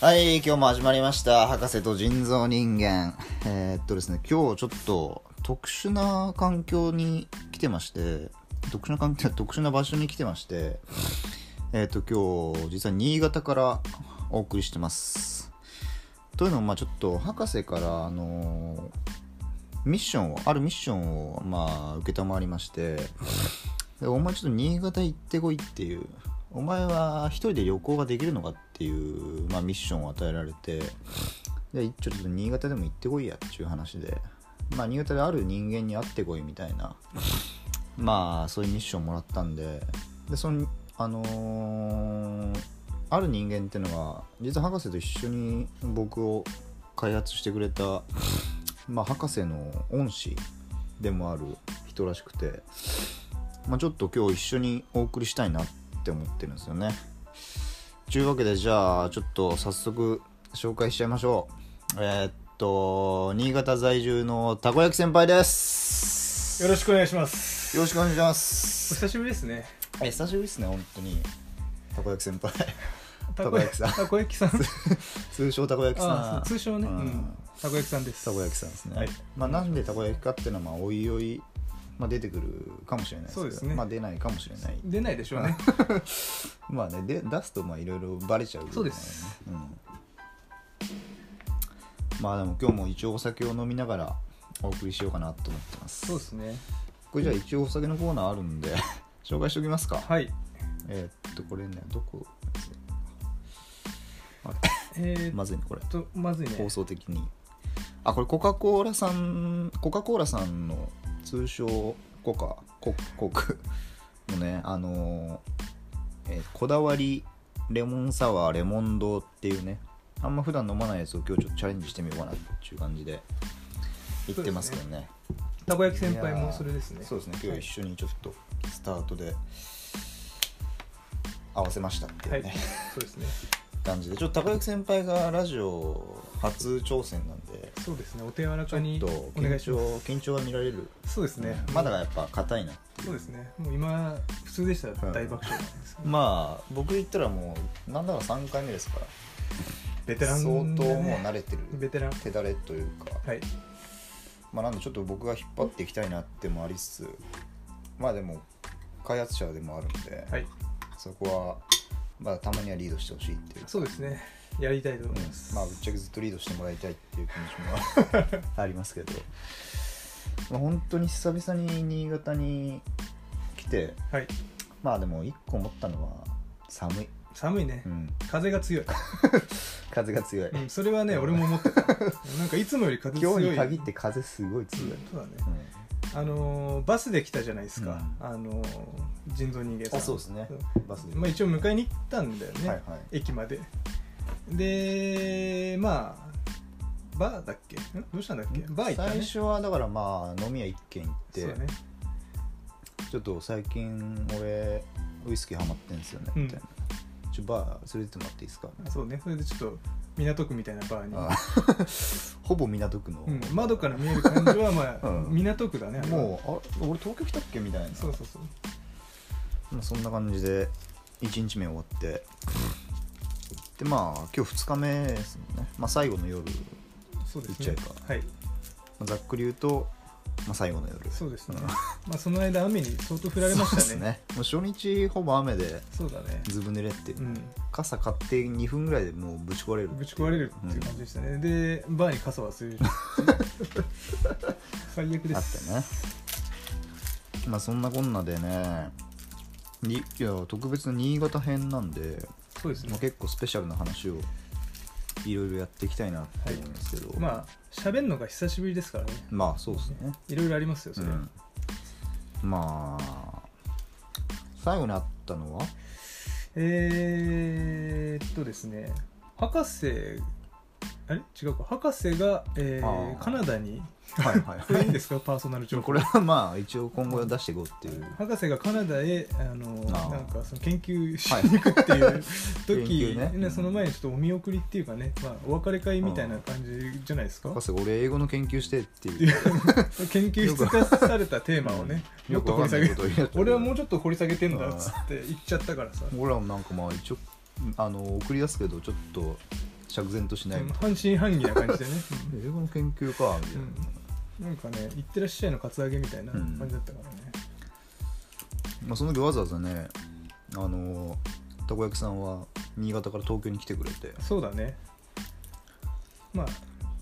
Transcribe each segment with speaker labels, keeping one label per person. Speaker 1: はい、今日も始まりました。博士と人造人間。えーっとですね、今日ちょっと特殊な環境に来てまして、特殊な環境、特殊な場所に来てまして、えーっと、今日、実は新潟からお送りしてます。というのも、まあちょっと博士から、あのーミッションを、あるミッションを、まあ受けたまりまして、でお前ちょっと新潟行ってこいっていうお前は一人で旅行ができるのかっていう、まあ、ミッションを与えられてでちょっと新潟でも行ってこいやっていう話で、まあ、新潟である人間に会ってこいみたいなまあそういうミッションもらったんででそのあのーある人間っていうのが実は博士と一緒に僕を開発してくれた、まあ、博士の恩師でもある人らしくて。まあ、ちょっと今日一緒にお送りしたいなって思ってるんですよね。というわけでじゃあちょっと早速紹介しちゃいましょう。えーっと新潟在住のたこ焼き先輩です。
Speaker 2: よろしくお願いします。
Speaker 1: よろしくお願いしま
Speaker 2: お
Speaker 1: す。
Speaker 2: 久しぶりですね。
Speaker 1: え久しぶりですね本当にたこ焼き先輩
Speaker 2: たこ焼きさん。たこ焼きさん。
Speaker 1: 通称たこ焼き
Speaker 2: あ
Speaker 1: さ
Speaker 2: あ
Speaker 1: ん。
Speaker 2: 通称ね。
Speaker 1: う
Speaker 2: うんんたこ焼きさんです。
Speaker 1: たこ焼きさんですね、
Speaker 2: はい
Speaker 1: まあ、なんでたこ焼きかっていうのはまあおいおい、まあ、出てくるかもしれないですけど
Speaker 2: そうですね
Speaker 1: まあ、出ないかもしれない
Speaker 2: 出ないでしょうね。
Speaker 1: まあねで出すとまあいろいろバレちゃう、
Speaker 2: そうです、
Speaker 1: うん、まあでも今日も一応お酒を飲みながらお送りしようかなと思ってます
Speaker 2: そうですね。
Speaker 1: これじゃあ一応お酒のコーナーあるんで 紹介しておきますか、
Speaker 2: はい。
Speaker 1: えーっとこれねどこ
Speaker 2: えー
Speaker 1: ま
Speaker 2: っ
Speaker 1: ずいねこれ
Speaker 2: とまずいね
Speaker 1: 放。送的にあこれコカ・コーラさんコカ・コーラさんの通称コカココク のねあのーえーこだわりレモンサワーレモンドっていうねあんま普段飲まないやつを今日ちょっとチャレンジしてみようかなっていう感じで言ってますけどね
Speaker 2: たこ焼き先輩もそれです
Speaker 1: い
Speaker 2: ね
Speaker 1: やー。そうですね今
Speaker 2: はい
Speaker 1: 日一緒にちょっとスタートで合わせましたっていう
Speaker 2: は
Speaker 1: ね、
Speaker 2: い。そうですね。
Speaker 1: 感じでちょっと高木先輩がラジオ初挑戦なんで
Speaker 2: そうですね。お手柔ら
Speaker 1: ち
Speaker 2: か
Speaker 1: ょっ
Speaker 2: に
Speaker 1: と
Speaker 2: お願
Speaker 1: 緊
Speaker 2: いしま
Speaker 1: 張緊張が見られる、
Speaker 2: す。そうですね。
Speaker 1: まだがやっぱ硬いな
Speaker 2: そうですね。もう今普通でしたら大爆笑なんですけど。
Speaker 1: まあ僕言ったらもうなんだか3回目ですから
Speaker 2: ベテラン
Speaker 1: 相当もう
Speaker 2: だね
Speaker 1: 慣れてる
Speaker 2: ベテラン。
Speaker 1: 手だれというか、
Speaker 2: はい。
Speaker 1: まあなんでちょっと僕が引っ張っていきたいなってもありつつまあでも開発者でもあるんで、
Speaker 2: はい。
Speaker 1: そこはまだたまにはリードしてほしいっていう
Speaker 2: そうですね。やりたいと思います。
Speaker 1: うんまあぶっちゃけずっとリードしてもらいたいっていう気持ちも ありますけど、まあ、本当に久々に新潟に来て
Speaker 2: はい。
Speaker 1: まあでも一個思ったのは寒い、
Speaker 2: 寒いね
Speaker 1: う。ん、
Speaker 2: 風が強い。
Speaker 1: 風が強い、
Speaker 2: うん、それはね、
Speaker 1: うん
Speaker 2: 俺も思ってた。なんかいつもより風強
Speaker 1: 今
Speaker 2: い。
Speaker 1: 日に限って風すごい強い、
Speaker 2: うんそうだね。
Speaker 1: うん
Speaker 2: あのーバスで来たじゃないですか。
Speaker 1: う
Speaker 2: あのー人造人間さん。
Speaker 1: あそうですねバスで、
Speaker 2: まあ一応迎えに行ったんだよね。
Speaker 1: はいは
Speaker 2: 駅まで。で、まあ、バーだっけ？んどうしたんだっけ？
Speaker 1: い
Speaker 2: バー行った
Speaker 1: 最
Speaker 2: ね。
Speaker 1: 初はだからまあ飲み屋一軒行って、
Speaker 2: そうだね。
Speaker 1: ちょっと最近俺ウイスキーハマってんすよねみたいな、ちょバー連れてってもらっていいですか
Speaker 2: そうね。それでちょっと港区みたいなバーに。
Speaker 1: あ ほぼ港区の、
Speaker 2: うん、窓から見える感じはま あ、
Speaker 1: うん
Speaker 2: 港区だね。あれは
Speaker 1: もうあ俺東京来たっけみたいな
Speaker 2: そうそうそう。
Speaker 1: まあそんな感じで1日目終わってでまあ今日2日目ですもんね、まあ、最後の夜、ま
Speaker 2: そうですね。
Speaker 1: 行っちゃえ
Speaker 2: はい。
Speaker 1: あざっくり言うと、まあ、最後の夜
Speaker 2: そうですね
Speaker 1: うん。
Speaker 2: まあその間雨に相当降られま
Speaker 1: そう
Speaker 2: し
Speaker 1: で
Speaker 2: た
Speaker 1: す
Speaker 2: ね。
Speaker 1: ねもう初日ほぼ雨で
Speaker 2: そうだね。
Speaker 1: ずぶ濡れって、
Speaker 2: うん。
Speaker 1: 傘買って2分ぐらいでもうぶち壊れる
Speaker 2: ぶち壊れるっていう感じでしたね。で、バーに傘忘れる。 最悪で
Speaker 1: あっ
Speaker 2: す。
Speaker 1: たねまあそんなこんなでねにいや特別の新潟編なんで、
Speaker 2: そうです
Speaker 1: まあ、
Speaker 2: ね。
Speaker 1: 結構スペシャルな話をいろいろやっていきたいなって思うんですけど、
Speaker 2: まあ、喋るのが久しぶりですからね。
Speaker 1: まあそうですね、
Speaker 2: いろいろありますよ、
Speaker 1: う
Speaker 2: それは。
Speaker 1: ん、まあ最後にあったのは
Speaker 2: えーっとですね、博士、あれ違うか、博士が、えー
Speaker 1: あー
Speaker 2: カナダに、
Speaker 1: はいはい
Speaker 2: これいいんですか、パーソナル情 報。
Speaker 1: これはまあ一応今後出していこうっていう
Speaker 2: 博士がカナダへあの
Speaker 1: あー
Speaker 2: なんかその研究しに行くっ ていう
Speaker 1: 研
Speaker 2: 時、
Speaker 1: 究ね
Speaker 2: ねその前にちょっとお見送りっていうかね、まあ、お別れ会みたいな感じじゃないですか
Speaker 1: 博士俺英語の研究してって
Speaker 2: ってい
Speaker 1: いう
Speaker 2: う研究室化されたテーマをねも
Speaker 1: よ
Speaker 2: っ
Speaker 1: く
Speaker 2: と
Speaker 1: わ
Speaker 2: 掘
Speaker 1: か
Speaker 2: り
Speaker 1: んな
Speaker 2: 下げ
Speaker 1: いことを言う
Speaker 2: 俺はもうちょっと掘り下げてんだっつって言っちゃったからさ
Speaker 1: 俺らもなんかまあ一応あの送り出すけどちょっと釈然としないみたい
Speaker 2: 半信半疑な感じでね、
Speaker 1: な英語の研究かみたいな、
Speaker 2: うん、なんかね「いってらっしゃい」のカツアゲみたいな感じだったからね、
Speaker 1: まあ、その時わざわざねあのたこ焼きさんは新潟から東京に来てくれて
Speaker 2: そうだねまあ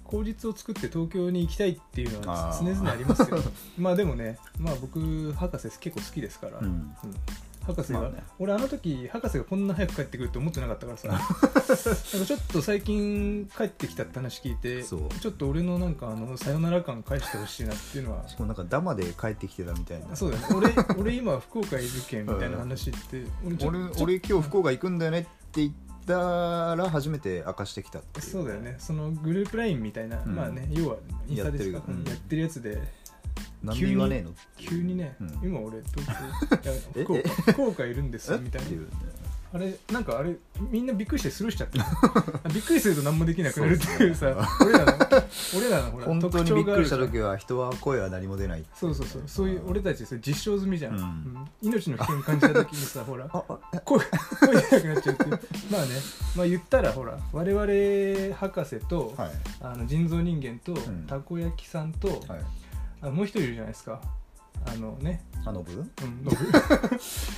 Speaker 2: 口実を作って東京に行きたいっていうのは
Speaker 1: あー
Speaker 2: 常々ありますよまあでもねまあ僕博士結構好きですから、
Speaker 1: うん
Speaker 2: うん博士が、
Speaker 1: まあね
Speaker 2: 俺あの時博士がこんな早く帰ってくると思ってなかったからさなんかちょっと最近帰ってきたって話聞いて
Speaker 1: そう
Speaker 2: ちょっと俺のなんかあのさよなら感返してほしいなっていうのは
Speaker 1: しかもなんかダマで帰ってきてたみたいな
Speaker 2: そうだね 俺俺今福岡いるけんみたいな話って、俺ちょ
Speaker 1: 俺
Speaker 2: ちょ
Speaker 1: 俺今日福岡行くんだよねって言ったら初めて明かしてきたっていう
Speaker 2: そうだよねそのグループラインみたいな、
Speaker 1: うん
Speaker 2: まあね要はインスタですか
Speaker 1: やってる
Speaker 2: うんやってるやつで
Speaker 1: なんで言わねえの
Speaker 2: 急にね、
Speaker 1: うん
Speaker 2: 今俺東 京いや
Speaker 1: え
Speaker 2: 福岡福岡いるんです
Speaker 1: え
Speaker 2: みたい
Speaker 1: っ
Speaker 2: な
Speaker 1: ていうね
Speaker 2: あれなんかあれみんなびっくりしてスルーしちゃった あびっくりすると何もできなくなるっていうさ俺らの俺らのほら
Speaker 1: 本当
Speaker 2: 特
Speaker 1: にびっ
Speaker 2: 徴があ
Speaker 1: く
Speaker 2: る
Speaker 1: りした
Speaker 2: から
Speaker 1: 時は人は声は何も出ないってい
Speaker 2: そうそうそうそういう俺たちそれ実証済みじゃん、
Speaker 1: うん
Speaker 2: うん命の危険感じた時に さほら
Speaker 1: ああえ
Speaker 2: 声声出なくなっちゃうっていうまあねまあ言ったらほら我々博士と、
Speaker 1: はい
Speaker 2: あの人造人間と、
Speaker 1: ん
Speaker 2: たこ焼きさんと、
Speaker 1: はい
Speaker 2: あもう一人いるじゃないですかあのね
Speaker 1: あノブ
Speaker 2: うんノブ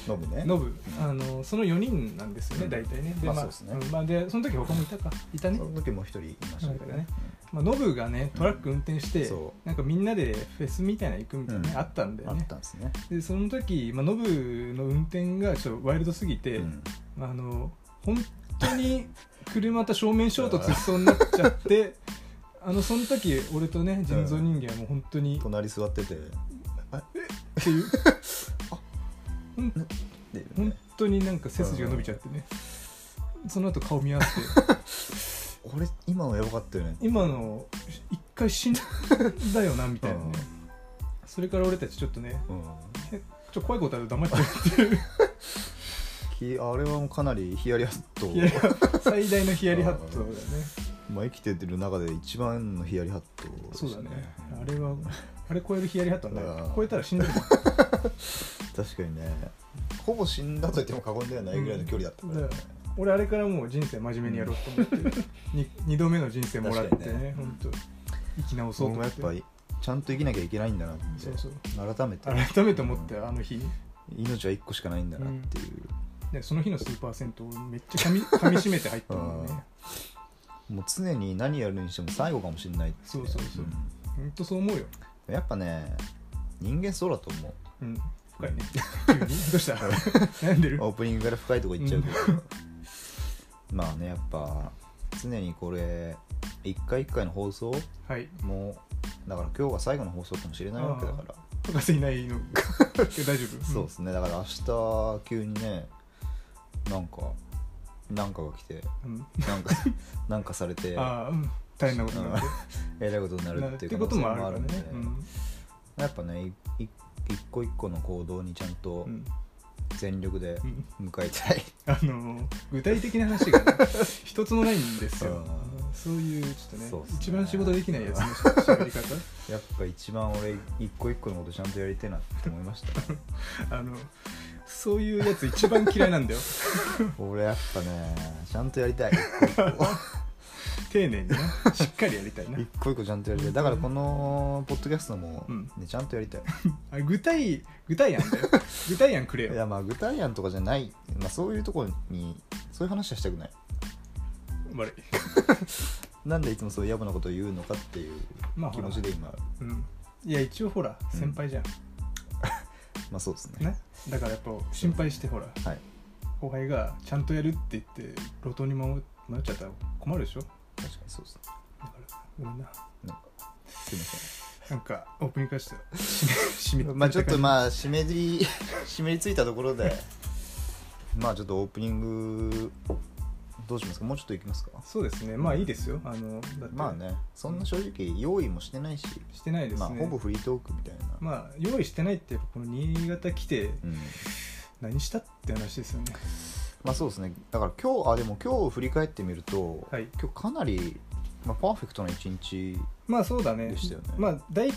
Speaker 1: ノブね
Speaker 2: ノブあのその4人なんですよね、
Speaker 1: うん
Speaker 2: 大体ねで
Speaker 1: まあそうですね
Speaker 2: んまあ、でその時他もいたかいたね
Speaker 1: その時も一人いましたけど
Speaker 2: なん
Speaker 1: ね
Speaker 2: かまあ、ノブがねトラック運転して、
Speaker 1: うんそ
Speaker 2: なんかみんなでフェスみたいなの行くみたいなね、
Speaker 1: うん
Speaker 2: あったんだ
Speaker 1: うんあ
Speaker 2: よ
Speaker 1: っ
Speaker 2: ね
Speaker 1: たんですね
Speaker 2: でその時、まあ、ノブの運転がちょっとワイルドすぎて、
Speaker 1: うん
Speaker 2: あの本当に車と正面衝突しそうになっちゃって あのその時俺とね人造人間はもう本当に
Speaker 1: 隣座っててあ
Speaker 2: っ ていうほん
Speaker 1: っていう
Speaker 2: 本
Speaker 1: ね
Speaker 2: 当になんか背筋が伸びちゃってねその後顔見合わせて
Speaker 1: 俺今のやばかったよね
Speaker 2: 今の一回死んだよなみたいなね
Speaker 1: うん
Speaker 2: それから俺たちちょっとね
Speaker 1: うん
Speaker 2: ちょっと怖いことあると黙っちゃうっていう
Speaker 1: きあれはもうかなりヒヤリハッと
Speaker 2: ヒヤリハッ 最大のヒヤリハットだね
Speaker 1: まあ生きてる中で一番のヒヤリハットでした
Speaker 2: そうだねあれはあれ超えるヒヤリハットはない
Speaker 1: うん
Speaker 2: 超えたら死んでる
Speaker 1: 確かにねほぼ死んだと言っても過言ではないぐらいの距離だったからね、
Speaker 2: 俺あれからもう人生真面目にやろうと思って、 に2度目の人生もらって
Speaker 1: 確かに
Speaker 2: ねほんと生き直そう
Speaker 1: 僕
Speaker 2: と
Speaker 1: も
Speaker 2: 思
Speaker 1: や
Speaker 2: っ
Speaker 1: ってぱりちゃんと生きなきゃいけないんだなって
Speaker 2: そうそう
Speaker 1: 改めて
Speaker 2: 改めて思ってあの日、
Speaker 1: 命は1個しかないんだなっていう、
Speaker 2: ね、その日のスーパー銭湯俺めっちゃかみかみしめて入ったもんね
Speaker 1: もう常に何やるにしても最後かもしれないって
Speaker 2: そうそうそうんほんとそう思うよ、
Speaker 1: やっぱね人間そうだと思う
Speaker 2: うん、深いね急 にどうした悩んでる
Speaker 1: オープニングから深いとこ行っちゃうけど、 まあねやっぱ常にこれ一回一回の放送
Speaker 2: はい
Speaker 1: もだから今日が最後の放送かもしれないわけだから
Speaker 2: 博士いない の大丈夫
Speaker 1: そうですねだから明日急にねなんかなんかが来て
Speaker 2: うん、うん
Speaker 1: なん かなんかされて
Speaker 2: ああうん大変なことになって
Speaker 1: えらいことになる
Speaker 2: な
Speaker 1: って
Speaker 2: っ
Speaker 1: いう
Speaker 2: て
Speaker 1: 可能
Speaker 2: こと
Speaker 1: 性
Speaker 2: も
Speaker 1: も
Speaker 2: あるか
Speaker 1: あ
Speaker 2: ら
Speaker 1: るんで
Speaker 2: ね、うん
Speaker 1: やっぱねいい一個一個の行動にちゃんと
Speaker 2: うん
Speaker 1: 全力で
Speaker 2: うん
Speaker 1: 向かいたい、
Speaker 2: あの具体的な話がね一つもないんですよ
Speaker 1: う
Speaker 2: そういうちょっとね
Speaker 1: そうっすね
Speaker 2: 一番仕事できないやつの喋り 方
Speaker 1: やっぱ一番俺一個一個のことちゃんとやりたいなって思いま したね
Speaker 2: あのそういうやつ一番嫌いなんだよ
Speaker 1: 俺やっぱねちゃんとやり たい一個一個
Speaker 2: 丁寧にねしっかりやりたいな
Speaker 1: 一個一個ちゃんとやりたいだからこのポッドキャストも、
Speaker 2: うん
Speaker 1: ね、ちゃんとやりたい
Speaker 2: あ具体具体案だよ具体案くれ
Speaker 1: い
Speaker 2: よ
Speaker 1: やまあ具体案とかじゃない、まあ、そういうところにそういう話はしたくない
Speaker 2: 悪い
Speaker 1: なんでいつもそういう野暮なことを言うのかっていう
Speaker 2: まあ
Speaker 1: 気
Speaker 2: ほら
Speaker 1: 持ちで今まあ、
Speaker 2: うんいや一応ほら
Speaker 1: うん
Speaker 2: 先輩じゃん、
Speaker 1: そうですね
Speaker 2: ねだからやっぱ心配してほら
Speaker 1: はい
Speaker 2: 後輩がちゃんとやるって言って路頭に迷迷っちゃったら困るでしょだ
Speaker 1: 確かにそうですね
Speaker 2: からごめんな
Speaker 1: なんかすいませ
Speaker 2: なんかオープニングか らしてしみしみ
Speaker 1: んまあちょっとまあ湿り 湿りついたところ でまあちょっとオープニングどうしますかもうちょっといきますか
Speaker 2: そうですねまあいいですよあのだって
Speaker 1: まあねそんな正直用意もしてないし、
Speaker 2: してないですね
Speaker 1: まあほぼフリートークみたいな、
Speaker 2: まあ用意してないってやっぱこの新潟来て
Speaker 1: うん、
Speaker 2: 何したって話ですよね
Speaker 1: まあそうですねだから今日あでも今日振り返ってみると、
Speaker 2: はい
Speaker 1: 今日かなり、まあ、パーフェクトな一日
Speaker 2: まあそうだね
Speaker 1: でしたよね
Speaker 2: まあ大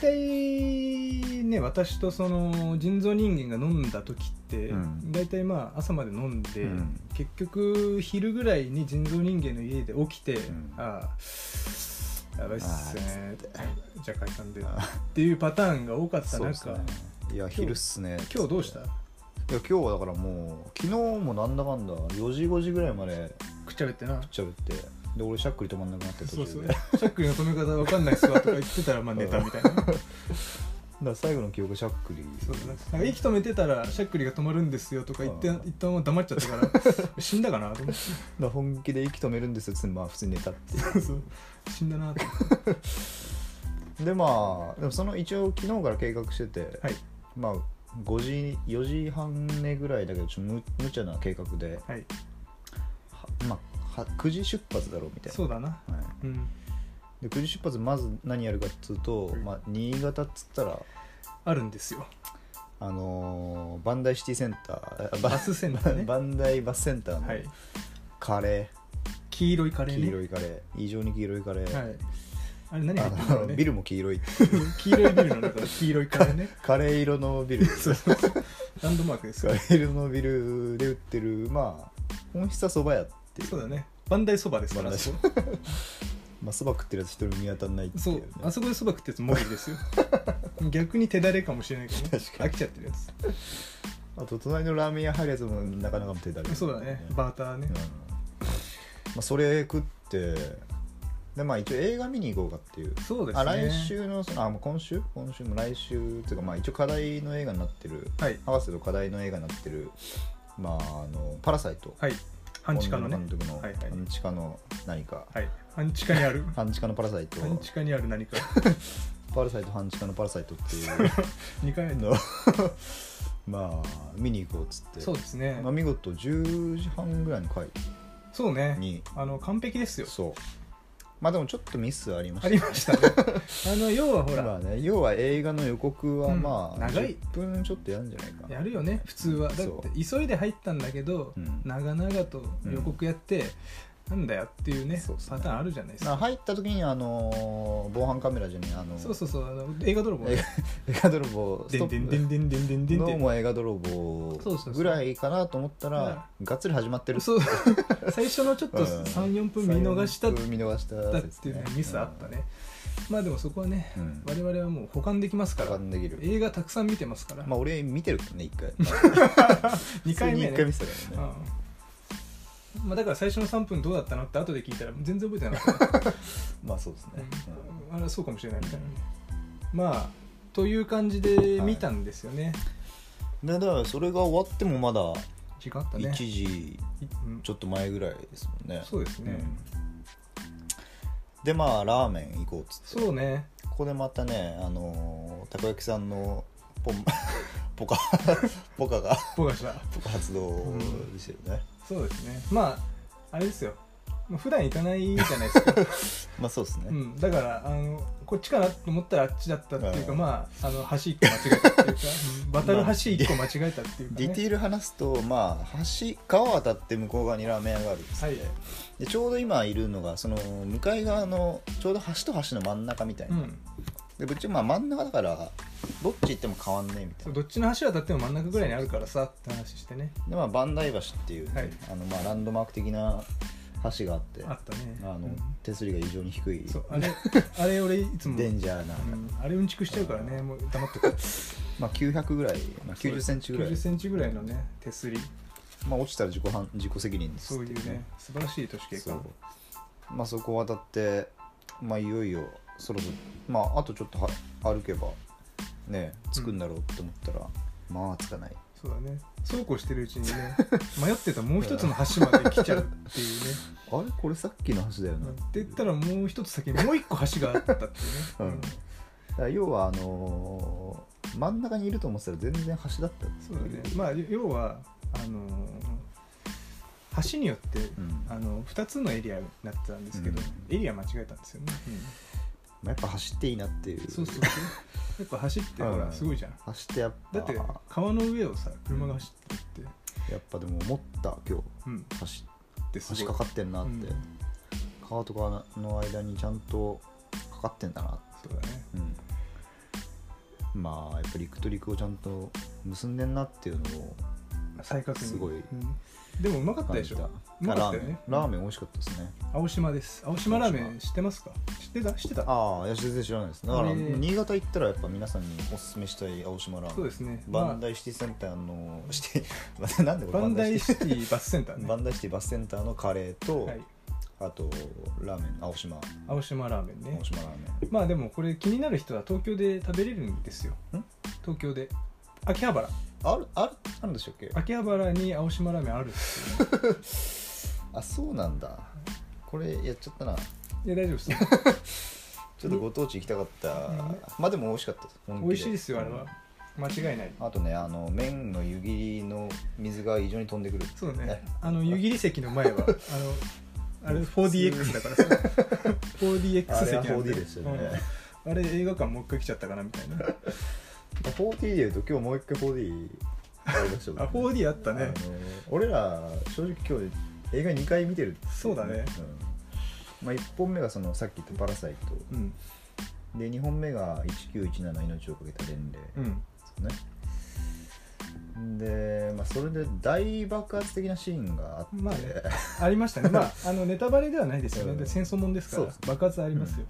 Speaker 2: 体ね私とその人造人間が飲んだ時って、
Speaker 1: うん
Speaker 2: 大体まあ朝まで飲んで、
Speaker 1: うん
Speaker 2: 結局昼ぐらいに人造人間の家で起きて、
Speaker 1: ん
Speaker 2: ああやばいっすねじゃあ解散でっていうパターンが多かった
Speaker 1: そうです
Speaker 2: 中、
Speaker 1: ねいや昼っすね
Speaker 2: 今日どうした
Speaker 1: いや今日はだからもう昨日もなんだかんだ4時5時ぐらいまで
Speaker 2: くっちゃべってな
Speaker 1: ちゃべってで俺しゃっくり止まんなくなって途中
Speaker 2: そう
Speaker 1: で
Speaker 2: そう
Speaker 1: だか
Speaker 2: シャックリの止め方わかんないっすわとか言ってたらまあ寝たみたいな
Speaker 1: ら最後の記憶しゃっくり
Speaker 2: そうだねなんか息止めてたらしゃっくりが止まるんですよとか言って
Speaker 1: うん
Speaker 2: 一旦は黙っちゃったか ら死んだかなと思
Speaker 1: だ
Speaker 2: っ
Speaker 1: から本気で息止めるんですよつってまあ普通に寝たっていう
Speaker 2: てそう死んだなと
Speaker 1: でまあでもその一応昨日から計画してて、
Speaker 2: はい
Speaker 1: まあ5時4時半寝ぐらいだけどちょっとむ無茶な計画で、
Speaker 2: はい
Speaker 1: はまあ、は9時出発だろうみたい
Speaker 2: そうだな
Speaker 1: な、はい、
Speaker 2: うん
Speaker 1: で9時出発まず何やるかっつうと、
Speaker 2: うん
Speaker 1: まあ、新潟っつったら
Speaker 2: あるんですよ
Speaker 1: あのーバンダイシティセンターあバ
Speaker 2: バスセンターね
Speaker 1: バンダイバスセンタ
Speaker 2: は
Speaker 1: ー
Speaker 2: い
Speaker 1: のカレ
Speaker 2: 黄色いカ
Speaker 1: ー、
Speaker 2: レーね
Speaker 1: 黄色いカレー異常に黄色いカレー、
Speaker 2: はいあれ何入ってるんだ
Speaker 1: あ
Speaker 2: ろう
Speaker 1: の
Speaker 2: ね
Speaker 1: ビルも黄色いっていう
Speaker 2: 黄色いビルの中の黄色いカレーね
Speaker 1: カレー色のビル
Speaker 2: そうそうそうランドマークです
Speaker 1: カ
Speaker 2: よ
Speaker 1: レー色のビルで売ってるまあ本質はそば屋っていう
Speaker 2: そうだねバンダイそばですか
Speaker 1: バ
Speaker 2: ら
Speaker 1: ンダイ
Speaker 2: そ
Speaker 1: そ
Speaker 2: こ
Speaker 1: まあそば食ってるやつ一人も見当たんないっていう、
Speaker 2: そう
Speaker 1: ね、
Speaker 2: あそこでそば食ってやつモリですよ逆に手だれかもしれないけどね
Speaker 1: 確かに
Speaker 2: 飽きちゃってるやつ
Speaker 1: あと隣のラーメン屋入るやつもなかなかの手だれ
Speaker 2: そうだねバーターね
Speaker 1: うんまあ、それ食ってでまあ一応映画見に行こうかっていう
Speaker 2: そうですね
Speaker 1: あ来週のそのあもう今週今週も来週っていうかまあ一応課題の映画になってる
Speaker 2: はい
Speaker 1: 合わせと課題の映画になってるまああの「パラサイト」
Speaker 2: はい半地下のね
Speaker 1: 本田監督の
Speaker 2: はいはい
Speaker 1: 半地下の何か、
Speaker 2: はい半地下にあ る
Speaker 1: 半地下のパラサイト
Speaker 2: 半地下にあ る何か
Speaker 1: パラサイト半地下のパラサイトっていう
Speaker 2: 2回
Speaker 1: のまあ見に行こうっつって
Speaker 2: そうですね
Speaker 1: まあ、見事10時半ぐらいの回
Speaker 2: そうね
Speaker 1: に
Speaker 2: あの完璧ですよ
Speaker 1: そうまあでもちょっとミスはありまし
Speaker 2: あ
Speaker 1: た
Speaker 2: りましたね あの要はほ
Speaker 1: まあ
Speaker 2: ら
Speaker 1: ね要は映画の予告は
Speaker 2: うん
Speaker 1: まあ、
Speaker 2: 長い
Speaker 1: 10分ちょっとやるんじゃないか
Speaker 2: やるよね普通はだっ
Speaker 1: そ
Speaker 2: て急いで入ったんだけど
Speaker 1: うん
Speaker 2: 長々と予告やってなんだよっていうね
Speaker 1: そうそう
Speaker 2: パターンあるじゃないです
Speaker 1: まあ
Speaker 2: か
Speaker 1: 入った時にあのー防犯カメラじゃねえあの
Speaker 2: そうそうそうあの映画泥棒
Speaker 1: 映画映画泥棒ス
Speaker 2: で
Speaker 1: ト
Speaker 2: んでん
Speaker 1: ッ
Speaker 2: で
Speaker 1: プ
Speaker 2: んでんでんでんでん
Speaker 1: ど
Speaker 2: で
Speaker 1: うんも映画泥
Speaker 2: そうそうそ
Speaker 1: 棒
Speaker 2: う
Speaker 1: ぐらいかなと思ったらがっつり始まってる
Speaker 2: そう 最初のちょっと
Speaker 1: うん
Speaker 2: 34分見逃したっ
Speaker 1: 34分見逃した
Speaker 2: だ
Speaker 1: っ
Speaker 2: っていうねミスあったね、まあでもそこはね、
Speaker 1: うん
Speaker 2: 我々はもう保管できますか
Speaker 1: 保
Speaker 2: ら
Speaker 1: 管できる
Speaker 2: 映画たくさん見てますから、
Speaker 1: まあ俺見てるけどね一回
Speaker 2: 2回目
Speaker 1: 1
Speaker 2: ね
Speaker 1: 回見せたからね
Speaker 2: うんまあ、だから最初の3分どうだったのって後で聞いたら全然覚えてなかった、
Speaker 1: まあそうですねうん
Speaker 2: うんあれそうかもしれないみたいな、まあという感じで見たんですよね、
Speaker 1: でだからそれが終わってもまだ
Speaker 2: 時間あった
Speaker 1: 1
Speaker 2: ね
Speaker 1: 時
Speaker 2: うん
Speaker 1: ちょっと前ぐらいですもんね
Speaker 2: そうですね、
Speaker 1: うんでまあラーメン行こうっつって
Speaker 2: そうね
Speaker 1: ここでまたねあのーたこ焼きさんのポンポカポカが
Speaker 2: 僕がした
Speaker 1: ポカ発動ですよね、
Speaker 2: そうですねまああれですよまあ普段行かないじゃないですか
Speaker 1: まあそうですね、
Speaker 2: うん、だからあのこっちかなと思ったらあっちだったっていうか、
Speaker 1: うん
Speaker 2: まああの橋一個間違え たっていうかうん渡る橋一個間違えたっていうか、
Speaker 1: デ
Speaker 2: ね
Speaker 1: ィティール話すとまあ橋川渡って向こう側にラーメン屋があるんです、
Speaker 2: はい
Speaker 1: でちょうど今いるのがその向かい側のちょうど橋と橋の真ん中みたいうな、
Speaker 2: ん、
Speaker 1: でぶっちゃけまあ真ん中だからどっち行っても変わんねえみたいな
Speaker 2: そうどっちの橋渡っても真ん中ぐらいにあるからさって話してね
Speaker 1: でまあ万代橋っていうね、
Speaker 2: はい
Speaker 1: あのまあランドマーク的な橋があって
Speaker 2: あったね
Speaker 1: あの、
Speaker 2: うん
Speaker 1: 手すりが異常に低い
Speaker 2: そう あれあれ俺いつも、
Speaker 1: デンジャーな、
Speaker 2: うんあれうんちくしちゃうからねもう黙ってこう
Speaker 1: まあ、900ぐらい、まあ、9 0ンチぐらい
Speaker 2: 90、センチぐらいのね手すり
Speaker 1: まあ、落ちたら自己犯自己責任です
Speaker 2: そういうね素晴らしい都市景
Speaker 1: そ
Speaker 2: 観
Speaker 1: うまあそこを渡ってまあいよいよそろそろまああとちょっとは歩けばね着くんだろうって思ったら、まあ着かない
Speaker 2: そうだねそうこうしてるうちにね迷ってたもう一つの橋まで来ちゃうっていうね
Speaker 1: あれこれさっきの橋だよな、
Speaker 2: っ
Speaker 1: だ
Speaker 2: て言ったらもう一つ先にもう一個橋があったっていうね、
Speaker 1: うんから要はあのー真ん中にいると思ってたら全然橋だったってい
Speaker 2: そうだねまあ要はあのー橋によって、
Speaker 1: ん
Speaker 2: あの2つのエリアになってたんですけど、
Speaker 1: う
Speaker 2: エリア間違えたんですよね、
Speaker 1: まあやっぱ走っていいなっていう
Speaker 2: そうそうそうやっぱ走ってほ
Speaker 1: う
Speaker 2: ら
Speaker 1: ん
Speaker 2: すごいじゃん
Speaker 1: 走ってやっぱ
Speaker 2: だって川の上をさ車が走ってって
Speaker 1: やっぱでも思った今日
Speaker 2: うん
Speaker 1: 走
Speaker 2: で
Speaker 1: 走かかってんなって、
Speaker 2: うん
Speaker 1: 川と川の間にちゃんとかかってんだな、
Speaker 2: そうだね
Speaker 1: うん、まあやっぱ陸と陸をちゃんと結んでんなっていうのを
Speaker 2: 再確認
Speaker 1: すごい
Speaker 2: うんでもうまかった
Speaker 1: 感
Speaker 2: で
Speaker 1: じ
Speaker 2: したょうまか
Speaker 1: ラ
Speaker 2: っ
Speaker 1: ーメ
Speaker 2: たよ
Speaker 1: ン、
Speaker 2: ね
Speaker 1: ラーメン美味しかったですね
Speaker 2: 青島です青島ラーメン知ってますか知ってた知ってた
Speaker 1: ああいや全然知らないですだから
Speaker 2: えー
Speaker 1: 新潟行ったらやっぱ皆さんにおすすめしたい青島ラーメン
Speaker 2: そうですね
Speaker 1: バ
Speaker 2: ま
Speaker 1: ン
Speaker 2: あ
Speaker 1: ダイシティセンターのシ ティなんでこれ
Speaker 2: バンダイ
Speaker 1: テ
Speaker 2: シティバスセンター
Speaker 1: ィ
Speaker 2: ね
Speaker 1: バンダイシティバスセンターのカレーと、
Speaker 2: はい
Speaker 1: あとラーメン青島
Speaker 2: 青島ラーメンね
Speaker 1: 青島ラーメン
Speaker 2: まあでもこれ気になる人は東京で食べれるんですよ
Speaker 1: ん
Speaker 2: 東京で秋葉原
Speaker 1: あるあるあるんでしたっけ
Speaker 2: 秋葉原に青島ラーメンあるっすよ、ね、
Speaker 1: あそうなんだこれやっちゃったない
Speaker 2: や大丈夫ですよ
Speaker 1: ちょっとご当地行きたかったまあでも美味しかったです本気
Speaker 2: 美味しいですよあれは間違いない
Speaker 1: あとねあの麺の湯切りの水が異常に飛んでくる
Speaker 2: そう
Speaker 1: ね
Speaker 2: ねあの湯切り席 の前はあのあれ 4DX だからさ 4DX
Speaker 1: あ
Speaker 2: 席
Speaker 1: れ
Speaker 2: なん
Speaker 1: は 4D ですよね、
Speaker 2: うんあれ映画館もう一回来ちゃったかなみたいな
Speaker 1: 4D でいうと今日もう一回 4D ありましたもんね
Speaker 2: あ 4D あった
Speaker 1: あの
Speaker 2: ね
Speaker 1: 俺ら正直今日映画2回見てる
Speaker 2: そうだね、
Speaker 1: うんまあ、1本目がそのさっき言った「パラサイト
Speaker 2: うん」
Speaker 1: で2本目が「1917命をかけた伝令」
Speaker 2: うん
Speaker 1: ねで、まあ、それで大爆発的なシーンがあって、
Speaker 2: まあねありましたねま ああのネタバレではないですよね、
Speaker 1: うん
Speaker 2: で戦争もんですか
Speaker 1: そう
Speaker 2: ら
Speaker 1: です
Speaker 2: 爆発ありますよ、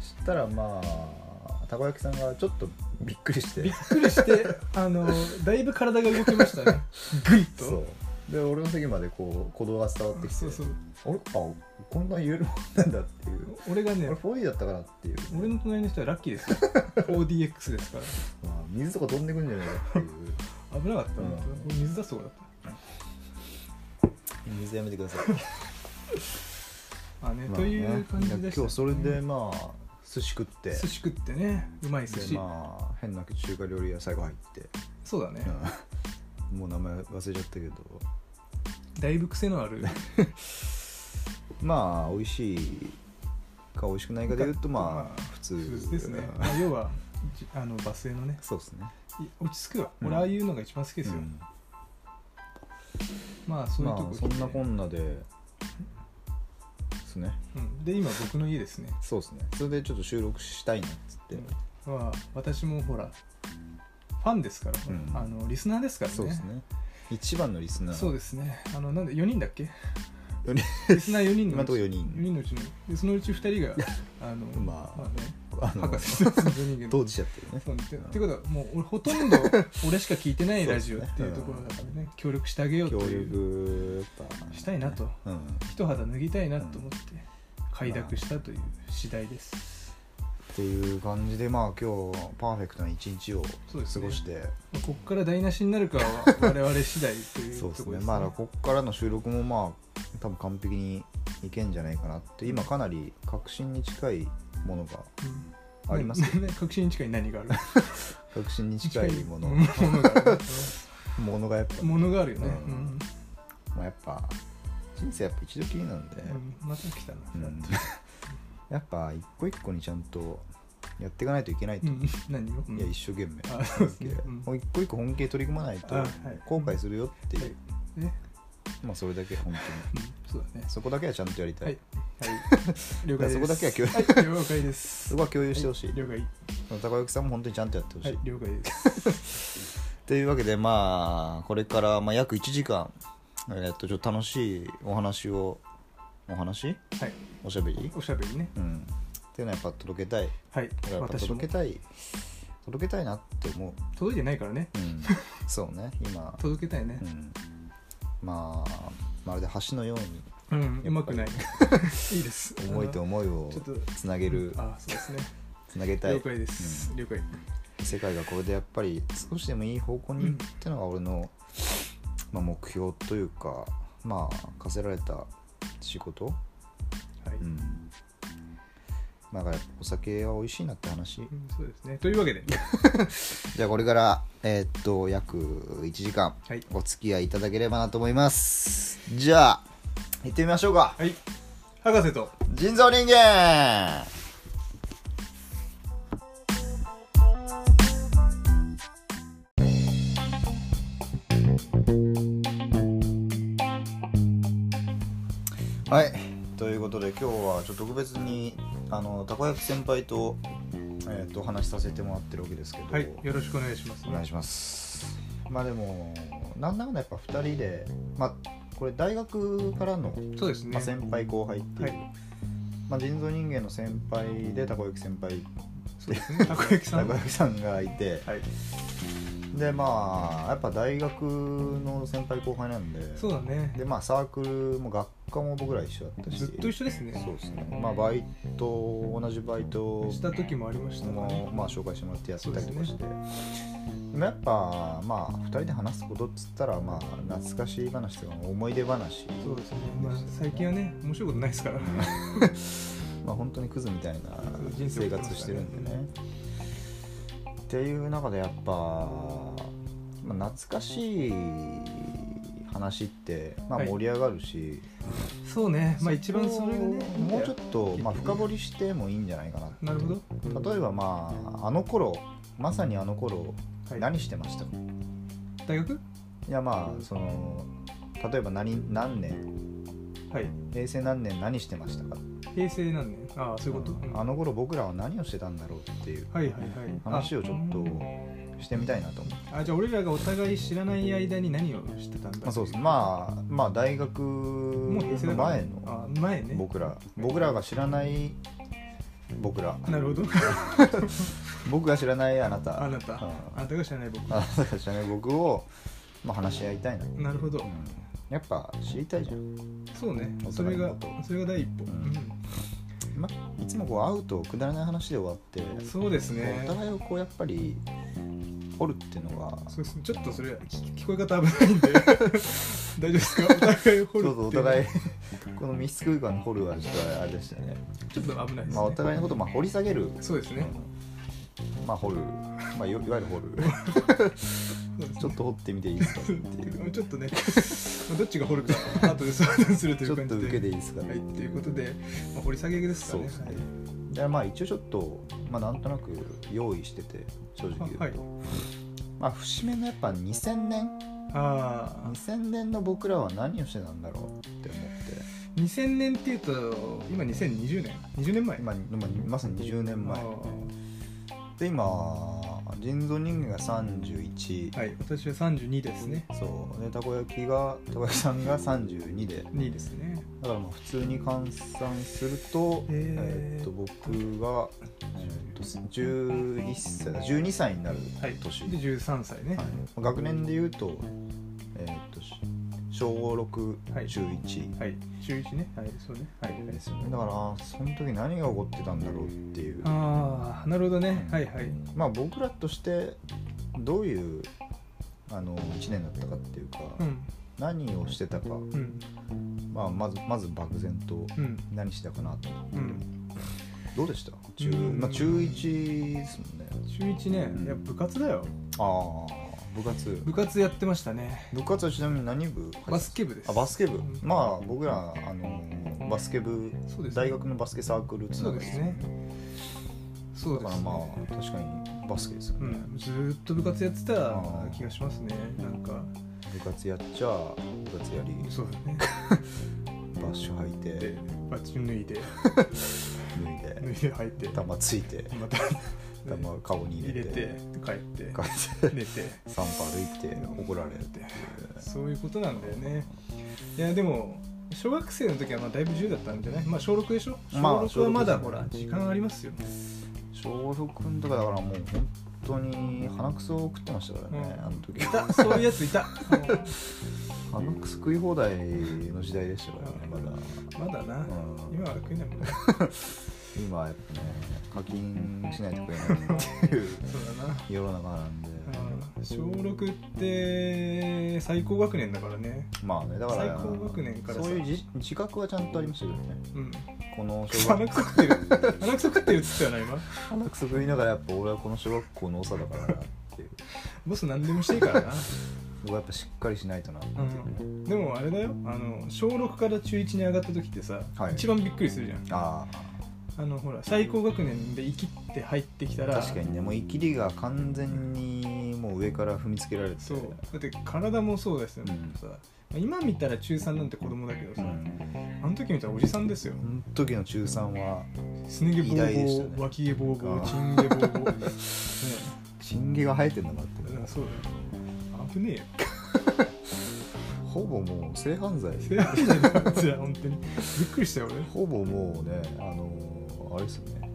Speaker 1: そしたらまあたこ焼きさんがちょっとびっくりして
Speaker 2: びっくりして あのだいぶ体が動きました ねグイッと
Speaker 1: そうで俺の席までこう鼓動が伝わってきて
Speaker 2: そうそう
Speaker 1: あれあこんな揺れるもんなんだっていう
Speaker 2: 俺が
Speaker 1: あ
Speaker 2: ね
Speaker 1: れ 4D だったかなっていう
Speaker 2: 俺の隣の人はラッキ ーですよ 4DX ですから
Speaker 1: まあ水とか飛んでくんじゃないかっていう
Speaker 2: 危なかった、
Speaker 1: うん
Speaker 2: 本当俺水出すとこだっ
Speaker 1: 水やめてください
Speaker 2: たあね、
Speaker 1: まあ
Speaker 2: と
Speaker 1: ね
Speaker 2: いう感じでした、
Speaker 1: 今日それでまあ寿司食って
Speaker 2: 寿司食ってねうまい寿司、
Speaker 1: でまあ変な中華料理屋最後入って、
Speaker 2: そうだね、
Speaker 1: うんもう名前忘れちゃったけど
Speaker 2: だいぶ癖のある
Speaker 1: まあ美味しいか美味しくないかで言うとま
Speaker 2: ま
Speaker 1: あ
Speaker 2: あ
Speaker 1: 普通
Speaker 2: ですね、
Speaker 1: うん
Speaker 2: まあ、要はじ あのバスへのね
Speaker 1: そうですね
Speaker 2: い落ち着くわ、
Speaker 1: うん
Speaker 2: 俺ああいうのが一番好きですよ、
Speaker 1: うん
Speaker 2: まあそういうと
Speaker 1: ま
Speaker 2: こ
Speaker 1: あ
Speaker 2: 来
Speaker 1: そ
Speaker 2: て、
Speaker 1: んなこんなでですね
Speaker 2: うんで今僕の家ですね、
Speaker 1: そうですねそれでちょっと収録したいなっつって、
Speaker 2: まあ、私もほらファンですから、
Speaker 1: うん
Speaker 2: あのリスナーですからね
Speaker 1: そうですね一番のリスナー
Speaker 2: そうですねあのなんで4人だっけ
Speaker 1: 4人
Speaker 2: リスナー4
Speaker 1: 今
Speaker 2: 人の
Speaker 1: の
Speaker 2: う
Speaker 1: と
Speaker 2: ち
Speaker 1: こ4人
Speaker 2: 4人のうちのでそのうち2人があの
Speaker 1: まあ
Speaker 2: ね
Speaker 1: あの
Speaker 2: 博士の人人間
Speaker 1: 当事者っていうね
Speaker 2: そうねってってことはもう俺ほとんど俺しか聞いてないラジオっていうところだからね協力してあげようと
Speaker 1: 協
Speaker 2: いう
Speaker 1: 力やっぱ
Speaker 2: したいなと
Speaker 1: うん
Speaker 2: 一肌脱ぎたいなと思って快諾したという次第です、
Speaker 1: っていう感じでまあ今日パーフェクトな一日を
Speaker 2: そうです
Speaker 1: 過
Speaker 2: ね
Speaker 1: ごして
Speaker 2: まあこっから台無しになるかは我々次第というとこ
Speaker 1: そう
Speaker 2: ろ
Speaker 1: でね
Speaker 2: ですすね
Speaker 1: まあこっからの収録もまあ多分完璧にいけんじゃないかなって今かなり確信に近いものが
Speaker 2: うん
Speaker 1: ありますよ
Speaker 2: ね確信に近い何がある
Speaker 1: 確信に近いもの
Speaker 2: うんものがある
Speaker 1: ものがやっぱ、
Speaker 2: ものがあるよね、
Speaker 1: う
Speaker 2: うんん
Speaker 1: まあ、やっぱ人生やっぱ一度きりなんで、
Speaker 2: うんまた来たな、
Speaker 1: うん
Speaker 2: なんと
Speaker 1: やっぱ一個一個にちゃんとやっていかないといけないと、
Speaker 2: うん何を、うん
Speaker 1: いや一生懸命
Speaker 2: あそうです
Speaker 1: 本気で
Speaker 2: ねうん
Speaker 1: もう一個一個本気で取り組まないと
Speaker 2: あはい
Speaker 1: 後悔するよっていう、
Speaker 2: はいね
Speaker 1: まあそれだけ本当 に
Speaker 2: うんそうだね
Speaker 1: そこだけはちゃんとやりたい、
Speaker 2: はい はい了解です
Speaker 1: そこだけは共有
Speaker 2: はい了解です
Speaker 1: そこは共有してほしい、
Speaker 2: 了解
Speaker 1: たこ焼きさんも本当にちゃんとやってほしい、
Speaker 2: はい了解です
Speaker 1: というわけでまあこれからまあ約1時間、えーっとちょっと楽しいお話をお話
Speaker 2: はい
Speaker 1: おしゃべり
Speaker 2: おしゃべりね
Speaker 1: うんっていうのはやっぱ届けたい
Speaker 2: はい
Speaker 1: やっぱ
Speaker 2: 私も
Speaker 1: 届けたい届けたいなって思う
Speaker 2: 届いてないから ね
Speaker 1: うん、そうね今、
Speaker 2: 届けたいね
Speaker 1: うん、まあまるで橋のように
Speaker 2: うんうまくない いいです
Speaker 1: 思いと
Speaker 2: あ
Speaker 1: 思いを
Speaker 2: ちょっと
Speaker 1: つなげる
Speaker 2: のあそうですね
Speaker 1: つなげたい
Speaker 2: 了解です了解
Speaker 1: うん世界がこれでやっぱり少しでもいい方向にってのが俺の、まあ、目標というかまあ課せられた仕事、
Speaker 2: はい
Speaker 1: うん、まあだからお酒は美味しいなって話
Speaker 2: うんそうですねというわけで
Speaker 1: じゃあこれからえーっと約1時間
Speaker 2: はい
Speaker 1: お付き合いいただければなと思いますじゃあ行ってみましょうか
Speaker 2: はい博士と
Speaker 1: 人造人間はいということで今日はちょっと特別にあのたこ焼き先輩と,、えー、とお話しさせてもらってるわけですけど、
Speaker 2: はいよろしくお願いします
Speaker 1: お願いしますまあでもなんだかんだやっぱ2人でまあこれ大学からの、
Speaker 2: そうですね
Speaker 1: まあ、先輩後輩っていう、
Speaker 2: はい
Speaker 1: まあ、人造人間の先輩でたこ焼き先輩
Speaker 2: そうですねたこ焼きさ
Speaker 1: た
Speaker 2: ん
Speaker 1: こ
Speaker 2: は
Speaker 1: 焼きさんがいて
Speaker 2: い
Speaker 1: でまあやっぱ大学の先輩後輩なんで
Speaker 2: そうだね
Speaker 1: でまあサークルも学科も僕ら一緒だったし
Speaker 2: ずっと一緒ですね
Speaker 1: そうですねまあバイト同じバイト
Speaker 2: した時もありましたからね
Speaker 1: もまあ紹介してもらってやったりとか
Speaker 2: そ
Speaker 1: し
Speaker 2: う
Speaker 1: て、でもやっぱまあ2人で話すことっつったらまあ懐かしい話とか思い出話
Speaker 2: そうですね、まあ、最近はね面白いことないですから
Speaker 1: まあ本当にクズみたいな
Speaker 2: 人生
Speaker 1: 生
Speaker 2: を送ってますからね
Speaker 1: 活してるんでね。っていう中でやっぱ、まあ、懐かしい話って、まあ、
Speaker 2: はい
Speaker 1: 盛り上がるし、
Speaker 2: そうねまあ一番それがね
Speaker 1: もうちょっと、まあ、深掘りしてもいいんじゃないかな
Speaker 2: なるほど
Speaker 1: 例えばまああの頃まさにあの頃、
Speaker 2: はい
Speaker 1: 何してましたか
Speaker 2: 大学
Speaker 1: いやまあその例えば何何年
Speaker 2: はい
Speaker 1: 平成何年何してましたか
Speaker 2: 平成なんねああそういうこと、うん
Speaker 1: あの頃僕らは何をしてたんだろうっていう
Speaker 2: はいはいはい
Speaker 1: 話をちょっとしてみたいなと思って
Speaker 2: あじゃあ俺らがお互い知らない間に何をしてたんだ
Speaker 1: まあ、そうですまあまあ大学
Speaker 2: もう平成だ
Speaker 1: の
Speaker 2: から
Speaker 1: 前の
Speaker 2: あ前ね
Speaker 1: 僕ら僕らが知らない僕ら
Speaker 2: なるほど
Speaker 1: 僕が知らないあなた
Speaker 2: あなた
Speaker 1: うん
Speaker 2: あなたが知らない僕
Speaker 1: あなたが知らない僕を、まあ、話し合いたいな、うん、
Speaker 2: なるほど
Speaker 1: やっぱ知りたいじゃん、
Speaker 2: そうね
Speaker 1: お
Speaker 2: それ
Speaker 1: 互いの
Speaker 2: が
Speaker 1: こと
Speaker 2: それが第一歩、
Speaker 1: うんまあ、いつもこう会うとくだらない話で終わって
Speaker 2: うんそうですね
Speaker 1: お互いをこうやっぱり掘るっていうのが
Speaker 2: そうですねちょっとそれ聞聞こえ方危ないんで 大丈夫で すかお互い掘る
Speaker 1: そうそうお
Speaker 2: っていう
Speaker 1: 互いこの密室空間の掘るはちょっとあれでしたね
Speaker 2: ちょっと危ないですね、
Speaker 1: まあ、お互いのことをまあ掘り下げる
Speaker 2: そうですね
Speaker 1: うんまあ掘る、まあ、いわいわゆる掘る
Speaker 2: そうですね
Speaker 1: ちょっと掘ってみていいですかっていう
Speaker 2: ちょっとね、 まあどっちが掘るか後で相談するとい
Speaker 1: ちょ
Speaker 2: う
Speaker 1: っ
Speaker 2: 感
Speaker 1: と
Speaker 2: じで
Speaker 1: 受けでいいですか
Speaker 2: は
Speaker 1: ね、
Speaker 2: い、ということで、まあ、掘り下げですか
Speaker 1: そう
Speaker 2: ね
Speaker 1: ですねでまあ一応ちょっと、まあ、なんとなく用意してて正直言うと、
Speaker 2: あはい
Speaker 1: まあ節目のやっぱ2000年
Speaker 2: ああ
Speaker 1: 2000年の僕らは何をしてたんだろうって思っ
Speaker 2: 2000年っていうと今2020年20年前
Speaker 1: て、まあ、まあまさに20年前
Speaker 2: あ
Speaker 1: で今人造人間が31、
Speaker 2: ーはい私は32ですね
Speaker 1: そうでたこ焼きがたこ焼きさんが32で
Speaker 2: 2位ですね
Speaker 1: だからまあ普通に換算すると,、
Speaker 2: え
Speaker 1: えー
Speaker 2: ー
Speaker 1: っと僕が、えーっと11歳だ12歳になる
Speaker 2: はいで
Speaker 1: 年、
Speaker 2: 13歳ね、
Speaker 1: はい学年でいうと,、えーっとし小6
Speaker 2: はい
Speaker 1: 中1
Speaker 2: はい、中1ねはいそうねはい、はい
Speaker 1: ですよね、だからその時何が起こってたんだろうっていう
Speaker 2: ああなるほどねはいはい
Speaker 1: まあ僕らとしてどういうあの1年だったかっていうか、
Speaker 2: うん
Speaker 1: 何をしてたか、
Speaker 2: うん
Speaker 1: まあ、まずまず漠然と
Speaker 2: うん
Speaker 1: 何してたかなと
Speaker 2: うん
Speaker 1: どうでした中,、
Speaker 2: うん
Speaker 1: まあ、中1ですもんね
Speaker 2: 中1ねいや部活だよ
Speaker 1: ああ部活
Speaker 2: 部活やってましたね
Speaker 1: 部活はちなみに何部
Speaker 2: バスケ部です
Speaker 1: あバスケ部、
Speaker 2: うん
Speaker 1: まあ僕らあのーバスケ部
Speaker 2: そうですね
Speaker 1: 大学のバスケサークルつな
Speaker 2: そう
Speaker 1: が
Speaker 2: で
Speaker 1: り
Speaker 2: すねそう
Speaker 1: だか
Speaker 2: ですね
Speaker 1: らまあ確かにバスケですよ
Speaker 2: う
Speaker 1: ね、
Speaker 2: ん、ずーっと部活やってた気がしますねなんか
Speaker 1: 部活やっちゃ部活やり
Speaker 2: そうだ ね
Speaker 1: バッシュ履い
Speaker 2: で
Speaker 1: て
Speaker 2: バッチ脱いで
Speaker 1: 脱い
Speaker 2: 脱
Speaker 1: で
Speaker 2: いで入って
Speaker 1: 玉ついて
Speaker 2: また
Speaker 1: 玉顔に
Speaker 2: 入
Speaker 1: 入れ
Speaker 2: れ
Speaker 1: て
Speaker 2: て帰って
Speaker 1: 帰って
Speaker 2: 寝て
Speaker 1: 散歩歩いて怒られて
Speaker 2: そういうことなんだよねいやでも小学生の時はまあだいぶ自由だったんじゃないまあ小6でしょ小
Speaker 1: まあ
Speaker 2: 6はまだ
Speaker 1: 小
Speaker 2: ほ
Speaker 1: 六
Speaker 2: ら時間ありますよ
Speaker 1: 小6のとかだからもう本当に鼻くそを食ってましたからね、
Speaker 2: うん
Speaker 1: あの時
Speaker 2: いたそういうやつ いた
Speaker 1: 鼻くそ食い放題の時代でしたからねまだ、
Speaker 2: まだな
Speaker 1: うん
Speaker 2: 今は食えないもんね
Speaker 1: 今はやっぱね課金しないと食えないって いう
Speaker 2: そうだな
Speaker 1: 世の中なんで、
Speaker 2: うん小6って最高学年だからね
Speaker 1: まあねだか
Speaker 2: 最
Speaker 1: ら
Speaker 2: 高学年からさ
Speaker 1: そういう自自覚はちゃんとありましたけどね
Speaker 2: うん
Speaker 1: この小
Speaker 2: 鼻
Speaker 1: 学
Speaker 2: くそ食ってる鼻くそ食ってるっつったよな今
Speaker 1: 鼻くそ食いながらやっぱ俺はこの小学校の長だからなっていう
Speaker 2: ボス何でもしていいからな、
Speaker 1: 僕はやっぱしっかりしないとなっていう
Speaker 2: う
Speaker 1: ね、
Speaker 2: ん、でもあれだよあの小6から中1に上がった時ってさ、
Speaker 1: はい
Speaker 2: 一番びっくりするじゃん
Speaker 1: ああ
Speaker 2: あのほら最高学年で生きっって入ってきたら
Speaker 1: 確かにねもういきりが完全にもう上から踏みつけられて
Speaker 2: そうだって体もそうですよ、ね
Speaker 1: うん
Speaker 2: さまあ今見たら中3なんて子供だけど
Speaker 1: う
Speaker 2: さ、
Speaker 1: ん
Speaker 2: あの時見たらおじさんですよ
Speaker 1: その時の中3は
Speaker 2: すね毛ボ
Speaker 1: 偉大でした
Speaker 2: ーボ
Speaker 1: ね
Speaker 2: ー、脇毛ボーボ
Speaker 1: あ
Speaker 2: ー
Speaker 1: ー
Speaker 2: チン毛ボー ボーね
Speaker 1: チン毛が生えてんだなって
Speaker 2: だからそうだよ危ねえよ
Speaker 1: ほぼもう性犯罪
Speaker 2: せやじゃないこいつら本当にびっくりしたよ俺
Speaker 1: ほぼもうねあのーあれですよね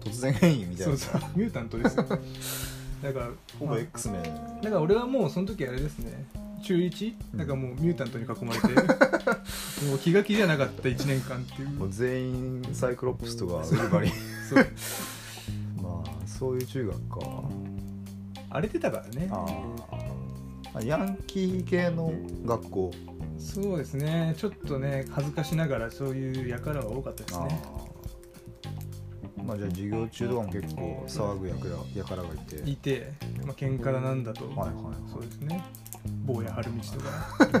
Speaker 1: 突然変異みたい
Speaker 2: そ
Speaker 1: な
Speaker 2: うそうミュータントですよだから
Speaker 1: ほぼ X メン
Speaker 2: だから俺はもうその時あれですね中 1?
Speaker 1: うん
Speaker 2: なんかもうミュータントに囲ま れてもう気が気じゃなかった1年間ってい
Speaker 1: もう
Speaker 2: う
Speaker 1: 全員サイクロプスとかウルバリン
Speaker 2: そう
Speaker 1: まあそういう中学か
Speaker 2: 荒れてたからね
Speaker 1: あーヤンキー系の学校
Speaker 2: そうですねちょっとね恥ずかしながらそういう輩は多かったです
Speaker 1: あ
Speaker 2: ね
Speaker 1: ーまあじゃあ授業中とかも結構騒ぐやくらやからがいて
Speaker 2: いて、まあ喧嘩だなんだと、
Speaker 1: はいはいはい
Speaker 2: そうですね坊や春道 と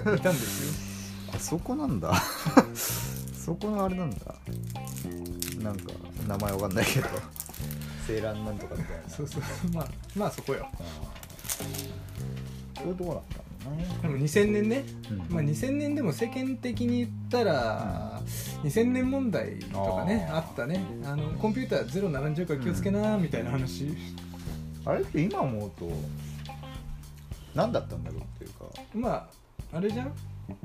Speaker 2: かいたんですよ
Speaker 1: あそこなんだそこのあれなんだなんか名前わかんないけどセーランなんとかみたいな
Speaker 2: そうそうまあまあそこよ
Speaker 1: あーそういうとこだったんだね
Speaker 2: でも2000年ね、
Speaker 1: うん
Speaker 2: まあ、2000年でも世間的に言ったら2000年問題とかね
Speaker 1: あー
Speaker 2: あったねあのコンピューターゼロ並んじゃうから気をつけなみたいな話、
Speaker 1: あれって今思うと何だったんだろうっていうか
Speaker 2: まああれじゃん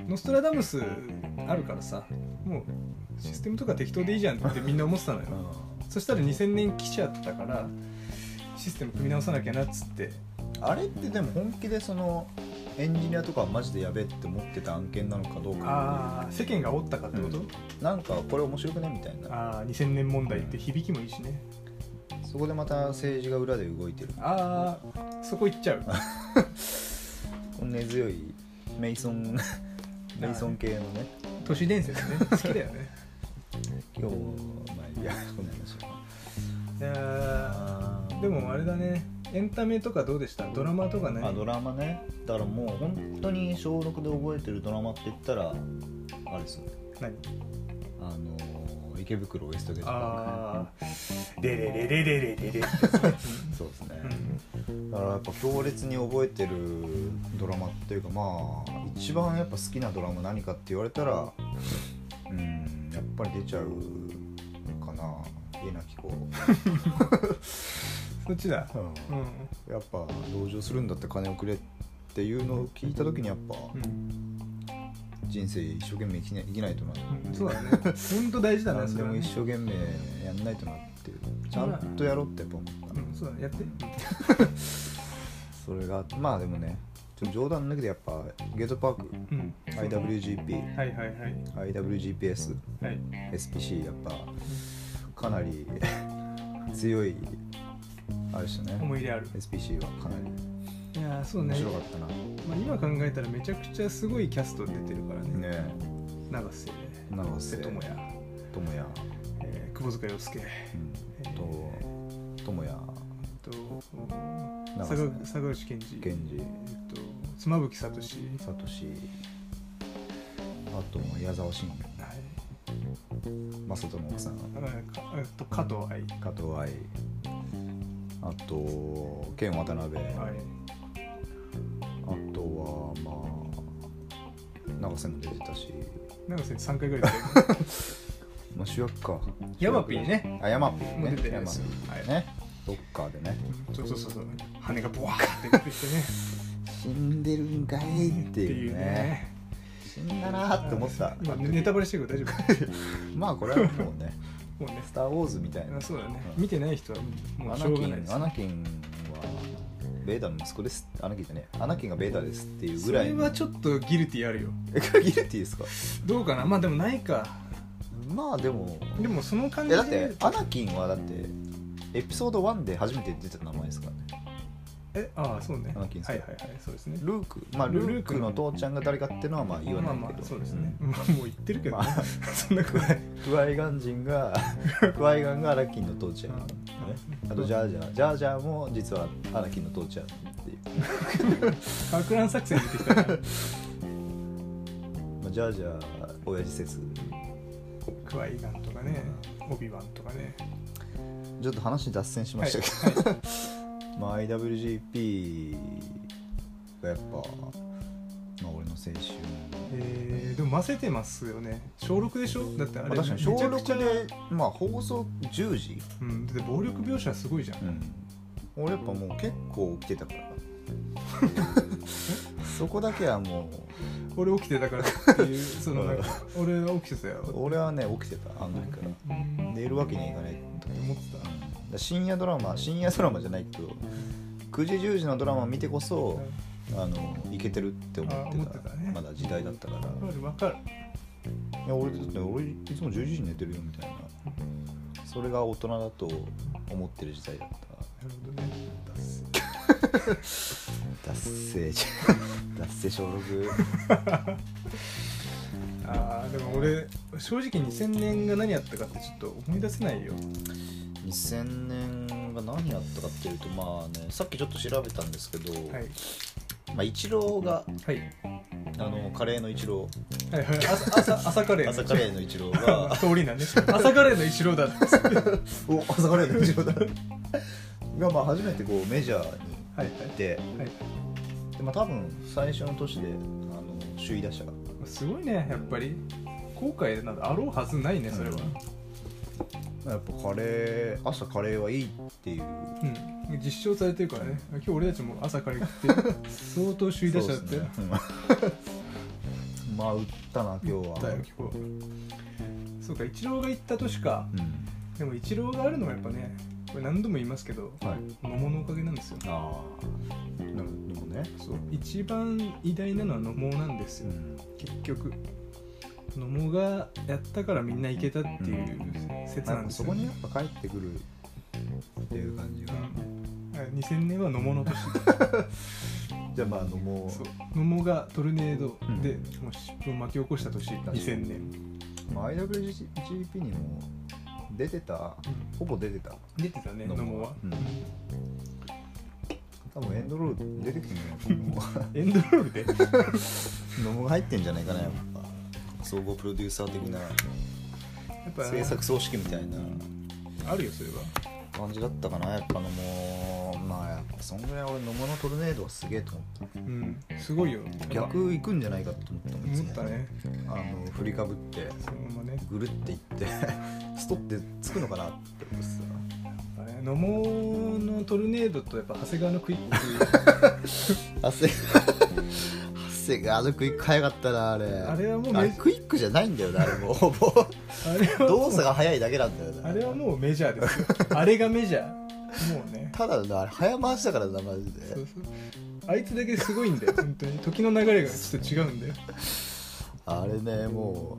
Speaker 2: ノストラダムスあるからさもうシステムとか適当でいいじゃんってみんな思ってたのよそしたら2000年来ちゃったからシステム組み直さなきゃなっつって
Speaker 1: あれってでも本気でそのエンジニアとかはマジでやべえって思ってた案件なのかどうか
Speaker 2: ああ世間がおったかってこと、
Speaker 1: うなんかこれ面白くねみたいな
Speaker 2: ああ2000年問題って響きもいいしね
Speaker 1: そこでまた政治が裏で動いてる
Speaker 2: ああそこ行 っちゃう
Speaker 1: 根強いメイソンメイソン系のね
Speaker 2: 都市伝説ね好きだよね
Speaker 1: 今日まあいいやこんな話はい
Speaker 2: やーでもあれだねエンタメとかどうでしたドラマとか
Speaker 1: あ
Speaker 2: 何
Speaker 1: ドラマねだからもう本当に小6で覚えてるドラマって言ったらあれですよ
Speaker 2: 何
Speaker 1: あのー池袋ウエストゲート
Speaker 2: ああレレレレレレレレ
Speaker 1: そうですね、
Speaker 2: うん
Speaker 1: だからやっぱ強烈に覚えてるドラマっていうかまあ一番やっぱ好きなドラマ何かって言われたらうんやっぱり出ちゃうかな家なき 子、
Speaker 2: そっちだうん、
Speaker 1: やっぱ同情するんだって金をくれっていうのを聞いた時にやっぱ
Speaker 2: うん
Speaker 1: 人生一生懸命生き,、ね、生きないとな
Speaker 2: うん、そう だね本当大事だね
Speaker 1: 何
Speaker 2: そ
Speaker 1: で
Speaker 2: れは
Speaker 1: も
Speaker 2: ね
Speaker 1: 一生懸命やんないとなってちゃんとやろうってやっぱ思った、
Speaker 2: うんそうだねやって
Speaker 1: それがまあでもねちょっと冗談抜きでやっぱゲートパーク
Speaker 2: うん、
Speaker 1: IWGP
Speaker 2: はいはいはい
Speaker 1: IWGPS
Speaker 2: はい
Speaker 1: SPC やっぱかなり強いあれでしたね
Speaker 2: 思い入れある
Speaker 1: SPC はかなり
Speaker 2: いやーそうね
Speaker 1: 面白かったな
Speaker 2: まあ、今考えたらめちゃくちゃすごいキャスト出てるからね
Speaker 1: ね
Speaker 2: 永瀬
Speaker 1: え永瀬
Speaker 2: 瀬
Speaker 1: 智
Speaker 2: 智
Speaker 1: 也
Speaker 2: 也、
Speaker 1: 智也
Speaker 2: えー、久保塚洋介
Speaker 1: うんと智也
Speaker 2: と
Speaker 1: 永
Speaker 2: 坂
Speaker 1: 瀬
Speaker 2: 坂口健二
Speaker 1: 健二
Speaker 2: えっと妻夫木聡
Speaker 1: 聡あと矢沢慎
Speaker 2: はい
Speaker 1: 雅人の奥さん
Speaker 2: あかえっと加藤愛
Speaker 1: 加藤愛あと健渡辺、
Speaker 2: はい
Speaker 1: あとはまあ永瀬も出てたし、
Speaker 2: 永瀬3回ぐらい出て る
Speaker 1: まあ、主役か
Speaker 2: ヤマピーね
Speaker 1: あヤマピー
Speaker 2: もう
Speaker 1: ね
Speaker 2: 出てるんですよ
Speaker 1: ヤマピー
Speaker 2: は
Speaker 1: ねロッカーでね
Speaker 2: そうそうそうそう羽がボワーって出てきてね
Speaker 1: 死んでるんかいって
Speaker 2: って
Speaker 1: い
Speaker 2: いうう
Speaker 1: ね
Speaker 2: ね
Speaker 1: 死んだなーって思った
Speaker 2: 今ネタバレしてるけど大丈
Speaker 1: まあこれはもうね
Speaker 2: 夫もう
Speaker 1: 「
Speaker 2: ね
Speaker 1: スター・ウォーズ」みたいな
Speaker 2: あそうだね
Speaker 1: うん
Speaker 2: 見てない人はも
Speaker 1: ア
Speaker 2: うし
Speaker 1: ナ
Speaker 2: ょう
Speaker 1: キ
Speaker 2: がないで
Speaker 1: ン
Speaker 2: す
Speaker 1: アナキンはベーダの息子ですアナキンじゃねえアナキンがベーダですっていうぐらい
Speaker 2: それはちょっとギルティあるよ
Speaker 1: えこれギルティですか
Speaker 2: どうかなまあでもないか
Speaker 1: まあでも
Speaker 2: でもその感
Speaker 1: い
Speaker 2: じ
Speaker 1: や
Speaker 2: で
Speaker 1: だってアナキンはだってエピソード1で初めて出てた名前ですからね
Speaker 2: えああそうね
Speaker 1: アナキンさん
Speaker 2: はいはいはいそうですね
Speaker 1: ルークまあルー
Speaker 2: ルー
Speaker 1: ク
Speaker 2: ク
Speaker 1: の
Speaker 2: の
Speaker 1: 父ちゃんが誰かっていうのはまあ言わ
Speaker 2: ま
Speaker 1: な
Speaker 2: あ
Speaker 1: い
Speaker 2: ま
Speaker 1: け
Speaker 2: あ
Speaker 1: ど
Speaker 2: そうですね、まあもう言ってるけど、ね
Speaker 1: ま
Speaker 2: そんなことない
Speaker 1: クワイガン人 がクワイガンがアナキンの父ちゃん、ね、あとジャージャージャージャーも実はアナキンの父ちゃんっていう、
Speaker 2: カークラン作戦出てきたから
Speaker 1: まあ、ジャージャー親父説
Speaker 2: クワイガンとかねオビワンとかね
Speaker 1: ちょっと話脱線しましたけど、まあ IWGP がやっぱ、まあ、俺の青春
Speaker 2: えー、でも混ぜてますよね小6でしょだってあれ
Speaker 1: まあ確かに小
Speaker 2: めちゃくちゃ
Speaker 1: 6で、まあ、放送10時、
Speaker 2: うん、だって暴力描写すごいじゃん
Speaker 1: 俺やっぱもう結構起きてたからそこだけはも
Speaker 2: 俺起きてたからって いうそのなんか俺起きてた
Speaker 1: う
Speaker 2: よ
Speaker 1: 俺はね起きてたあの時から
Speaker 2: うん
Speaker 1: 寝るわけにはいかないと
Speaker 2: と思ってた
Speaker 1: だから深夜ドラマ深夜ドラマじゃないけど9時10時のドラマ見てこそあのいけてるって思
Speaker 2: あ思
Speaker 1: っ
Speaker 2: ってて
Speaker 1: た
Speaker 2: たね
Speaker 1: まだ時代だったから
Speaker 2: わかるわかる
Speaker 1: いや俺だって俺いつも10時に寝てるよみたいなそれが大人だと思ってる時代だっ
Speaker 2: なるほどね
Speaker 1: た脱線じゃ 脱線小6
Speaker 2: あーでも俺正直2000年が何やったかってちょっと思い出せないよ
Speaker 1: 2000年が何やったかっていうとまあねさっきちょっと調べたんですけど、
Speaker 2: はい
Speaker 1: まあ、イチローが
Speaker 2: はい
Speaker 1: あのカレーのイチロ
Speaker 2: はいはい朝朝朝カレー
Speaker 1: ー
Speaker 2: の
Speaker 1: 朝カレーのイチローが
Speaker 2: 通りなんね朝カレーの一郎だって
Speaker 1: お朝カレーのイチローだ がまあ初めてこうメジャーに
Speaker 2: はいはい
Speaker 1: 行って
Speaker 2: はい
Speaker 1: で、まあ、多分最初の年であの首位打者が
Speaker 2: すごいねやっぱり後悔などあろうはずないねそれは、
Speaker 1: まあやっぱカレー朝カレーはいいっていう
Speaker 2: うん実証されてるからね今日俺たちも朝カレー食って相当首位打者だった
Speaker 1: そ
Speaker 2: よ、
Speaker 1: うですねうん まあ打ったな今日は
Speaker 2: だよ今日そうかイチローが行った年かでもイチローがあるのはやっぱねこれ何度も言いますけど
Speaker 1: うん、はい
Speaker 2: 桃のおかげなんですよ
Speaker 1: ああなるほどね
Speaker 2: そう一番偉大なのは野茂なんですよ、結局野茂がやったからみんな行けたっていう説
Speaker 1: な
Speaker 2: なんん
Speaker 1: か
Speaker 2: です
Speaker 1: そ
Speaker 2: よ、
Speaker 1: こにやっぱ帰ってくるっていう感じが、
Speaker 2: うんあ2000年は野茂の年
Speaker 1: じゃあまああのも
Speaker 2: そう
Speaker 1: う、
Speaker 2: 野茂がトルネード
Speaker 1: うん
Speaker 2: で、もう疾風を巻き起こした年
Speaker 1: かに
Speaker 2: 2000年、
Speaker 1: まあ、IWGP にも出てたほぼ出てた
Speaker 2: 出てたね
Speaker 1: 野
Speaker 2: 野
Speaker 1: 茂
Speaker 2: 茂は、
Speaker 1: うん多分エンドロール出てくる んじゃない
Speaker 2: エンドロー ルで
Speaker 1: ノモが入ってんじゃないかなやっぱ総合プロデューサー的な
Speaker 2: やっぱ
Speaker 1: 制作組織みたいな
Speaker 2: あるよそれは
Speaker 1: 感じだったかなやっぱのもまあやっぱそんぐらい俺野茂のトルネードはすげえと思っ
Speaker 2: うんすごいよ
Speaker 1: た逆行くんじゃないかと思ったもんいつ
Speaker 2: 思
Speaker 1: も
Speaker 2: ったね
Speaker 1: あの振りかぶって
Speaker 2: そのままねやっ
Speaker 1: ぐるっていって ストってつくのかなって思って
Speaker 2: ぱね野茂のトルネードとやっぱ長谷川のクイッ
Speaker 1: た 汗汗があのクイック早かったなあれ
Speaker 2: クあれはもう
Speaker 1: あれ
Speaker 2: メ
Speaker 1: クイックじゃないんだよねあれもうほぼ
Speaker 2: あれはも
Speaker 1: 動
Speaker 2: う
Speaker 1: 作が早いだけなんだよね
Speaker 2: あれはもうメジャーですよあれがメジャーもうね
Speaker 1: ただのあれ早回しだからなマジで
Speaker 2: そうそうあいつだけすごいんだよ本当に時の流れがちょっと違うんだよ
Speaker 1: あれねも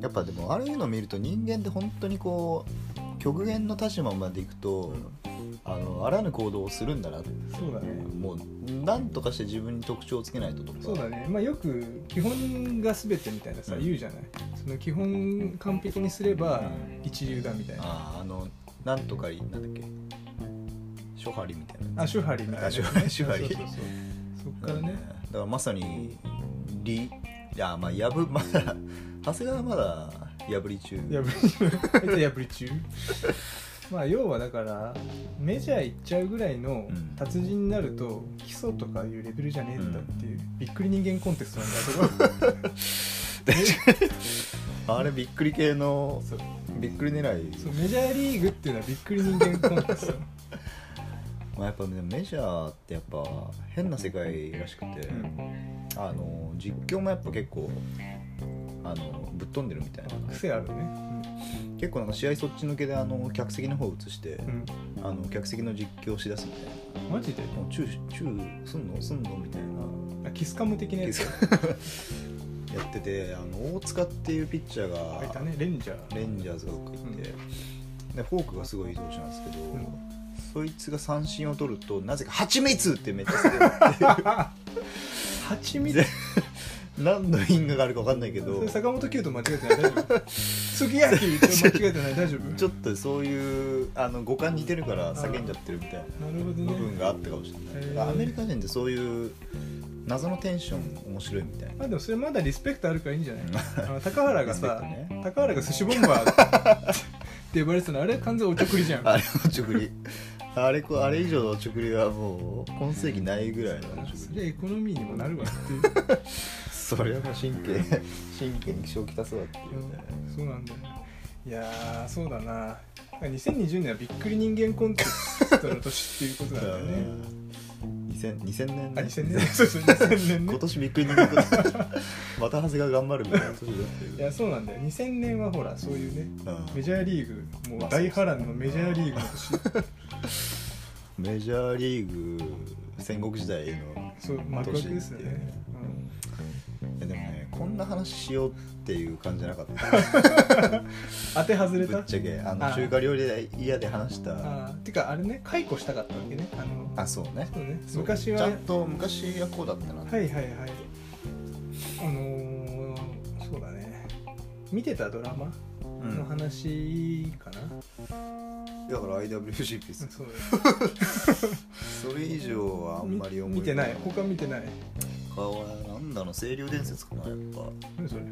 Speaker 1: うやっぱでもああいうの見ると人間って本当にこう極限の立場まで行くと、あのあらぬ行動をするんだなって
Speaker 2: そうだね
Speaker 1: もうなんとかして自分に特徴をつけないととか
Speaker 2: そうだね、まあ、よく基本が全てみたいなさ、
Speaker 1: うん
Speaker 2: 言うじゃないその基本完璧にすれば一流だみたいな、
Speaker 1: あーあのなんとかいなんだっけ諸張りみたいな
Speaker 2: あ手張りみたいな、
Speaker 1: あ手張り手張り
Speaker 2: そうそうそうそっからね、
Speaker 1: だからまさにりいやまあ やぶまだ長谷川はまだ破り中
Speaker 2: 破り中あ いつは破り 中まあ要はだからメジャー行っちゃうぐらいの
Speaker 1: うん
Speaker 2: 達人になると基礎とかいうレベルじゃねえんだっていう、びっくり人間コンテストなんだけど
Speaker 1: あれびっくり系の
Speaker 2: そう
Speaker 1: びっくり狙い
Speaker 2: そうメジャーリーグっていうのはびっくり人間コンテスト
Speaker 1: まあ、やっぱねメジャーってやっぱ変な世界らしくて、
Speaker 2: うん
Speaker 1: あの実況もやっぱ結構あのぶっ飛んでるみたいな
Speaker 2: 癖あるね
Speaker 1: 結構なんか試合そっちのけであの客席の方移して、
Speaker 2: うん、
Speaker 1: あの客席の実況しだすみたい
Speaker 2: うん、マジで
Speaker 1: なもうチューチューすんのすんのみたいな
Speaker 2: あキスカム的なや つ
Speaker 1: やっててあの大塚っていうピッチャー
Speaker 2: あいた
Speaker 1: が
Speaker 2: ねレンジャー
Speaker 1: レンジャーズがどっか行って、でフォークがすごいいい投手なんですけど、
Speaker 2: ん
Speaker 1: そいつが三振を取るとなぜか「蜂蜜!」ってめっちゃするっていう。
Speaker 2: 蜂蜜
Speaker 1: 何の因果があるか分かんないけ
Speaker 2: そ
Speaker 1: ど
Speaker 2: れ坂本九と間違えてない大丈 夫杉谷九と間違えてない大丈夫
Speaker 1: ちょっとそういうあの五感似てるから叫んじゃってるみたいな
Speaker 2: なるほど
Speaker 1: 部分
Speaker 2: ね
Speaker 1: があったかもしれない、
Speaker 2: へー
Speaker 1: アメリカ人ってそういう謎のテンション面白いみたいな
Speaker 2: まあでもそれまだリスペクトあるからいいんじゃないあの高原が
Speaker 1: リスペク
Speaker 2: さ、
Speaker 1: トね
Speaker 2: 高原が寿司ボンバーって呼ばれてたのあれ完全おちょくりじゃん
Speaker 1: あれおちょくりあれこあれ以上のおちょくりはもう今世紀ないぐらいのおちょ
Speaker 2: そ
Speaker 1: く
Speaker 2: り
Speaker 1: り
Speaker 2: ゃエコノミーにもなるわっていう
Speaker 1: それは神経神経に気象きたそうだっていうね
Speaker 2: そうなんだよねいやーそうだな2020年はびっくり人間コンテストの年っていうことなんだよね
Speaker 1: 2000, 2000年
Speaker 2: あ2000年 そうそう2000年ね
Speaker 1: 今年びっくりにな ることまた長谷川頑張るみたいな年だってる
Speaker 2: いやそうなんだよ2000年はほらそういうね
Speaker 1: うん
Speaker 2: メジャーリーグもう大波乱のメジャーリーグの年
Speaker 1: メジャーリーグ戦国時代の
Speaker 2: そう幕開けですよね、
Speaker 1: えでもねこんな話しようっていう感じじゃなかった
Speaker 2: うん、当て外れ
Speaker 1: ぶ
Speaker 2: た
Speaker 1: っちゃけあ
Speaker 2: あ
Speaker 1: の
Speaker 2: ー
Speaker 1: 中華料理で嫌で話した
Speaker 2: あーてかあれね解雇したかったわけねあの
Speaker 1: あそうね
Speaker 2: そうね
Speaker 1: そう
Speaker 2: 昔
Speaker 1: ち
Speaker 2: は
Speaker 1: ゃ
Speaker 2: は
Speaker 1: んと昔はこうだったな、
Speaker 2: いはいはいあのー、そうだね見てたドラマ
Speaker 1: うん
Speaker 2: の話かな、
Speaker 1: だから IWGP です
Speaker 2: そう
Speaker 1: それ以上はあんまり思
Speaker 2: 見てない他見てない
Speaker 1: 顔はなんだろう清流伝説かなやっぱ
Speaker 2: 何それ
Speaker 1: い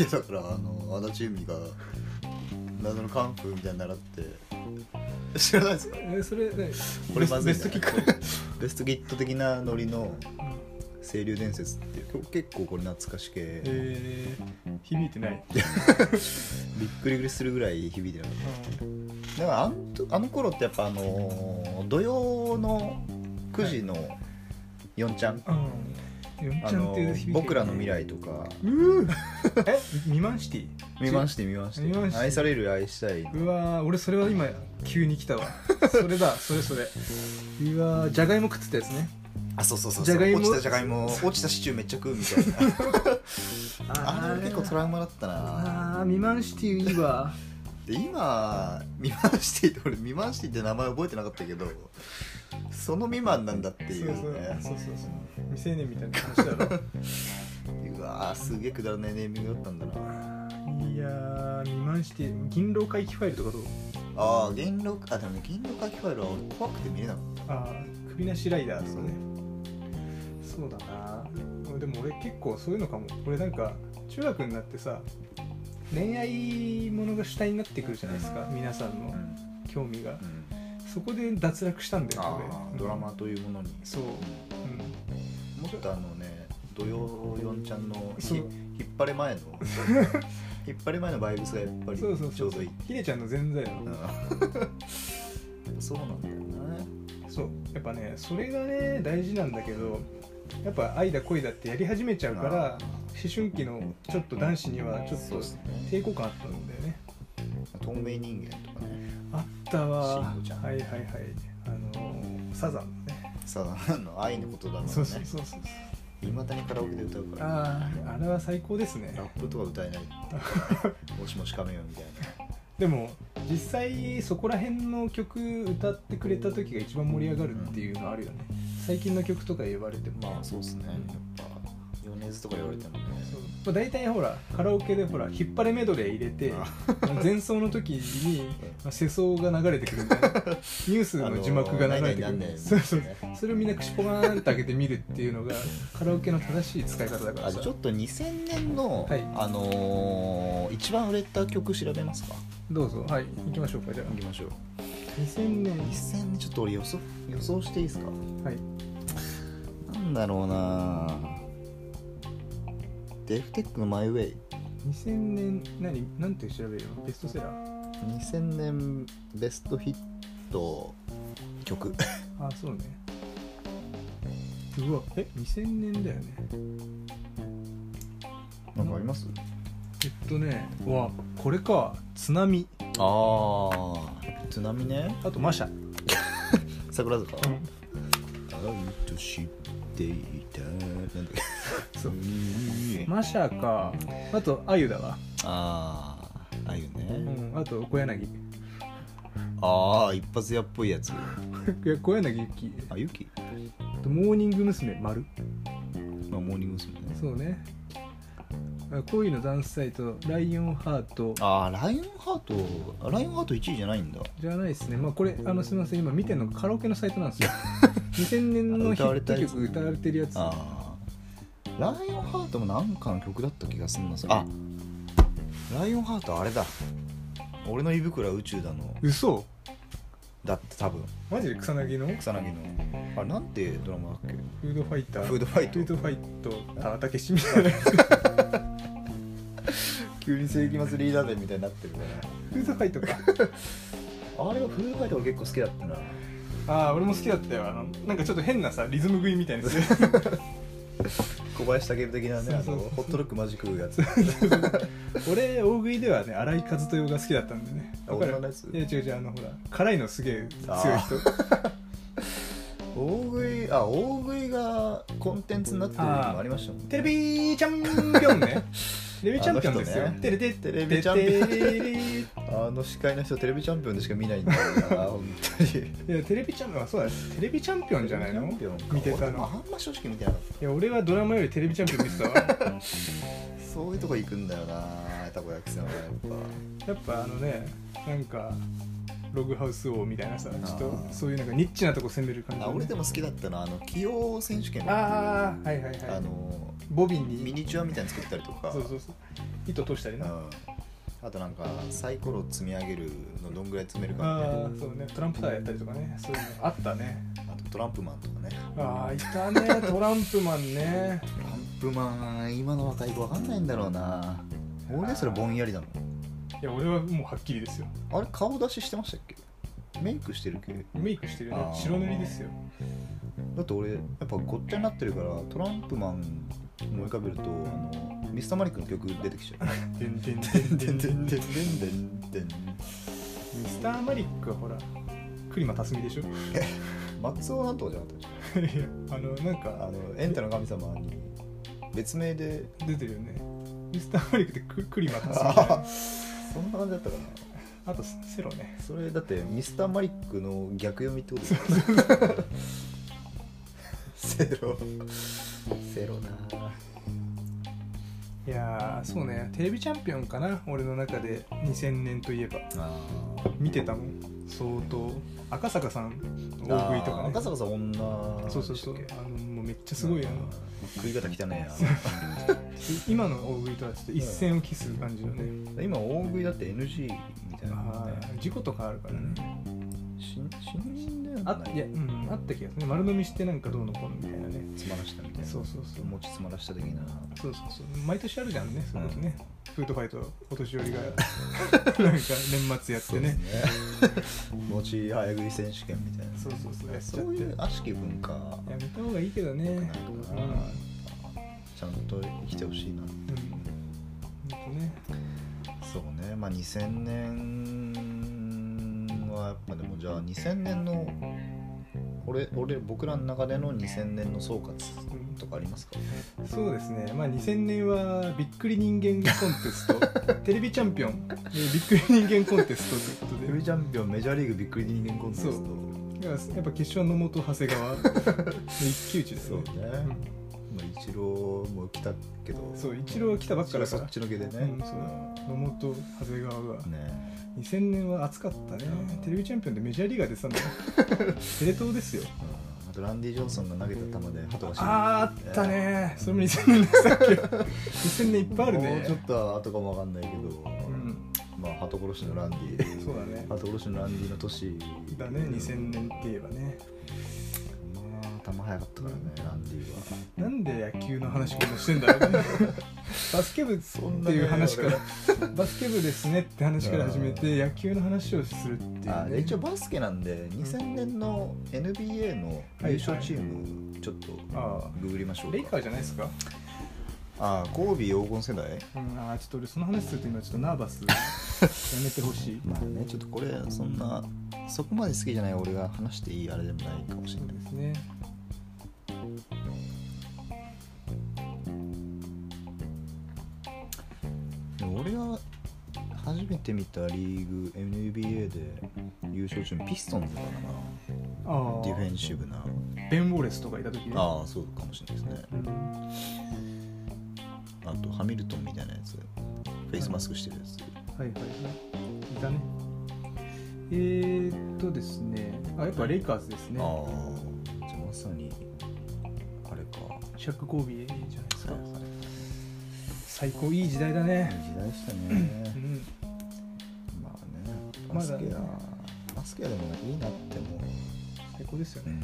Speaker 1: やだからあの足立由美が謎の寒風みたいに習って知らないですか
Speaker 2: えそれ何
Speaker 1: これまずい
Speaker 2: ベ
Speaker 1: ん
Speaker 2: ス
Speaker 1: じ
Speaker 2: ト
Speaker 1: ゃ
Speaker 2: キ
Speaker 1: ない
Speaker 2: ック
Speaker 1: ベストキット的なノリの清流伝説っていう曲結構これ懐かし系、
Speaker 2: えー、響いてない、
Speaker 1: びっくりするぐらい響いてなかっただからあんとあの頃ってやっぱあのー土曜の9時の4ちゃん、
Speaker 2: うんうん、
Speaker 1: あ
Speaker 2: ちゃんっ
Speaker 1: の
Speaker 2: ていう
Speaker 1: ー
Speaker 2: 響き
Speaker 1: 僕らの未来」とか
Speaker 2: うーえ未満シティ
Speaker 1: 見まして見まして
Speaker 2: 見まして
Speaker 1: 愛される愛したいう
Speaker 2: わー俺それは今急に来たわそれだそれそれうわーじゃがいも食ってたやつね
Speaker 1: あそうそうそう
Speaker 2: じ
Speaker 1: そ
Speaker 2: ゃ
Speaker 1: う
Speaker 2: がいも
Speaker 1: 落ちたじゃがいも落ちたシチューめっちゃ食うみたいな あれ結構トラウマだったな
Speaker 2: あー未満シティいいわ
Speaker 1: で今未満シティって俺未満シティって名前覚えてなかったけどその未満なんだっていうね
Speaker 2: そうそうそうそう未成年みたいな話だろ
Speaker 1: うわーすげえくだらないネーミングだったんだない
Speaker 2: やー未満シティ銀狼回帰ファイルとかどう
Speaker 1: ああ元禄あでもね元禄書きファイルは俺怖くて見れなかっ
Speaker 2: ああ首なしライダーですかねそうだなでも俺結構そういうのかも俺なんか中学になってさ恋愛ものが主体になってくるじゃないですか皆さん
Speaker 1: た、
Speaker 2: の
Speaker 1: うん
Speaker 2: 興味がそこで脱落したんだよね
Speaker 1: あ
Speaker 2: 俺
Speaker 1: ドラマというものに
Speaker 2: そう、
Speaker 1: もっとあのね土曜四ちゃんのひ
Speaker 2: そう
Speaker 1: 引っ張れ前 の引っ張れ前のバイブスがやっぱ
Speaker 2: うん、
Speaker 1: りち
Speaker 2: そ
Speaker 1: ょ
Speaker 2: うそうそう
Speaker 1: うどいい
Speaker 2: ひでちゃんの全然
Speaker 1: うん そうなんだよね
Speaker 2: そうやっぱねそれがね大事なんだけどやっぱ愛だ恋だってやり始めちゃうから
Speaker 1: あ
Speaker 2: 思春期のちょっと男子にはちょっ
Speaker 1: そう
Speaker 2: と
Speaker 1: ですね
Speaker 2: 抵抗感あったんだよね
Speaker 1: 透明人間とかね
Speaker 2: あったわ
Speaker 1: 慎吾ちゃん
Speaker 2: はいはいはいあのーサザンのね
Speaker 1: さああの愛のことだもんね
Speaker 2: そうそうそうそう
Speaker 1: いまだにカラオケで歌うから
Speaker 2: あああれは最高ですね
Speaker 1: ラップとか歌えないもしもしかめよみたい
Speaker 2: でも実際そこら辺の曲歌ってくれた時が一番盛り上がるっていうのあるよね最近の曲とか言われても
Speaker 1: なまあそうですねやっぱ米津とか言われてもね
Speaker 2: そうまあ、大体ほらカラオケでほら引っ張れメドレー入れて
Speaker 1: あ
Speaker 2: あの前奏の時にまあ世相が流れてくるみたい なニュースの字幕が流れてく
Speaker 1: あの何々なん
Speaker 2: る
Speaker 1: だよね
Speaker 2: そうそうそれをみんな口ポカーンって開けて見るっていうのがカラオケの正しい使い方だから
Speaker 1: あ
Speaker 2: さ
Speaker 1: ちょっと2000年の、
Speaker 2: はい
Speaker 1: あのー一番売れた曲調べますか
Speaker 2: どうぞはい行きましょうかじゃ
Speaker 1: いきましょう
Speaker 2: あ2000年
Speaker 1: 2000年ちょっと俺予想予想していいですか
Speaker 2: はい
Speaker 1: なんだろうなデフテックの「マイ・ウェイ
Speaker 2: 2000年何なんて調べるのベストセラー」
Speaker 1: 2000年ベストヒット曲
Speaker 2: あそうねうわえ2000年だよね
Speaker 1: なんかあります
Speaker 2: えっとねうわこれか津波
Speaker 1: ああ津波ね
Speaker 2: あとマシャ、
Speaker 1: 桜坂、愛と知っていたなんだっ け
Speaker 2: そう
Speaker 1: うん
Speaker 2: マシャかあとあゆだわ、
Speaker 1: ああああいうね、
Speaker 2: うん、あと小柳い
Speaker 1: ああ一発屋っぽいやつ
Speaker 2: や小柳ゆき
Speaker 1: あユキ、
Speaker 2: あとモーニング娘。丸
Speaker 1: まあ、モーニング娘。ね
Speaker 2: そうねあ恋のダンスサイトライオンハート
Speaker 1: ああライオンハートあライオンハート1位じゃないんだ
Speaker 2: じゃないですねまあこれあのすみません今見てるのがカラオケのサイトなん ですよ2000年のヒット曲歌われてるやつ
Speaker 1: ああライオンハートもなんかの曲だった気がするなそれあライオンハートあれだ俺の胃袋は宇宙だの
Speaker 2: 嘘
Speaker 1: だって多分
Speaker 2: マジで草薙の
Speaker 1: 草薙のあれなんてドラマだっけ
Speaker 2: フードファイター
Speaker 1: フードファイト
Speaker 2: フードファイト田中志みたいなフ
Speaker 1: 急に世紀末リーダー伝みたいになってるか
Speaker 2: ードファイトから
Speaker 1: あれはフードファイトが結構好きだったな
Speaker 2: ああ俺も好きだったよあのなんかちょっと変なさリズム食いみたいなやつ
Speaker 1: 小林武的なねあ
Speaker 2: そう
Speaker 1: の
Speaker 2: そう
Speaker 1: ホットドッグマジ食うやつ
Speaker 2: 俺大食いではね荒井和豊が好きだったんだよね
Speaker 1: あ
Speaker 2: わかる
Speaker 1: 女のやつ
Speaker 2: いや違う違うあのほら辛いのすげえ強い人
Speaker 1: 大食いあ大食いがコンテンツになってる時もありましたもんね
Speaker 2: テレビチャンピオンねテレビチャンピオンです
Speaker 1: あの
Speaker 2: よ
Speaker 1: 人ね
Speaker 2: テレテ
Speaker 1: テレビチャンピオン
Speaker 2: テレレ
Speaker 1: あの司会の人テレビチャンピオンでしか見ないんだ から本当に
Speaker 2: いやテレビチャンピオンはそうだねテレビチャンピオンじゃないの
Speaker 1: テレビチャンピオンか
Speaker 2: 見てた
Speaker 1: 俺
Speaker 2: の
Speaker 1: あんま正直見てなかった
Speaker 2: いや俺はドラマよりテレビチャンピオン見てたわ
Speaker 1: そういうとこ行くんだよなたこ焼きさんはやっぱ
Speaker 2: やっぱあのねなんかログハウス王みたいなさちょっと
Speaker 1: あー
Speaker 2: そういうなんかニッチなとこ攻める感じ、
Speaker 1: あ俺で
Speaker 2: も
Speaker 1: も好きだったのはあの起用選手権っていう
Speaker 2: ああはいはいはい
Speaker 1: あの
Speaker 2: ボビン
Speaker 1: ミ
Speaker 2: に
Speaker 1: ニチュアみたいに作ったりとか
Speaker 2: そうそうそう糸通したりな
Speaker 1: うんあとなんかサイコロ積み上げるのどんぐらい積めるかみたいな
Speaker 2: ああそうねトランプタワーやったりとかねそういうのあったね
Speaker 1: あとトランプマンとかね
Speaker 2: ああいたね トランプマンね
Speaker 1: トランプマン今の若い子わかんないんだろうな俺ねそれぼんやりだもん
Speaker 2: いや俺はもうはっきりですよ
Speaker 1: あれ顔出ししてましたっけメイクしてるっけ
Speaker 2: メイクしてる
Speaker 1: あ
Speaker 2: ね
Speaker 1: ー
Speaker 2: 白塗りですよ
Speaker 1: だって俺やっぱごっちゃになってるからトランプマン思い浮かべるとあのミスターマリックの曲出てきちゃう
Speaker 2: でんでんでんでんでん
Speaker 1: でんでんでん
Speaker 2: ミスターマリックはほらクリマタスミ でしょい
Speaker 1: 松尾なんとかじゃなかったでし
Speaker 2: やあのなん
Speaker 1: ょあ
Speaker 2: か
Speaker 1: のエンタの神様に別名 で
Speaker 2: 出てるよねミスターマリックってククリマタス ミじゃな
Speaker 1: あ
Speaker 2: い
Speaker 1: そんな感じだったかな
Speaker 2: あとセロね
Speaker 1: それだってミスターマリックの逆読みってことですよねセロセロない
Speaker 2: やーそうねテレビチャンピオンかな俺の中で2000年といえば
Speaker 1: あ
Speaker 2: 見てたもん相当赤坂さんの大食いとかね
Speaker 1: 赤坂さん女でしたっけ
Speaker 2: そうそうそうあのもうめっちゃすごいよな
Speaker 1: 食い方汚ね
Speaker 2: 今の大食いとはちょっと一線を期す感じのね、
Speaker 1: えな今大食いだって NG みたいなもん
Speaker 2: あ
Speaker 1: ね
Speaker 2: ー事故とかあるから
Speaker 1: う
Speaker 2: ね、
Speaker 1: ん新新人だよね
Speaker 2: あいや、うん、あった気がする丸飲みしてなんかどうのこうのみたいなね
Speaker 1: 詰まらしたみたいな
Speaker 2: そうそうそう
Speaker 1: 持ち詰まらした的な
Speaker 2: そうそうそう毎年あるじゃんねそういうことね、フードファイトお年寄 りがなんか年末やっ
Speaker 1: そ
Speaker 2: てね
Speaker 1: うですね持ち早食い選手権みたいな
Speaker 2: そうそうそうやっち
Speaker 1: そ
Speaker 2: ゃっ
Speaker 1: う
Speaker 2: て
Speaker 1: いう
Speaker 2: や
Speaker 1: 悪しき文化な
Speaker 2: めた方がいいけどね
Speaker 1: いかな、ちゃんと生きてほしいな
Speaker 2: うんうんほんとね
Speaker 1: そうねまあ2000年はやっぱでもじゃあ2000年の俺俺僕らの中での2000年の総括とかありますか
Speaker 2: そうですね、まあ、2000年はびっくり人間コンテス トテレビチャンピオンえーびっくり人間コンテストということ
Speaker 1: テレビチャンピオンメジャーリーグびっくり人間コンテスト
Speaker 2: そうでだからやっぱ決勝の野本長谷川の一騎打ちです
Speaker 1: そう
Speaker 2: ね
Speaker 1: ね、まあ、一郎も来たけど
Speaker 2: そう一郎来たばっかだか
Speaker 1: そ
Speaker 2: ら
Speaker 1: っちのけでね、
Speaker 2: うんそう野本長谷川が
Speaker 1: うんね
Speaker 2: 2000年は暑かったね
Speaker 1: うん
Speaker 2: テレビチャンピオンでメジャーリーガー出てたんだよテレ東ですよ
Speaker 1: うんあとランディ・ジョンソンが投げた球で鳩が死
Speaker 2: あーあったねそれも2000年でした っけ2000年いっぱいある
Speaker 1: もうちょ
Speaker 2: ね
Speaker 1: っと後かもわかんないけど、
Speaker 2: うん
Speaker 1: まあ鳩殺しのランデ ィ
Speaker 2: そうだね
Speaker 1: 鳩殺しのランディの年
Speaker 2: だね2000年って言えばね
Speaker 1: まあ球速かったからねランディは
Speaker 2: なんで野球の話こんなしてんだろ うねバスケ部っていう話からバスケ部ですねって話から始めて野球の話をするってい
Speaker 1: あ
Speaker 2: う
Speaker 1: で
Speaker 2: ね
Speaker 1: 一応バスケなんで2000年の NBA の優勝チームちょっと
Speaker 2: あ
Speaker 1: ググりましょ
Speaker 2: あ
Speaker 1: うか
Speaker 2: レイカーじゃないですか
Speaker 1: あーコービー黄金世代
Speaker 2: うんああちょっと俺その話すると今ちょっとナーバスやめてほしい
Speaker 1: まあねちょっとこれそんなそこまで好きじゃない俺が話していいあれでもないかもしれ
Speaker 2: そう
Speaker 1: ない
Speaker 2: ですね
Speaker 1: でも俺が初めて見たリーグ NBA で優勝中ピストンズだったかな
Speaker 2: ああ
Speaker 1: ディフェンシブな
Speaker 2: ベン・ウォレスとかいた時ね
Speaker 1: ああそうかもしれないですね
Speaker 2: うん
Speaker 1: あとハミルトンみたいなやつフェイスマスクしてるやつ
Speaker 2: はいはいはいいたねえー、っとですねあやっぱレイカーズですね
Speaker 1: ああじゃあまさにあれか
Speaker 2: シャック・コービーじゃないですか
Speaker 1: はい
Speaker 2: 最高いい時代だ
Speaker 1: いい
Speaker 2: ね
Speaker 1: 時代でしたね
Speaker 2: うん
Speaker 1: まあねマ
Speaker 2: ま
Speaker 1: ス
Speaker 2: だ
Speaker 1: ケアマスケアでもいいなって思う、
Speaker 2: 最高ですよ
Speaker 1: う
Speaker 2: ね
Speaker 1: ん、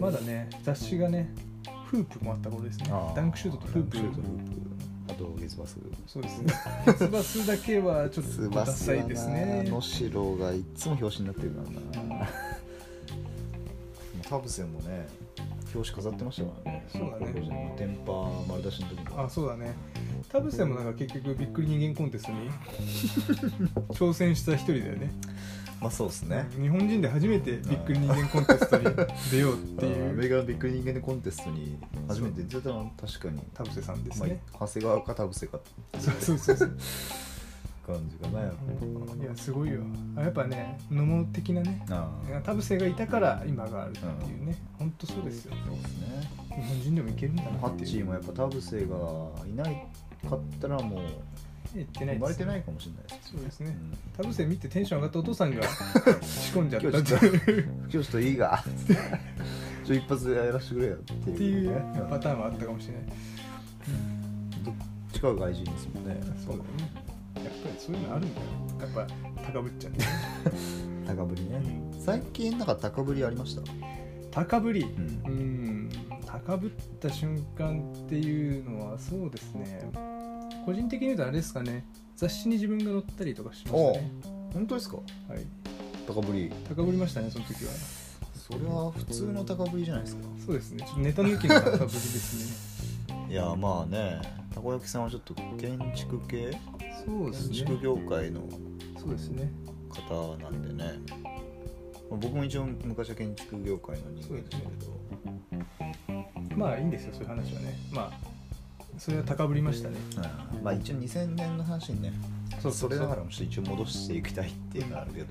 Speaker 2: まだね雑誌がねフープもあった頃ですね
Speaker 1: あー
Speaker 2: ダンクシュートとフープ
Speaker 1: ダンクシュートフープあと月バス
Speaker 2: そうですねツバスだけはちょっとダ
Speaker 1: 翼
Speaker 2: サいですね
Speaker 1: の白がいつも表紙になってるからな 田臥もね表紙飾ってましたからね
Speaker 2: そうだね
Speaker 1: テンパー丸出しの時
Speaker 2: あ
Speaker 1: か
Speaker 2: そうだね田臥もなんか結局びっくり人間コンテス トに挑戦した一人だよね
Speaker 1: まあそうですね
Speaker 2: 日本人で初めてびっくり人間コンテストに出ようって
Speaker 1: あーアメリ
Speaker 2: いう
Speaker 1: カのビッグ人間のコンテストに初めて出たのは確かに、
Speaker 2: 田臥さんです
Speaker 1: ま
Speaker 2: ね、
Speaker 1: あ、長谷川か田臥かって
Speaker 2: そうそうそうそう
Speaker 1: 感じかなやっ
Speaker 2: いやすごいよあやっぱね野茂的なね
Speaker 1: ぱあー
Speaker 2: 田臥がいたから今があるっていうね、ほんとそうですよ
Speaker 1: そうですね
Speaker 2: 日本人でもいけるんだな
Speaker 1: ハ
Speaker 2: っ
Speaker 1: ッ
Speaker 2: て
Speaker 1: チ
Speaker 2: い
Speaker 1: ー
Speaker 2: う
Speaker 1: もやっぱ田臥がいないかったらもう
Speaker 2: 言ってな
Speaker 1: 生
Speaker 2: いで
Speaker 1: ますれてないかもしれないです
Speaker 2: そうです
Speaker 1: う
Speaker 2: ね
Speaker 1: ん
Speaker 2: 田臥見てテンション上がったお父さんが仕込んじゃったっていう
Speaker 1: 今日ちょっといいが ちょ一発でやらせてくれよって
Speaker 2: って
Speaker 1: い
Speaker 2: いうう
Speaker 1: ね
Speaker 2: パターンはあったかもしれない
Speaker 1: 近い外人ですもんね
Speaker 2: そうだねやっぱりそういうのあるんだよやっぱ高ぶっちゃって
Speaker 1: 高ぶりね最近なんか高ぶりありました
Speaker 2: 高ぶり
Speaker 1: うん
Speaker 2: うん高ぶった瞬間っていうのはそうですね個人的に言うとあれですかね雑誌に自分が載ったりとかしましたね、
Speaker 1: 本当ですか
Speaker 2: はい、
Speaker 1: 高ぶり
Speaker 2: 高ぶりましたねその時は
Speaker 1: それは普通の高ぶりじゃないですか
Speaker 2: そうですねちょっとネタ抜きの高ぶりです
Speaker 1: いやまあねたこ焼きさんはちょっと建築系
Speaker 2: ねそうで
Speaker 1: 建
Speaker 2: すね
Speaker 1: 築業界の
Speaker 2: そうですね
Speaker 1: 方なんでねまあ僕も一応昔は建築業界の人間でしたけど
Speaker 2: まあいいんですよそういう話はねまあそれは高ぶりましたね
Speaker 1: うんまあ一応2000年の話にね
Speaker 2: そ
Speaker 1: それだからもちょっと一応戻していきたいっていうのはあるけど、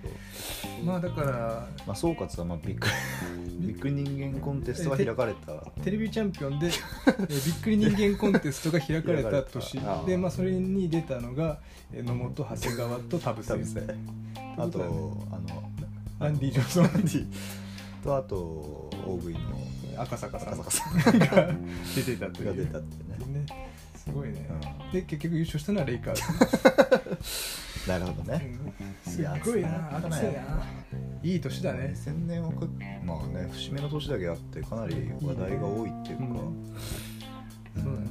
Speaker 2: まあだから
Speaker 1: まあ、総括はまあビッグ ビッグ人間コンテストが開かれた
Speaker 2: テレビチャンピオンでえーびっくり人間コンテストが開かれ
Speaker 1: 開かれ
Speaker 2: た
Speaker 1: た
Speaker 2: 年
Speaker 1: ああ
Speaker 2: で、まあ、それに出たのがえー野本長谷川と田臥
Speaker 1: 田臥あとあの
Speaker 2: アンディ・ジョンソン
Speaker 1: アンデ ィとあと大食いの
Speaker 2: 赤坂さ
Speaker 1: 赤
Speaker 2: ん
Speaker 1: 坂
Speaker 2: が
Speaker 1: さ
Speaker 2: 出てたと
Speaker 1: ん
Speaker 2: い
Speaker 1: が
Speaker 2: う
Speaker 1: 出たっていうね、
Speaker 2: ねすごいね、
Speaker 1: う
Speaker 2: で結局優勝したのはレイカーズ、
Speaker 1: ん、なるほど
Speaker 2: う
Speaker 1: ね、
Speaker 2: んすっごいな
Speaker 1: 熱いな
Speaker 2: 熱いな。いい年だね
Speaker 1: 2000年をかまあね節目の年だけあってかなり話題が多いっていうか、
Speaker 2: うんそうだね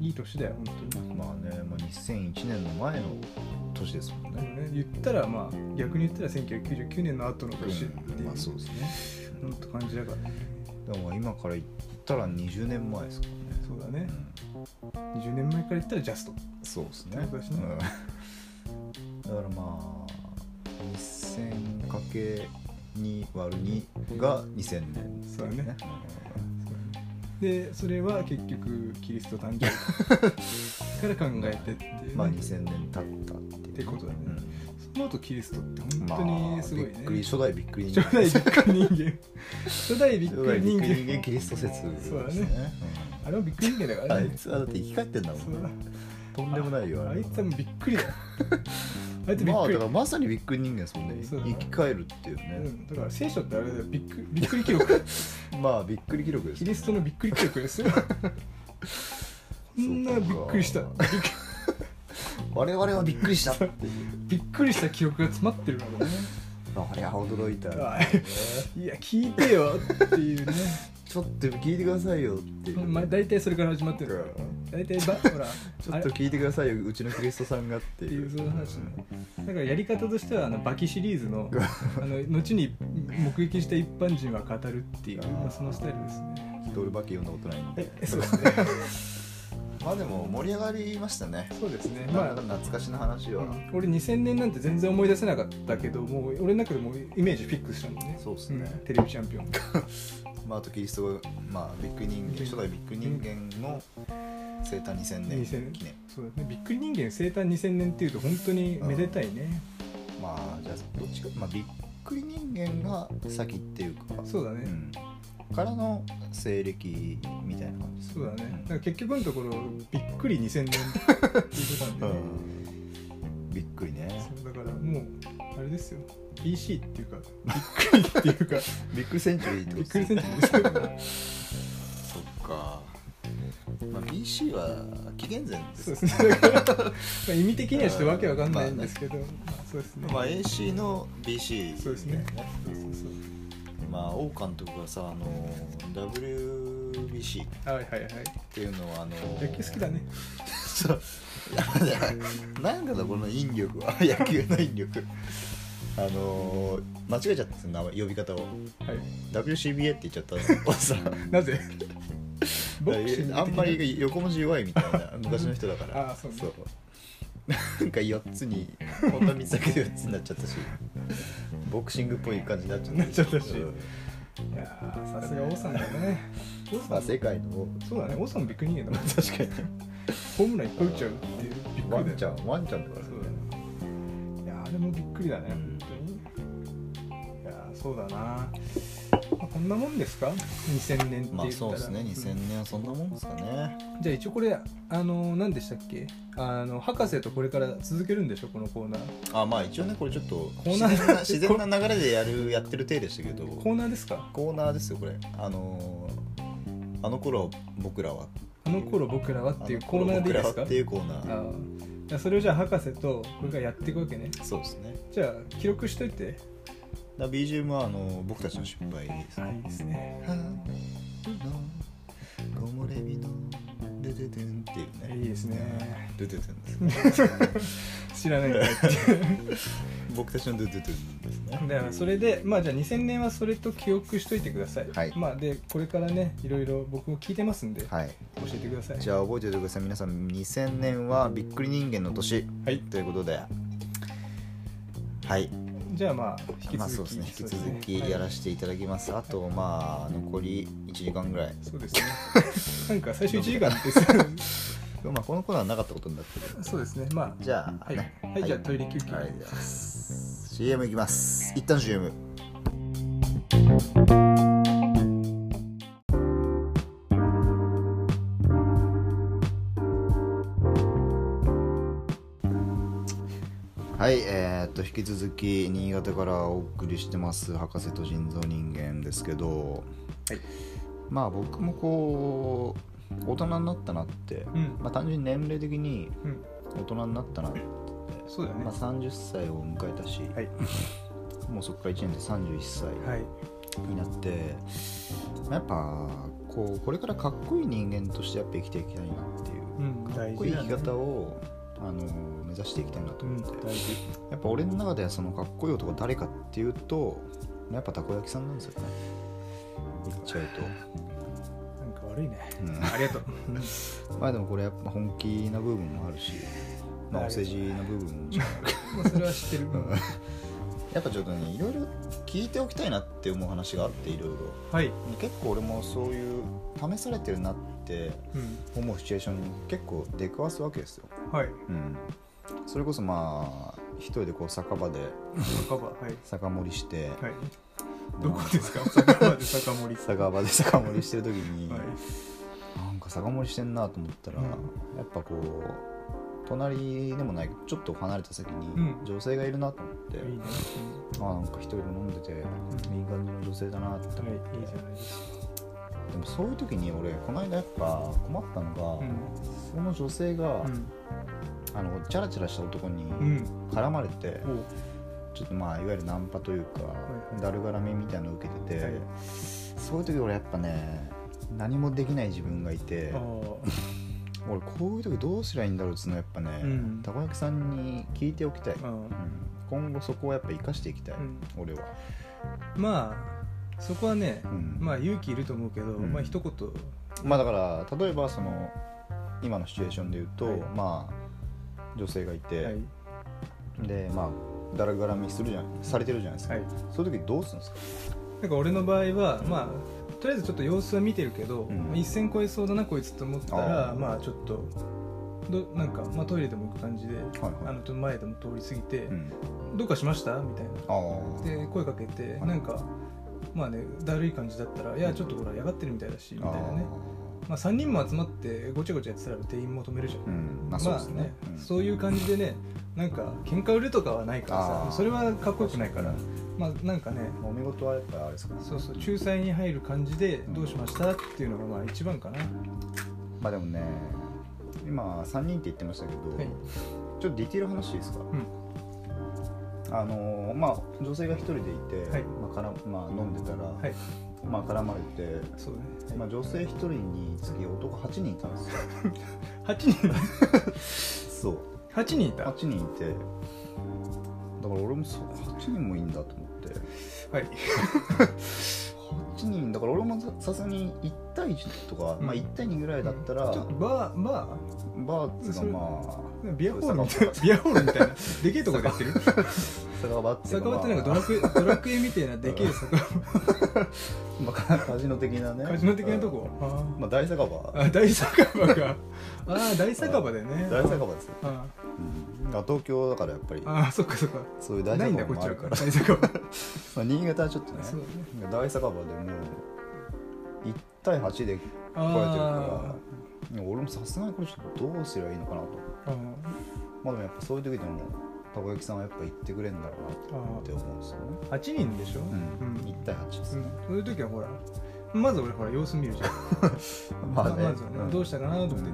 Speaker 2: いい年だよ本当に
Speaker 1: まあね、まあ、2001年の前の年ですもん
Speaker 2: で
Speaker 1: ね、
Speaker 2: もね言ったらまあ逆に言ったら1999年の後の年っていう,、
Speaker 1: まあそうですね
Speaker 2: ほんと感じだからね
Speaker 1: でもまあ今から言ったら20年前ですか
Speaker 2: そうだ
Speaker 1: ら
Speaker 2: ね
Speaker 1: ね、
Speaker 2: 20年前から言ったらジャスト
Speaker 1: うんそうですね
Speaker 2: ってことですね
Speaker 1: うん、だからまあ 2000×2 割る2が2000年です
Speaker 2: そうだね
Speaker 1: うん
Speaker 2: でそれは結局キリスト誕生から考えてっていうね、
Speaker 1: まあ
Speaker 2: っ
Speaker 1: 2000年経ったっていう
Speaker 2: てことだね、
Speaker 1: うん
Speaker 2: その後キリストって本
Speaker 1: まあ
Speaker 2: 当にすごいね
Speaker 1: びっ、くり初代びっくり人間
Speaker 2: 初代びっくり人間初代びっ
Speaker 1: 初
Speaker 2: く
Speaker 1: 代
Speaker 2: り
Speaker 1: びっ
Speaker 2: 人
Speaker 1: くり人
Speaker 2: 間
Speaker 1: 間キリスト説です
Speaker 2: そう
Speaker 1: ね
Speaker 2: だねあれはびっくり人間だか
Speaker 1: うんあ
Speaker 2: ら
Speaker 1: い
Speaker 2: ね
Speaker 1: つはだって生き返ってんだも
Speaker 2: そ
Speaker 1: ん
Speaker 2: うだ
Speaker 1: とんでもないよ
Speaker 2: あ
Speaker 1: れ
Speaker 2: いつはもうびっく りだあいつびっ
Speaker 1: まあ
Speaker 2: くり、
Speaker 1: だからまさにびっくり人間ですもんね
Speaker 2: そうだね
Speaker 1: 生き返るっていうね、
Speaker 2: うん、だから聖書ってあれだよびっくりびっくり 記録
Speaker 1: まあびっくり記録です
Speaker 2: キ
Speaker 1: よ
Speaker 2: リストのびっくり記録ですよこんなびっくりした
Speaker 1: そう
Speaker 2: びっ
Speaker 1: 我々はびっくりしたっていう
Speaker 2: びっくりした記憶が詰まってるからね
Speaker 1: あれは驚いた、
Speaker 2: あいや聞いてよっていうね
Speaker 1: ちょっと聞いてくださいよっていう、
Speaker 2: まあ大体それから始まってるから大体ばほら
Speaker 1: ちょっと聞いてくださいようちのクリストさんがって
Speaker 2: って
Speaker 1: い
Speaker 2: いううそういう話ねだからやり方としてはあのバキシリーズのあの後に目撃した一般人は語るっていう
Speaker 1: あー
Speaker 2: まあ、そのスタイルですね
Speaker 1: ドルバキ読んだことないんで
Speaker 2: えそうですね
Speaker 1: まあでも盛り上がりましたね
Speaker 2: そうですね
Speaker 1: ま
Speaker 2: ま
Speaker 1: あ
Speaker 2: あ
Speaker 1: 懐かしの話は、
Speaker 2: うん俺2000年なんて全然思い出せなかったけどもう俺の中でもうイメージフィックスしたんだね
Speaker 1: そうですね
Speaker 2: んテレビチャンピオン
Speaker 1: まああとキリストがまあビッグ人間初代ビッグ人間の生誕2000年記念
Speaker 2: そうだねびっくり人間生誕2000年っていうと本当にめでたいね
Speaker 1: まあじゃあどっちかまあびっくり人間が先っていうか
Speaker 2: そうだね、
Speaker 1: うんからの西暦みたいな感じです
Speaker 2: そうだね、
Speaker 1: うん
Speaker 2: だから結局のところびっくり2000年っていうことなんで、ね
Speaker 1: びっくりね
Speaker 2: そうだからもうあれですよ BC っていう かびっくりっていうか
Speaker 1: びっくりセンチュリーって
Speaker 2: び
Speaker 1: こ
Speaker 2: っ
Speaker 1: と
Speaker 2: く
Speaker 1: です
Speaker 2: りセン
Speaker 1: ね
Speaker 2: チュリーですよ
Speaker 1: そっかまあ、BC は紀元前です
Speaker 2: そうですねだからまあ意味的にはちょっとわけわかんないんですけど、まあそうですね、
Speaker 1: まあ、AC の BC
Speaker 2: そうですね
Speaker 1: う
Speaker 2: そうそうんそ
Speaker 1: まあ王監督がさあの WBC っ
Speaker 2: うはいはいはい
Speaker 1: ていうのはあの
Speaker 2: 野球好きだね
Speaker 1: そういやなんかだこの引力は 野球の引力あの間違えちゃったんですよ名前呼び方を
Speaker 2: はい
Speaker 1: WCBA って言っちゃったんですよおっさん
Speaker 2: なぜボクシング的な
Speaker 1: あんまり横文字弱いみたい な昔の人だから
Speaker 2: あーそうね
Speaker 1: なんか4つに本当は3つだけで4つになっちゃったしボクシングっぽい感じになっちゃった
Speaker 2: なっちゃったし
Speaker 1: うん
Speaker 2: いやーさすが王さんだね王
Speaker 1: ま
Speaker 2: さ
Speaker 1: あ
Speaker 2: ん
Speaker 1: 世界の王
Speaker 2: そうだね王さんビッグ人間だもん
Speaker 1: 確かに
Speaker 2: ホームランいっぱい打っちゃうっていうびっ
Speaker 1: ワ
Speaker 2: く
Speaker 1: ン
Speaker 2: り
Speaker 1: ち
Speaker 2: だ
Speaker 1: ゃ
Speaker 2: よ
Speaker 1: んワンちゃんとか
Speaker 2: そうだねいやあれもびっくりだね本当にいやーそうだな、まあ、こんなもんですか2000年って言ったら
Speaker 1: まあそうですね2000
Speaker 2: うん
Speaker 1: 年はそんなもんですかね
Speaker 2: じゃあ一応これあのー何でしたっけあの博士とこれから続けるんでしょこのコーナー
Speaker 1: あまあ一応ねこれちょっと
Speaker 2: コー
Speaker 1: 自
Speaker 2: ナー
Speaker 1: 然 な自然な流れでやるやってる体でしたけど
Speaker 2: コーナーですか
Speaker 1: コーナーですよこれあのーあの頃僕らは
Speaker 2: あの頃僕らはっていう
Speaker 1: あの
Speaker 2: コー
Speaker 1: 頃
Speaker 2: ナーでいいです
Speaker 1: 僕ら
Speaker 2: か
Speaker 1: はっていうコーナ
Speaker 2: あ
Speaker 1: ー
Speaker 2: ーじゃあそれをじゃあ博士とこれからやっていくわけね
Speaker 1: そうですね
Speaker 2: じゃあ記録しといて
Speaker 1: だ BGM はあの僕たちの失敗です
Speaker 2: いいですね
Speaker 1: 春の木漏れ日のデデデンっていうね
Speaker 2: いいですね
Speaker 1: デデデンです
Speaker 2: 知らないから
Speaker 1: 僕たちのデデデンですね
Speaker 2: だからそれでまあじゃあ2000年はそれと記憶しといてください、
Speaker 1: はい
Speaker 2: まあでこれからねいろいろ僕も聞いてますんで、
Speaker 1: はい
Speaker 2: 教えてください
Speaker 1: じゃあ覚えておいてください皆さん2000年はびっくり人間の年
Speaker 2: はい
Speaker 1: ということではい
Speaker 2: じゃあまあ引き続き、
Speaker 1: まあそうですね引き続き
Speaker 2: はい
Speaker 1: やらせていただきます、あとまあ残り1時間ぐらい、
Speaker 2: そうですねなんか最初1時間 です
Speaker 1: まあ、このコーナーなかったことになってる
Speaker 2: そうですねまあ
Speaker 1: じゃあ
Speaker 2: はい、
Speaker 1: ね
Speaker 2: はい、じゃあトイレ休憩、
Speaker 1: ありがとうございます CM いきます一旦 CM はいえーっと引き続き新潟からお送りしてます博士と人造人間ですけど、
Speaker 2: はい
Speaker 1: まあ僕もこう大人になったなって、
Speaker 2: うん
Speaker 1: まあ、単純に年齢的に
Speaker 2: うん
Speaker 1: 大人になったなって
Speaker 2: そうだよね
Speaker 1: まあ、30歳を迎えたし、
Speaker 2: はい
Speaker 1: もうそこから1年で31歳
Speaker 2: はい
Speaker 1: になって、まあやっぱこうこれからかっこいい人間としてやっぱ生きていきたいなっていうう、
Speaker 2: ん
Speaker 1: かっ
Speaker 2: 大
Speaker 1: こいい
Speaker 2: 事
Speaker 1: 生
Speaker 2: だ
Speaker 1: き
Speaker 2: ね
Speaker 1: 方を、あの目指していきたいなと
Speaker 2: う
Speaker 1: 思
Speaker 2: ん
Speaker 1: って、
Speaker 2: 大事
Speaker 1: やっぱ俺の中ではそのかっこいい男誰かっていうとやっぱたこ焼きさんなんですよね言っちゃう
Speaker 2: なんか悪いね
Speaker 1: と、うん
Speaker 2: あり がとう
Speaker 1: まあでもこれやっぱ本気な部分もあるし、まあ、お世辞な部分もちろん
Speaker 2: まあそれは知ってる
Speaker 1: うんやっぱちょっとねいろいろ聞いておきたいなって思う話があっていろいろ
Speaker 2: はい、
Speaker 1: 結構俺もそういう試されてるなって
Speaker 2: うん、
Speaker 1: 思うシチュエーションに結構出くわすわけですよ、
Speaker 2: はい
Speaker 1: うん、それこそまあ一人でこう酒場で
Speaker 2: 酒場はい
Speaker 1: 酒盛りして、
Speaker 2: はいどこですか酒場で酒盛り
Speaker 1: 酒場で酒盛りしてる時に、
Speaker 2: はい
Speaker 1: なんか酒盛りしてんなと思ったら、
Speaker 2: うん
Speaker 1: やっぱこう隣でもないちょっと離れた先に
Speaker 2: うん
Speaker 1: 女性がいるなと思って、
Speaker 2: いいね、
Speaker 1: あなんか一人で飲んでていい感じの女性だなって思って、
Speaker 2: はいいいじゃないです
Speaker 1: でもそういう時に俺この間やっぱ困ったのが、
Speaker 2: か
Speaker 1: その女性が、
Speaker 2: うん
Speaker 1: あのチャラチャラした男に
Speaker 2: うん
Speaker 1: 絡まれて、
Speaker 2: おう
Speaker 1: ちょっとまあいわゆるナンパというか、
Speaker 2: いはい
Speaker 1: だるがらみみたいなのを受けてて、
Speaker 2: はい
Speaker 1: そういう時俺やっぱね何もできない自分がいて
Speaker 2: あ
Speaker 1: 俺こういう時どうすりゃいいんだろうっつうのやっぱね、
Speaker 2: うん
Speaker 1: たこ焼きさんに聞いておきたい、
Speaker 2: あ
Speaker 1: うん今後そこはやっぱ生かしていきたい、
Speaker 2: うん
Speaker 1: 俺は、
Speaker 2: まあそこはね
Speaker 1: うん
Speaker 2: まあ勇気いると思うけど、
Speaker 1: ん
Speaker 2: まあ一言
Speaker 1: まあだから例えばその今のシチュエーションで言うと、
Speaker 2: はい
Speaker 1: まあ女性がいて、
Speaker 2: はい
Speaker 1: でまあだらがらみするじゃんされてるじゃないですか、
Speaker 2: はい
Speaker 1: そういう時どうするんですか
Speaker 2: なんか俺の場合はまあとりあえずちょっと様子は見てるけど、
Speaker 1: うん
Speaker 2: まあ一線越えそうだなこいつと思ったら
Speaker 1: あー
Speaker 2: まあちょっとどなんか、まあ、トイレでも行く感じで、
Speaker 1: はい
Speaker 2: あのちょっと前でも通り過ぎて
Speaker 1: う、ん、
Speaker 2: どうかしましたみたいな
Speaker 1: ああ
Speaker 2: で声かけて、
Speaker 1: はい
Speaker 2: なんかまあねだるい感じだったら「いやちょっとほらやがってるみたいだし」みたいなねまあ、3人も集まってごちゃごちゃやってたら店員も止めるじゃん、
Speaker 1: うんまあそうですね,うん、
Speaker 2: まあそういう感じでねなんか喧嘩売るとかはないから
Speaker 1: あー
Speaker 2: さそれはかっこよくないからまあなんかね
Speaker 1: お見事はやっぱあれですかね
Speaker 2: そうそう仲裁に入る感じで「どうしました?」っていうのがまあ一番かな
Speaker 1: まあでもね今3人って言ってましたけど、
Speaker 2: はい
Speaker 1: ちょっとディティール話いいですか、
Speaker 2: ん
Speaker 1: あのーまあ女性が一人でいて、
Speaker 2: はい
Speaker 1: まあからまあ、飲んでたら、
Speaker 2: はい
Speaker 1: まあ絡まれて、
Speaker 2: そうだね
Speaker 1: まあ、女性一人に次男8人いたん ですよ
Speaker 2: 8人
Speaker 1: そう
Speaker 2: 8人いた
Speaker 1: 8人いてだから俺もそう8人もいいんだと思って
Speaker 2: はい
Speaker 1: 8人だから俺もささすがに1対1とか、
Speaker 2: うん
Speaker 1: まあ1対2ぐらいだったら、
Speaker 2: ちょっとバーバ
Speaker 1: バーツ
Speaker 2: そ
Speaker 1: が
Speaker 2: れ
Speaker 1: まあ
Speaker 2: ービアホールみたいなビアホールみたいなでけえとこでやってる
Speaker 1: 酒場っていう
Speaker 2: 酒場ってなんか
Speaker 1: ま
Speaker 2: ドラクエドラクエみたいなでけえ酒 場
Speaker 1: あ、まあ、カジノ的なね
Speaker 2: カジノ的なとこ
Speaker 1: うんまあ大酒場
Speaker 2: あーあ大酒場がああ大酒場でね
Speaker 1: 大酒場ですよ、
Speaker 2: あ
Speaker 1: うん、あ東京だからやっぱり
Speaker 2: ーあーそっかそっか
Speaker 1: そういう大
Speaker 2: ない
Speaker 1: 酒
Speaker 2: ん
Speaker 1: 場
Speaker 2: だ
Speaker 1: も
Speaker 2: こっち
Speaker 1: あ
Speaker 2: は
Speaker 1: る
Speaker 2: か
Speaker 1: から
Speaker 2: ら大酒場
Speaker 1: まあ、新潟はちょっとね
Speaker 2: そうだね
Speaker 1: 大酒場でも1対8で来
Speaker 2: あ
Speaker 1: られてる
Speaker 2: ー
Speaker 1: からでも俺もさすがにこれちょっとどうすればいいのかなと
Speaker 2: あー
Speaker 1: まあでもやっぱそういう時でもたこ焼きさんはやっぱ言ってくれるんだろうな
Speaker 2: あー
Speaker 1: って思うんですよね
Speaker 2: 8人でしょ、う
Speaker 1: うん、
Speaker 2: うん
Speaker 1: 1対8です、
Speaker 2: そういう時はほらまず俺ほら様子見るじゃん、
Speaker 1: まあね
Speaker 2: まずはね、どうしたかなと思って、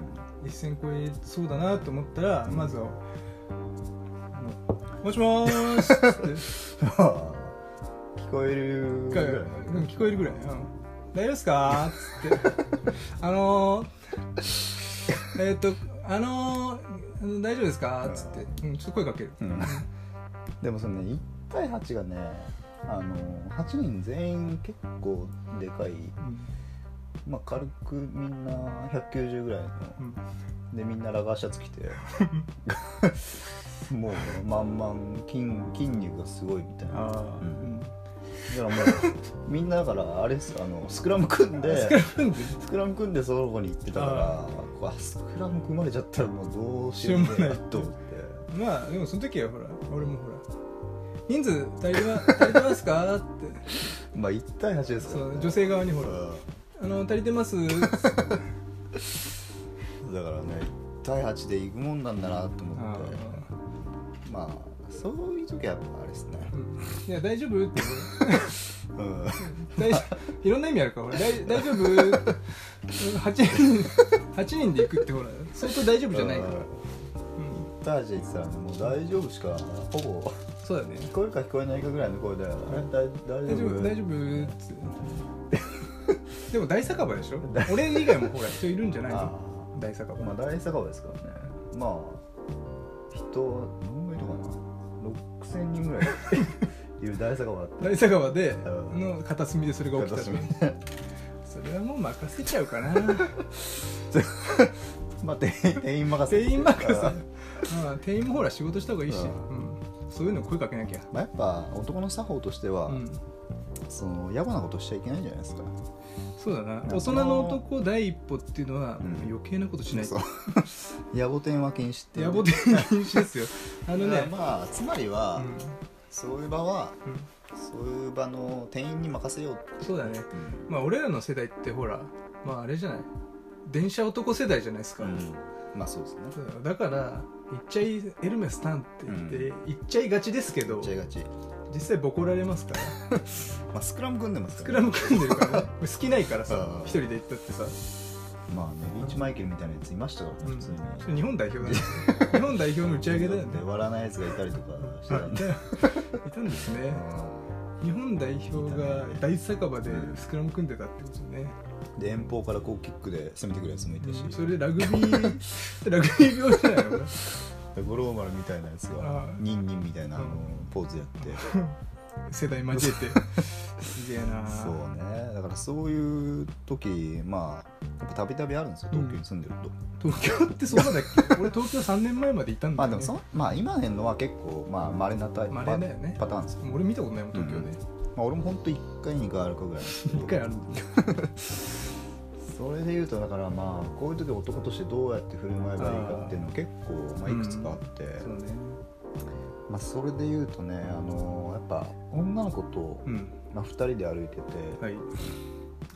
Speaker 2: 一線超えそうだなと思ったら、
Speaker 1: うん
Speaker 2: まずは「もしもーし」 っ
Speaker 1: 聞こえるぐ
Speaker 2: て
Speaker 1: らい
Speaker 2: うん聞こえるぐらい「うん、大丈夫っすか?」っつ って「あのー、えーっとあのー、大丈夫ですか?」っつって、うん、ちょっと声かける
Speaker 1: うんでもそのね1対8がねあの8人全員結構でかい、
Speaker 2: うん
Speaker 1: まあ、軽くみんな190ぐらいの
Speaker 2: うん
Speaker 1: でみんなラガーシャツ着 てもうまんまん筋筋肉がすごいみたいなだか
Speaker 2: あ
Speaker 1: う
Speaker 2: うんん
Speaker 1: らもうみんなだからあれっすあのスクラム組んで
Speaker 2: スクラムで
Speaker 1: スクラム組んでその子に行ってたから
Speaker 2: あ
Speaker 1: こうスクラム組まれちゃったらもうどうしようもないなと思って
Speaker 2: まあでもその時はほら俺もほら「人数足りてま足りてますか?」って
Speaker 1: まあ1対8ですか
Speaker 2: そ
Speaker 1: ら、
Speaker 2: う
Speaker 1: ね、
Speaker 2: 女性側にほら
Speaker 1: う
Speaker 2: 「あの足りて ます?」
Speaker 1: んだからね1対8で行くもんなんだなと思
Speaker 2: あ
Speaker 1: ってまあそういう時はやっぱあれですね
Speaker 2: ーうんいや大丈夫って
Speaker 1: うん
Speaker 2: 大丈 夫いろんな意味あるからほら大大丈夫8人八人で行くってほら相当大丈夫じゃないから、
Speaker 1: 1
Speaker 2: うん、
Speaker 1: 対8で行ってたらねもう大丈夫しかほぼ
Speaker 2: そうだね
Speaker 1: 聞こえるか聞こえないかぐらいの声で「あれ大大
Speaker 2: 大
Speaker 1: 丈
Speaker 2: 丈
Speaker 1: 夫
Speaker 2: 夫大丈夫っつってでも大酒場で しょ俺以外もほら人いるんじゃない
Speaker 1: あ
Speaker 2: の大酒
Speaker 1: ーま
Speaker 2: 場
Speaker 1: あ大酒場ですからねまあ人何倍いるかな6000人 ぐらいいる大酒場だった
Speaker 2: 大酒場で
Speaker 1: うん
Speaker 2: の片隅でそれが起きたとそれはもう任せちゃうかな
Speaker 1: まあ店員店員任せ
Speaker 2: 店員任せ
Speaker 1: ま
Speaker 2: うん店員もほら仕事した方がいいし、
Speaker 1: う
Speaker 2: うんそういうの声かけなきゃ、
Speaker 1: あやっぱ男の作法としては、
Speaker 2: うん、
Speaker 1: その野暮なことしちゃいけないじゃないですか
Speaker 2: そうだな
Speaker 1: か
Speaker 2: 大人の男第一歩っていうのは、
Speaker 1: うん
Speaker 2: 余計なことしない
Speaker 1: そう 野暮店は禁止っていう
Speaker 2: 野暮店禁止で すよあの
Speaker 1: だから
Speaker 2: ね、
Speaker 1: まあつまりは、
Speaker 2: うん
Speaker 1: そういう場は
Speaker 2: うん
Speaker 1: そういう場の店員に任せようって
Speaker 2: そうだね
Speaker 1: うん
Speaker 2: まあ俺らの世代ってほらまああれじゃない電車男世代じゃないですか、
Speaker 1: まあそうですね
Speaker 2: そうだよだから行っちゃいエルメスタンって言って、
Speaker 1: う
Speaker 2: 行っちゃいがちですけど
Speaker 1: ちゃいがち、
Speaker 2: 実際ボコられますから
Speaker 1: まあ、スクラム組んでます
Speaker 2: ス
Speaker 1: か
Speaker 2: ク
Speaker 1: ら
Speaker 2: ラ
Speaker 1: ね
Speaker 2: ム組んでるからね俺好きないから
Speaker 1: あ
Speaker 2: さ
Speaker 1: あ
Speaker 2: 一人で行ったってさ
Speaker 1: まあねリーチマイケルみたいなやついましたからね、普通に
Speaker 2: 日本代表だね 日本代表の打ち上げだよね
Speaker 1: で割らないやつがいたりとかしてたんで、
Speaker 2: いたんですね日本代表が大酒場でスクラム組んでたってことね、
Speaker 1: うんで遠方からこうキックで攻めてくるやつもいたし、
Speaker 2: それでラグビーラグビー 病じゃないのか
Speaker 1: で五郎丸みたいなやつが
Speaker 2: あー
Speaker 1: ニンニンみたいなあの
Speaker 2: うん
Speaker 1: ポーズやって、
Speaker 2: 世代交えてすげえな
Speaker 1: そうねだからそういう時まあやっぱたびたびあるんですよ東京に住んでると、
Speaker 2: 東京ってそんなだっけ俺東京3年前までいたんだ
Speaker 1: まあ
Speaker 2: よ、ね、
Speaker 1: でもそまあ今へんのは結構まあ稀なタイプ
Speaker 2: 稀だよね
Speaker 1: パターンですよ、
Speaker 2: もう俺見たことないもん東京で、
Speaker 1: まあ、俺もほんと1回2回あるかぐらいなんですけ
Speaker 2: 一
Speaker 1: ど
Speaker 2: 回あるんだよ
Speaker 1: それで言うとだからまあこういう時男としてどうやって振る舞えばいいかっていうのは結構まあいくつかあって、
Speaker 2: そうね
Speaker 1: まあ、それで言うとねあのやっぱ女の子と、
Speaker 2: うん
Speaker 1: まあ、2人で歩いてて、
Speaker 2: はい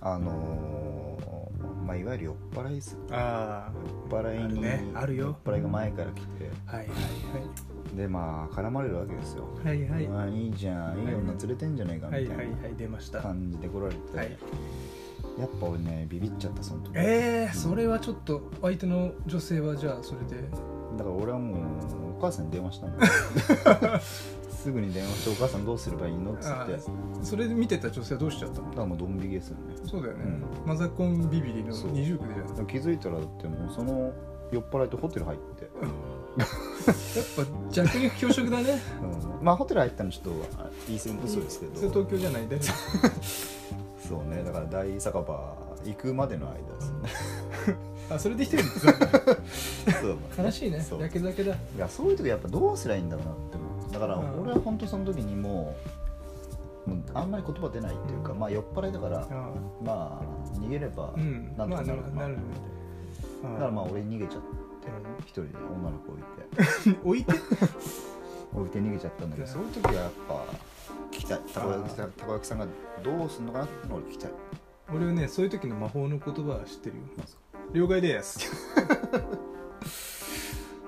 Speaker 1: あのまあ、いわゆる酔っ払いですよ
Speaker 2: あ
Speaker 1: 酔っ払いに、
Speaker 2: あるねあるよ
Speaker 1: 酔っ払いが前から来て
Speaker 2: あはいはい
Speaker 1: でまあ絡まれるわけですよ、
Speaker 2: はいはいはい
Speaker 1: まあ、いいじゃんいい女連れてんじゃねえかみた
Speaker 2: はいい
Speaker 1: な
Speaker 2: はいはい出ました
Speaker 1: 感じで来られて、
Speaker 2: はい
Speaker 1: やっぱ俺ねビビっちゃったその時
Speaker 2: えー、それはちょっと相手の女性はじゃあそれで
Speaker 1: だから俺はもうお母さんに電話したの すぐに電話して「お母さんどうすればいいの?」っつってだ
Speaker 2: あ
Speaker 1: か
Speaker 2: ーそれで見てた女性はどうしちゃったの
Speaker 1: らもうドン引きですよね
Speaker 2: そうだよね、
Speaker 1: うん
Speaker 2: マザコンビビリの
Speaker 1: そう
Speaker 2: 二重苦でじゃない
Speaker 1: だから気づいたらだってもうその酔っ払いとホテル入って、
Speaker 2: やっぱ弱肉強食だね
Speaker 1: うんまあホテル入ったのちょっとあ言い過ぎ 嘘ですけ
Speaker 2: それ
Speaker 1: ど
Speaker 2: 東京じゃないんだよね
Speaker 1: そうねだから大酒場行くまでの間ですね
Speaker 2: あそれで一人で行って
Speaker 1: そう
Speaker 2: た悲しいね
Speaker 1: そう
Speaker 2: やけ酒だ
Speaker 1: いやそういう時やっぱどうすりゃいいんだろうなって思うだから
Speaker 2: うん
Speaker 1: 俺は本当その時にもうもうあんまり言葉出ないっていうか、まあ酔っ払いだから、
Speaker 2: あ
Speaker 1: まあ逃げれば
Speaker 2: うん
Speaker 1: なんとかなる,、
Speaker 2: まあなるなるね
Speaker 1: だ
Speaker 2: あ
Speaker 1: からまあ俺逃げちゃって
Speaker 2: うん
Speaker 1: 一人で女の子置いて
Speaker 2: 置いて
Speaker 1: 置いて逃げちゃったんだけど、
Speaker 2: うん
Speaker 1: そういう時はやっぱ聞きたいたこ焼きさ
Speaker 2: あ
Speaker 1: んたこ焼きさんがどうするのかなっていうのを聞きたい
Speaker 2: 俺はねそういう時の魔法の言葉は知ってるよ
Speaker 1: なんですか
Speaker 2: 了解です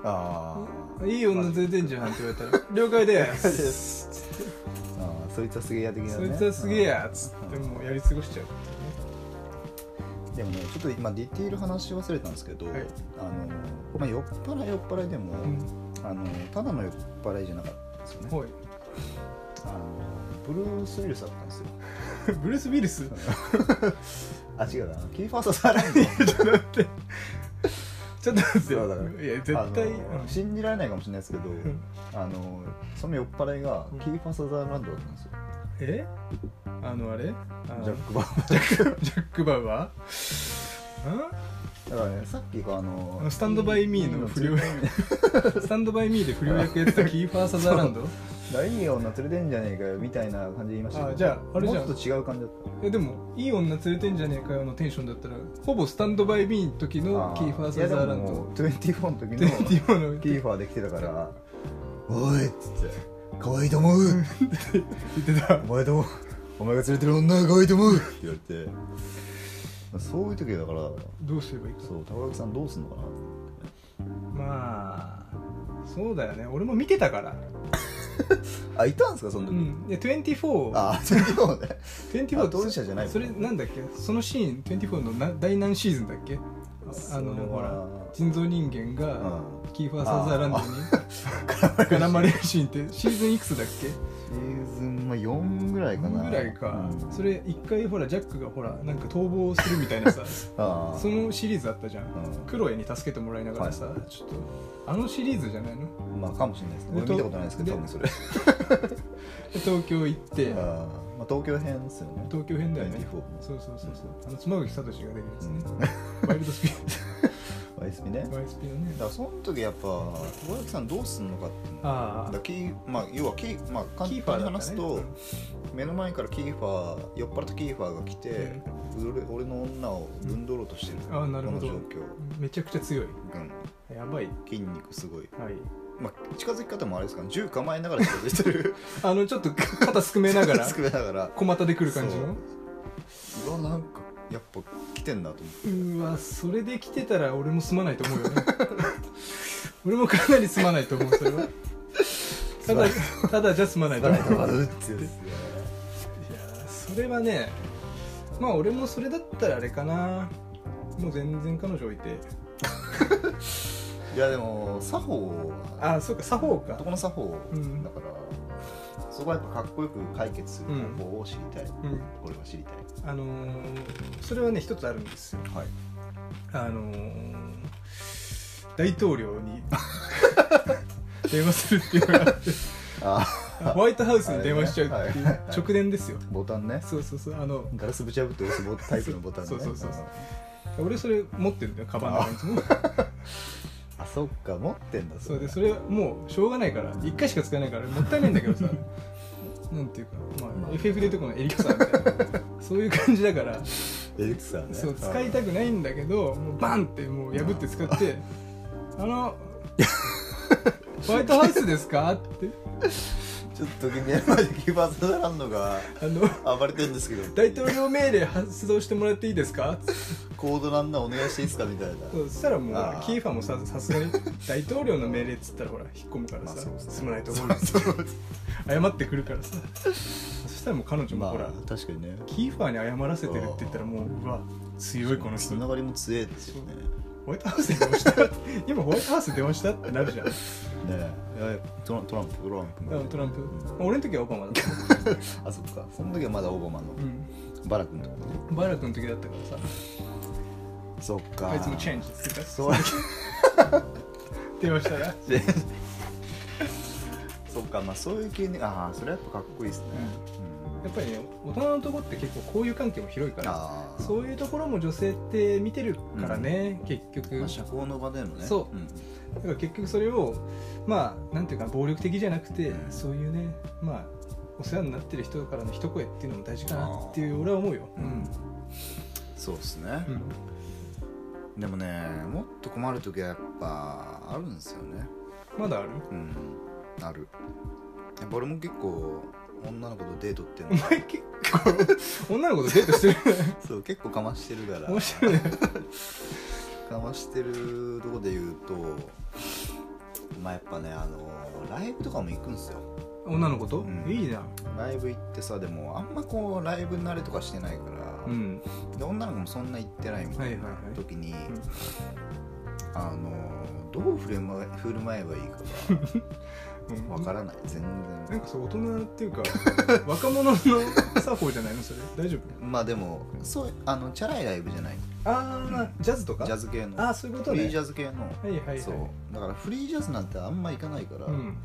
Speaker 1: あー
Speaker 2: いい女出てんじゃんって言われ たら了解です
Speaker 1: あーそいつはすげえや的なね
Speaker 2: そいつはすげえやっつって
Speaker 1: うん
Speaker 2: もうやり過ごしちゃう
Speaker 1: でもねちょっと今ディティール話し忘れたんですけど、
Speaker 2: はい
Speaker 1: あのまあ、酔っ払い酔っ払いでも、
Speaker 2: うん
Speaker 1: あのただの酔っ払いじゃなかったんですよね
Speaker 2: ほい
Speaker 1: あのブルース・ウィルスだったんですよ
Speaker 2: ブルース・ウィルス
Speaker 1: あ違うなキーファーサー・サランド
Speaker 2: ちょっと待って
Speaker 1: そうだから
Speaker 2: いや絶対
Speaker 1: あの信じられないかもしれないですけど
Speaker 2: ん
Speaker 1: あのその酔っ払いが
Speaker 2: うん
Speaker 1: キーファーサー・ザーランドだったんですよ
Speaker 2: えあのあれあの
Speaker 1: ジャック・バー
Speaker 2: ジャック・バウアーん
Speaker 1: だからねさっきあ
Speaker 2: あ
Speaker 1: の
Speaker 2: のスタンドバイミーの不良
Speaker 1: いい連れてん
Speaker 2: スタンドバイミーで不良役やってたキーファー・サザーランド
Speaker 1: じゃんいい女連れてんじゃねえかよみたいな感じで言いましたけど
Speaker 2: あじゃああれじゃん
Speaker 1: もうちょっと違う感じだった
Speaker 2: いやでもいい女連れてんじゃねえかよのテンションだったらほぼスタンドバイミーの時のキーファー・サザーランド
Speaker 1: トゥエンティフォの時
Speaker 2: で
Speaker 1: の
Speaker 2: 今の
Speaker 1: キーファーで来てたから「おい」っつって「可愛いと思う
Speaker 2: 言ってた
Speaker 1: お前ともお前が連れてる女が可愛いと思う」って言われてそういう時だから
Speaker 2: どうすればいいか
Speaker 1: そう高木さんどうすんのかな
Speaker 2: まあそうだよね俺も見てたから
Speaker 1: あいたんですかその時、
Speaker 2: うん
Speaker 1: あ
Speaker 2: で2424
Speaker 1: トゥエンティフォねあ当事者じゃない
Speaker 2: それなんだっけそのシーン24のな第何シーズンだっけああの
Speaker 1: それは
Speaker 2: ほら人造人間が
Speaker 1: う
Speaker 2: キーファー・サザーランドに絡まれるシーンってシーズンいくつだっけ
Speaker 1: んシーズンまあ4ぐらいかな
Speaker 2: ぐらいか、
Speaker 1: うん
Speaker 2: それ一回ほらジャックがほらなんか逃亡するみたいなさ
Speaker 1: ああ
Speaker 2: そのシリーズあったじゃん、
Speaker 1: うん
Speaker 2: クロエに助けてもらいながらさ、ちょっとあのシリーズじゃないの
Speaker 1: まあかもしれないですね俺
Speaker 2: で
Speaker 1: 見たことないですけど
Speaker 2: で
Speaker 1: 多分それ
Speaker 2: で東京行って
Speaker 1: あー、まあ、東京編ですよね
Speaker 2: 東京編だよね
Speaker 1: 24も
Speaker 2: そうそうそうそうあの妻夫木聡が出てるんですね、ワイルドスピ
Speaker 1: うん YSP ね
Speaker 2: ードワイスピードね
Speaker 1: だからその時やっぱ高木さんどうすんのかっていうの
Speaker 2: あ
Speaker 1: だからキーまあ要はキーまあ
Speaker 2: あ
Speaker 1: 簡
Speaker 2: キーファ
Speaker 1: 単
Speaker 2: ー
Speaker 1: に
Speaker 2: だった
Speaker 1: 話す
Speaker 2: ね
Speaker 1: と目の前からキーファー酔っ払ったキーファーが来て、俺俺の女をぶんどろうとしてる、
Speaker 2: うんあーなるほど
Speaker 1: この状況、
Speaker 2: めちゃくちゃ強い
Speaker 1: うん、
Speaker 2: やばい
Speaker 1: 筋肉すごい、
Speaker 2: はい
Speaker 1: まあ、近づき方もあれですかね銃構えながら近づいてる
Speaker 2: あのちょっと肩すくめ な がら
Speaker 1: 近づきながら
Speaker 2: 小股で来る感じの
Speaker 1: うわなんかやっぱ来てんなと思って
Speaker 2: うわそれで来てたら俺も済まないと思うよ ね俺もかなり済まないと思うそれはただただじゃ済まないと思ういや
Speaker 1: うって
Speaker 2: それはねまあ俺もそれだったらあれかなもう全然彼女置いて
Speaker 1: いやでも作法は
Speaker 2: あそうか作法か
Speaker 1: 男の作法
Speaker 2: うん
Speaker 1: だから、そこはやっぱかっこよく解決する方法を知りたい、
Speaker 2: うん
Speaker 1: 俺は知りたい
Speaker 2: あのーそれはね一つあるんですよ
Speaker 1: はい
Speaker 2: あのー大統領 に電話するっていうのがあって
Speaker 1: あ
Speaker 2: ホワイトハウスに電話しちゃうっていう
Speaker 1: はい
Speaker 2: 直伝ですよ
Speaker 1: ボタンね
Speaker 2: そうそうそうあの
Speaker 1: ガラスぶち破って押すボタンタイプのボタンね
Speaker 2: そうそうそうそう俺それ持ってるんだよカバンの 中に
Speaker 1: あそっか持ってんだ
Speaker 2: そうでそれもうしょうがないから1回しか使えないからもったいないんだけどさ なんていうか、まあ、FF でいうとこのエリクサーみたいなそういう感じだから
Speaker 1: エリクサーね
Speaker 2: そう使いたくないんだけどもうバンってもう破って使って「あのホワイトハウスですか?」って
Speaker 1: ちょっと目の前でキーパーサザーランドが
Speaker 2: あの
Speaker 1: 暴れてるんですけど
Speaker 2: 「大統領命令発動してもらっていいですか?」って
Speaker 1: コードランナーお願いしていいですかみたいな
Speaker 2: そうそしたらもう
Speaker 1: あー
Speaker 2: キーファーもささすが に大統領の命令っつったらほら引っ込むから
Speaker 1: まあ
Speaker 2: さ
Speaker 1: そうそう
Speaker 2: 進まないと思う謝ってくるからさそしたらもう彼女も
Speaker 1: ま
Speaker 2: ほら、
Speaker 1: あ確かにね
Speaker 2: キーファーに謝らせてるって言ったらもううわ強いこの
Speaker 1: つ
Speaker 2: 人
Speaker 1: ながりも強えですよねね
Speaker 2: ホワイトハウスに電話した って今ホワイトハウスに電話したってなるじゃんだか
Speaker 1: えいやトランプトランプトランプ
Speaker 2: らトランプ、まあ俺の時はオバマだった、
Speaker 1: あそっかその時はまだオバマの
Speaker 2: うん、
Speaker 1: バラ君とかね
Speaker 2: バラクの時だったからさ
Speaker 1: そっか
Speaker 2: あいつもチェンジって言った
Speaker 1: そう
Speaker 2: 電話したら
Speaker 1: そっかまあそういう系ねああそれはやっぱかっこいいですね、うん
Speaker 2: やっぱりね大人のとこって結構交友関係も広いから
Speaker 1: ああ
Speaker 2: そういうところも女性って見てるからね、結局、
Speaker 1: まあ、社交の場でのね
Speaker 2: そうんだから結局それをまあなんていうか暴力的じゃなくて
Speaker 1: うん
Speaker 2: そういうねまあお世話になってる人からの一声っていうのも大事かなっていう俺は思うよ、う
Speaker 1: うんんそうですね
Speaker 2: う、ん
Speaker 1: でもねもっと困る時はやっぱあるんですよね
Speaker 2: まだある
Speaker 1: うんあるやっぱ俺も結構女の子とデートっていう
Speaker 2: お
Speaker 1: のは
Speaker 2: 前結構女の子とデートしてる
Speaker 1: そう結構かましてるから
Speaker 2: 面白いね
Speaker 1: かましてるとこで言うとまあやっぱねあのライブとかも行くんですよ
Speaker 2: 女の子と、
Speaker 1: うん
Speaker 2: いいじゃん
Speaker 1: ライブ行ってさでもあんまこうライブ慣れとかしてないから、
Speaker 2: うん
Speaker 1: で女の子もそんな行ってないみたいな
Speaker 2: はいはいはい
Speaker 1: 時に、
Speaker 2: ん
Speaker 1: あのどう振る舞い振る舞えばいいかがわからない全
Speaker 2: な
Speaker 1: 然
Speaker 2: んかそう大人っていうか若者の作法じゃないのそれ大丈夫
Speaker 1: まあでもそうあのチャラいライブじゃない
Speaker 2: ああ、ジャズとか
Speaker 1: ジャズ系の
Speaker 2: ああそういうこと
Speaker 1: フリー
Speaker 2: ね
Speaker 1: ジャズ系の、
Speaker 2: はいはいはい
Speaker 1: そうだからフリージャズなんてあんま行かないから、
Speaker 2: ん、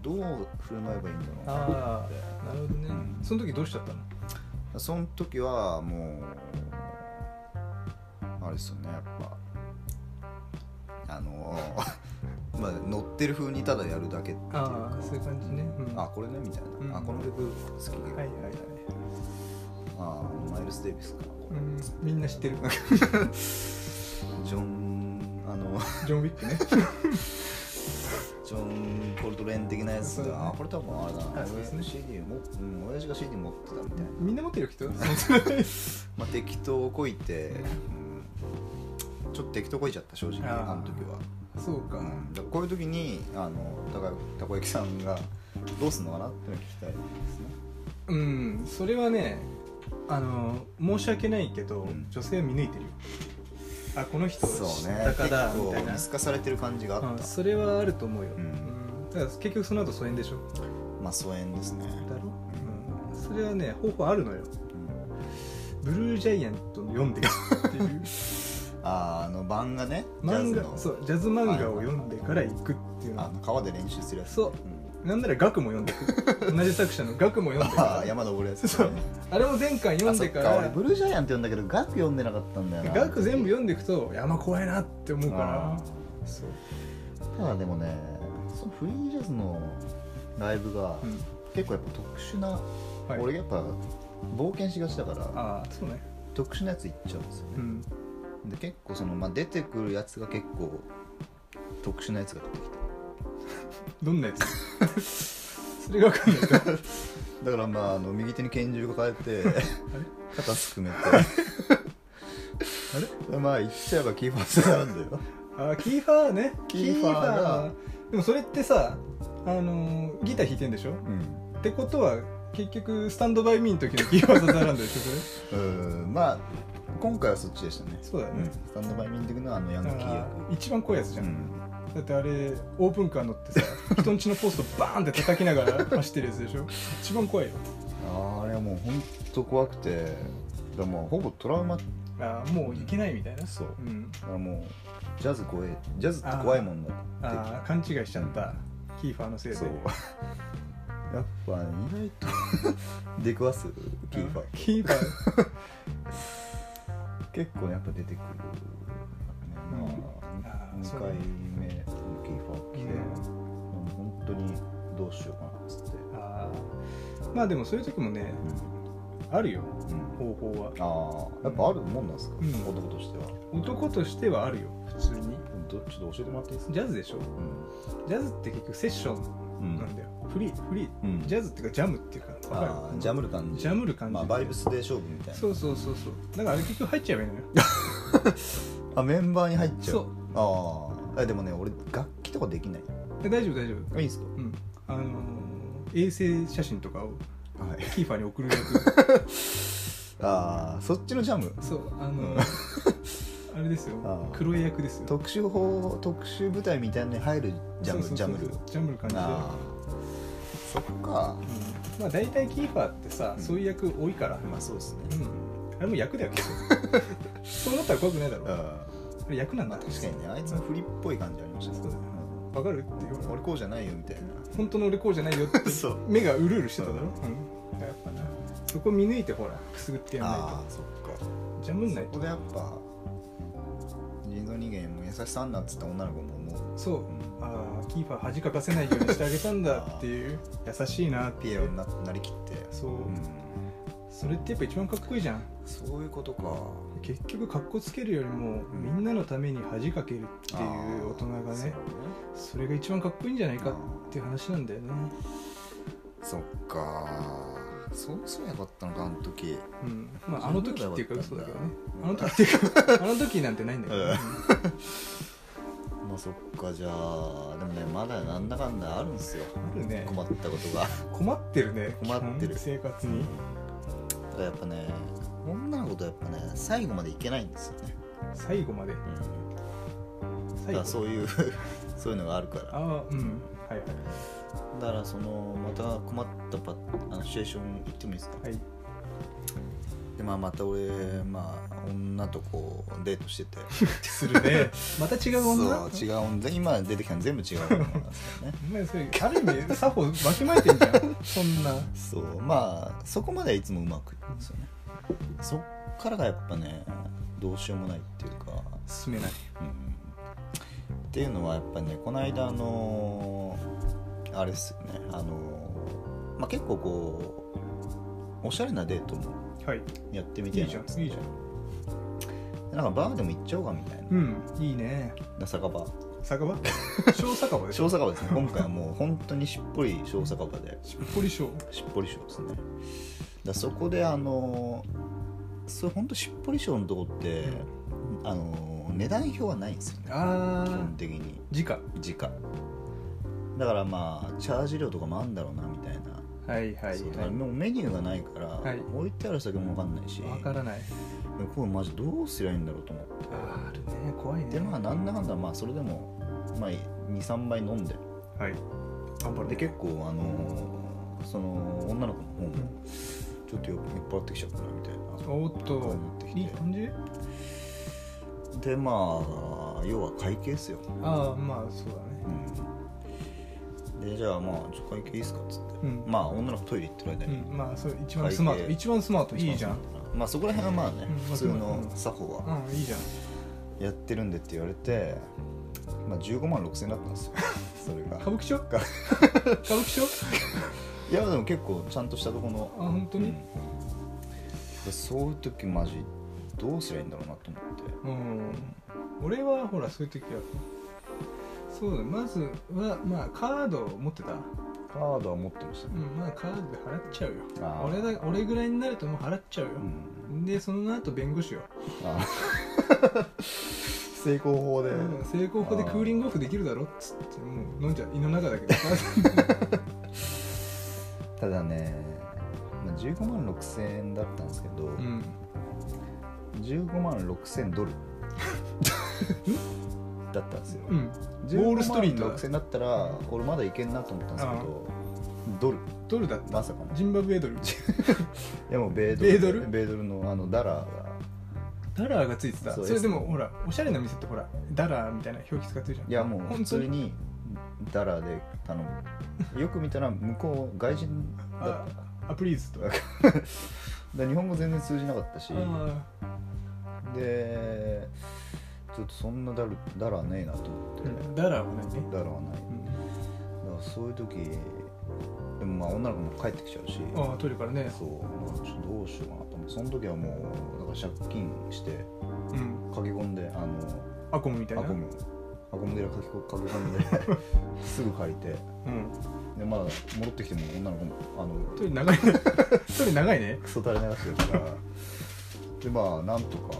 Speaker 1: どう振る舞えばいいんだろうな
Speaker 2: ああなるほどね、
Speaker 1: うん
Speaker 2: その時どうしちゃったの
Speaker 1: その時はもうあれですよねやっぱあの まあ乗ってる風にただやるだけっていう
Speaker 2: あ
Speaker 1: か
Speaker 2: あそういう感じね、うん、
Speaker 1: あこれねみたいな、
Speaker 2: う
Speaker 1: あ
Speaker 2: ん
Speaker 1: この曲好きだよみた
Speaker 2: はいい
Speaker 1: な、
Speaker 2: はいはい
Speaker 1: ああマイルス・デイビスか、
Speaker 2: うんみんな知ってる
Speaker 1: ジョンあの
Speaker 2: ジョン・ウィックね
Speaker 1: ジョン・コルトレーン的なやつ
Speaker 2: そう
Speaker 1: だ、
Speaker 2: だね
Speaker 1: あこれ多分あれだな、
Speaker 2: あそうですね
Speaker 1: 親 CD も、うん、親父が CD 持ってたみたいな、
Speaker 2: みんな持ってる人
Speaker 1: まあ、適当こいて、うんちょっと適当こいちゃった正直
Speaker 2: あー
Speaker 1: あの時は、
Speaker 2: そうか、
Speaker 1: うん、だからこういう時にあのたかたこ焼きさんがどうすんのかなっていうのを聞きたいですね
Speaker 2: うんそれはねあの申し訳ないけど、
Speaker 1: うん
Speaker 2: 女性は見抜いてるよあこの人
Speaker 1: そうね
Speaker 2: だか
Speaker 1: 結
Speaker 2: だみ
Speaker 1: 構
Speaker 2: たいな
Speaker 1: 見透かされてる感じがあ
Speaker 2: うん
Speaker 1: った、
Speaker 2: それはあると思うよ、
Speaker 1: うん
Speaker 2: うんだから結局その後疎遠でしょ
Speaker 1: まあ疎遠ですね、
Speaker 2: だろ、うん、それはね方法あるのよブルージャイアントの読んでからっていう
Speaker 1: あーあの版がね ジャ
Speaker 2: 漫
Speaker 1: ズ
Speaker 2: 画
Speaker 1: の
Speaker 2: そうジャズ漫画を読んでから行くっていう
Speaker 1: あ
Speaker 2: の
Speaker 1: の川で練習するやつ
Speaker 2: そう
Speaker 1: うん
Speaker 2: なんなら学も読ん でく同じ作者の学も読んで
Speaker 1: あ
Speaker 2: か
Speaker 1: あ
Speaker 2: ら
Speaker 1: 山登るやつ、
Speaker 2: そうあれも前回読
Speaker 1: あ
Speaker 2: ん
Speaker 1: そ
Speaker 2: で
Speaker 1: っ
Speaker 2: か
Speaker 1: から俺
Speaker 2: ら
Speaker 1: ブルージャイアンって読んだけど額読んでなかったんだよな
Speaker 2: 学全部読んでいくと山怖いなって思うか
Speaker 1: あ
Speaker 2: らそう、
Speaker 1: ただでもねそのフリージャズのライブが
Speaker 2: うん
Speaker 1: 結構やっぱ特殊な、
Speaker 2: はい、
Speaker 1: 俺やっぱ冒険しがちだから
Speaker 2: ああそうね
Speaker 1: 特殊なやつ行っちゃうんですよね
Speaker 2: う、ん
Speaker 1: で結構その、まあ、出てくるやつが結構特殊なやつが出てきて
Speaker 2: どんなやつ それが分かんないから
Speaker 1: だからまああの右手に拳銃抱え て肩すくめて
Speaker 2: あ
Speaker 1: まあ言っちゃえばキーパーさんなんだよ
Speaker 2: れあーキーファーね
Speaker 1: キーファーが
Speaker 2: ーでもそれってさあのーギター弾いてんでしょ
Speaker 1: うん
Speaker 2: ってことは結局スタンドバイミーの時のキーワードザランドでしょ
Speaker 1: うんまあ今回はそっちでしたね
Speaker 2: それそうだよ
Speaker 1: うん
Speaker 2: ね、
Speaker 1: スタンドバイミーの時のあのヤンキ
Speaker 2: だか
Speaker 1: ー
Speaker 2: ら
Speaker 1: 役
Speaker 2: 一番怖いやつじゃん、
Speaker 1: うん
Speaker 2: だってあれオープンカー乗ってさ人んちのポストバーンって叩きながら走ってるやつでしょ一番怖いよ
Speaker 1: あれはもうほんと怖くてだからもうほぼトラウマだか
Speaker 2: ああもういけないみたいな
Speaker 1: そう
Speaker 2: うん、
Speaker 1: らもうジャズ怖えジャズって怖いもんだって
Speaker 2: ああ勘違いしちゃった、キーファーのせいで
Speaker 1: そうやっぱ意 外と出くわすキーパー
Speaker 2: うんキーファー
Speaker 1: 結構ねやっぱ出てくる、ね
Speaker 2: うん
Speaker 1: ま
Speaker 2: あ
Speaker 1: あ、
Speaker 2: ーそ
Speaker 1: 2
Speaker 2: う
Speaker 1: 回目のキーパー来て、
Speaker 2: うん
Speaker 1: でも本当にどうしようかなっつって、
Speaker 2: ああまあでもそういう時もねあるよ
Speaker 1: うん
Speaker 2: 方法は
Speaker 1: ああやっぱあるもんなんですか、
Speaker 2: うん
Speaker 1: 男としては
Speaker 2: 男としてはあるよ普通に
Speaker 1: どちょっと教えてもらっていいですか、
Speaker 2: ジャズでしょ
Speaker 1: う
Speaker 2: ジャズって結局セッション
Speaker 1: んうん
Speaker 2: なんだよ、フリーフリー
Speaker 1: うん
Speaker 2: ジャズっていうかジャムっていうかわ
Speaker 1: あ
Speaker 2: か
Speaker 1: ー
Speaker 2: る
Speaker 1: ジャムる感じ
Speaker 2: ジャムる感じ
Speaker 1: まあ、バイブスで勝負みたいな
Speaker 2: そうそうそうそうだからあれ結局入っちゃえばいいのよ
Speaker 1: あメンバーに入っちゃう
Speaker 2: そう
Speaker 1: ああでもね俺楽器とかできない
Speaker 2: え大丈夫大丈夫
Speaker 1: いいんすか
Speaker 2: うんあのー衛星写真とかを
Speaker 1: はい
Speaker 2: キーファーに送る 役
Speaker 1: ああそっちのジャム
Speaker 2: そうあの、
Speaker 1: うん
Speaker 2: あれですよ
Speaker 1: あー
Speaker 2: 黒い役ですよ
Speaker 1: 特殊法特殊部隊みたいに入るジャム
Speaker 2: そう
Speaker 1: ジ
Speaker 2: そ
Speaker 1: ャ
Speaker 2: うそう
Speaker 1: ムル
Speaker 2: ジャムル感じで
Speaker 1: ああそっか
Speaker 2: うんまあ大体キーファーってさそういう役多いから、
Speaker 1: まあそうですね
Speaker 2: うんあれも役だよね そう思ったら怖くないだろ
Speaker 1: う
Speaker 2: うんあれ役なんだ
Speaker 1: まあ確かにねあいつの振りっぽい感じありましたね
Speaker 2: そうだね
Speaker 1: う
Speaker 2: わかるって言われ
Speaker 1: ん俺こうじゃないよみたいな
Speaker 2: 本当の俺こうじゃないよって
Speaker 1: そう
Speaker 2: 目がうるうるしてただろ、うんやっぱなそこ見抜いてほらくすぐってやんない
Speaker 1: ああそっか
Speaker 2: とジャムんない
Speaker 1: そことでやっぱ人造人間も優しさあんなっつった女の子ももう
Speaker 2: そうああキーパー恥かかせないようにしてあげたんだっていう優しいなって
Speaker 1: ピエロにななりきって
Speaker 2: そう、
Speaker 1: うん
Speaker 2: それってやっぱ一番かっこいいじゃん
Speaker 1: そういうことか
Speaker 2: 結局かっこつけるよりも
Speaker 1: ん
Speaker 2: みんなのために恥かけるっていう大人がねそれが一番かっこいいんじゃないかっていう話なんだよね
Speaker 1: そっかそうそうやかったのかあの時
Speaker 2: うんまああの時っていうか
Speaker 1: そ
Speaker 2: 嘘
Speaker 1: う
Speaker 2: だ
Speaker 1: だ
Speaker 2: け
Speaker 1: よ
Speaker 2: ど
Speaker 1: ね
Speaker 2: ねあの時っていうかあの時なんてないんだけどね、
Speaker 1: まあそっかじゃあでもねまだなんだかんだあるんすよ
Speaker 2: あるね
Speaker 1: 困ったことが
Speaker 2: 困ってるね
Speaker 1: 困ってる
Speaker 2: 基本生活に
Speaker 1: だからやっぱね女の子とやっぱね最後までいけないんですよね、
Speaker 2: 最後まで
Speaker 1: うん、だ
Speaker 2: 最
Speaker 1: から
Speaker 2: 後
Speaker 1: そういう そういうのがあるから
Speaker 2: ああうんはいはい
Speaker 1: だからそのまた困ったパあのシチュエーション言ってもいいですか、
Speaker 2: はい
Speaker 1: でまあまた俺まあ女とこうデートして て
Speaker 2: す るねまた違う女
Speaker 1: そう違う女今出てきたの全部違う女なんですよね
Speaker 2: お前それある意味作法わきまえてんじ ゃんそんな
Speaker 1: そうまあそこまではいつもうまくいくんですよねそっからがやっぱねどうしようもないっていうか、
Speaker 2: 進めない
Speaker 1: うん、っていうのはやっぱねこの間あのあれですよねあのまあ結構こうおしゃれなデートも
Speaker 2: はい
Speaker 1: やってみて
Speaker 2: い
Speaker 1: え
Speaker 2: い
Speaker 1: な
Speaker 2: じゃんいいじゃん
Speaker 1: なんかバーでも行っちゃおうかみたいな、
Speaker 2: うんいいね
Speaker 1: だ酒場
Speaker 2: 酒 場小酒場でし
Speaker 1: 小
Speaker 2: ょ
Speaker 1: 酒場ですね今回はもう本当にしっぽり小酒場で
Speaker 2: しっぽり小
Speaker 1: しっぽり小ですねだそこであのそれ本当しっぽり小のとこってあの値段表はないんですよね
Speaker 2: あ
Speaker 1: 基
Speaker 2: あ
Speaker 1: 本的に
Speaker 2: 時価
Speaker 1: 時価だからまあチャージ料とかもあんだろうなみたいな、
Speaker 2: はいはい
Speaker 1: そうだか
Speaker 2: は
Speaker 1: ら
Speaker 2: い
Speaker 1: もうメニューがないから、
Speaker 2: はい
Speaker 1: 置いてある酒も分かんないし
Speaker 2: わからない
Speaker 1: でもこれマジどうすりゃいいんだろうと思って
Speaker 2: あーあるね怖いね
Speaker 1: でまあなんだかんだまあそれでも、まあ、23杯飲んで
Speaker 2: はい頑張る
Speaker 1: で
Speaker 2: ね
Speaker 1: 結構あのーその女の子の方もちょっと酔っ払ってきちゃったなみたいな
Speaker 2: おーっ
Speaker 1: ことになってき
Speaker 2: いい感じ
Speaker 1: てでまあ要は会計ですよ、
Speaker 2: ああまあそうだね
Speaker 1: うんでじゃあまあちょっと会計いいっすかっつって、
Speaker 2: うん
Speaker 1: まあ女の子トイレ行ってる間
Speaker 2: う
Speaker 1: に、
Speaker 2: んまあそう一番スマー
Speaker 1: 会
Speaker 2: ト
Speaker 1: 計
Speaker 2: 一番スマートいいじゃん
Speaker 1: まあそこら辺はまあね、
Speaker 2: うん
Speaker 1: 普通の作法は
Speaker 2: うんいいじゃん
Speaker 1: やってるんでって言われて、まあ、15万6000円だったん ですよそれが
Speaker 2: 歌舞伎町 歌舞伎町
Speaker 1: いやでも結構ちゃんとしたとこの
Speaker 2: あ本当に
Speaker 1: うんそういう時マジどうすりゃいいんだろうなと思って
Speaker 2: うん俺はほらそういう時はそうだねまずはまあカードを持ってた
Speaker 1: カードは持ってました
Speaker 2: う
Speaker 1: ね、
Speaker 2: んまあカードで払っちゃうよ
Speaker 1: あー
Speaker 2: 俺だ俺ぐらいになるともう払っちゃうよ
Speaker 1: う、ん
Speaker 2: でその後弁護士を、
Speaker 1: あ 成功法で、
Speaker 2: うん成功法でクーリングオフできるだろっつってもう飲んじゃ胃の中 だけど
Speaker 1: ただねまあ15万6000円だったんですけど、
Speaker 2: うん
Speaker 1: 15万6000ドル だったんですよ、
Speaker 2: うん
Speaker 1: 15万
Speaker 2: ウォールストリートだ
Speaker 1: 6000だったら俺まだいけんなと思ったんですけどドル
Speaker 2: ドルだった
Speaker 1: まさかのい
Speaker 2: ジンバブ エドル
Speaker 1: やもう米ドル
Speaker 2: 米ドル
Speaker 1: 米ドルのあのダラーが
Speaker 2: ダラーがついてた
Speaker 1: そ
Speaker 2: そうれで
Speaker 1: で
Speaker 2: も
Speaker 1: す
Speaker 2: ほらおしゃれな店ってほらダラーみたいな表記使ってるじゃん
Speaker 1: いやもう普
Speaker 2: 本当
Speaker 1: 通
Speaker 2: に
Speaker 1: にダラーで頼むよく見たら向こう外人だった
Speaker 2: あアプリーズとか
Speaker 1: で日本語全然通じなかったし
Speaker 2: あ
Speaker 1: でちょっとそんなダルダラーねえなと思って、
Speaker 2: ーダラーは何ね
Speaker 1: ダラーはないだからそういう時でもまあ女の子も帰ってきちゃうし
Speaker 2: ああトイレからね
Speaker 1: そうちょっとどうしようかなと思ってその時はもうだから借金して
Speaker 2: うん
Speaker 1: 駆け込んであの
Speaker 2: アコムみたい
Speaker 1: ア
Speaker 2: な
Speaker 1: コムアコム寺駆け込駆け込ん ですぐ借りて
Speaker 2: うん
Speaker 1: でまだ戻ってきても女の子もあの
Speaker 2: トイ レ長いねトイレ長いね
Speaker 1: クソ垂れ流してるからでまあなんとか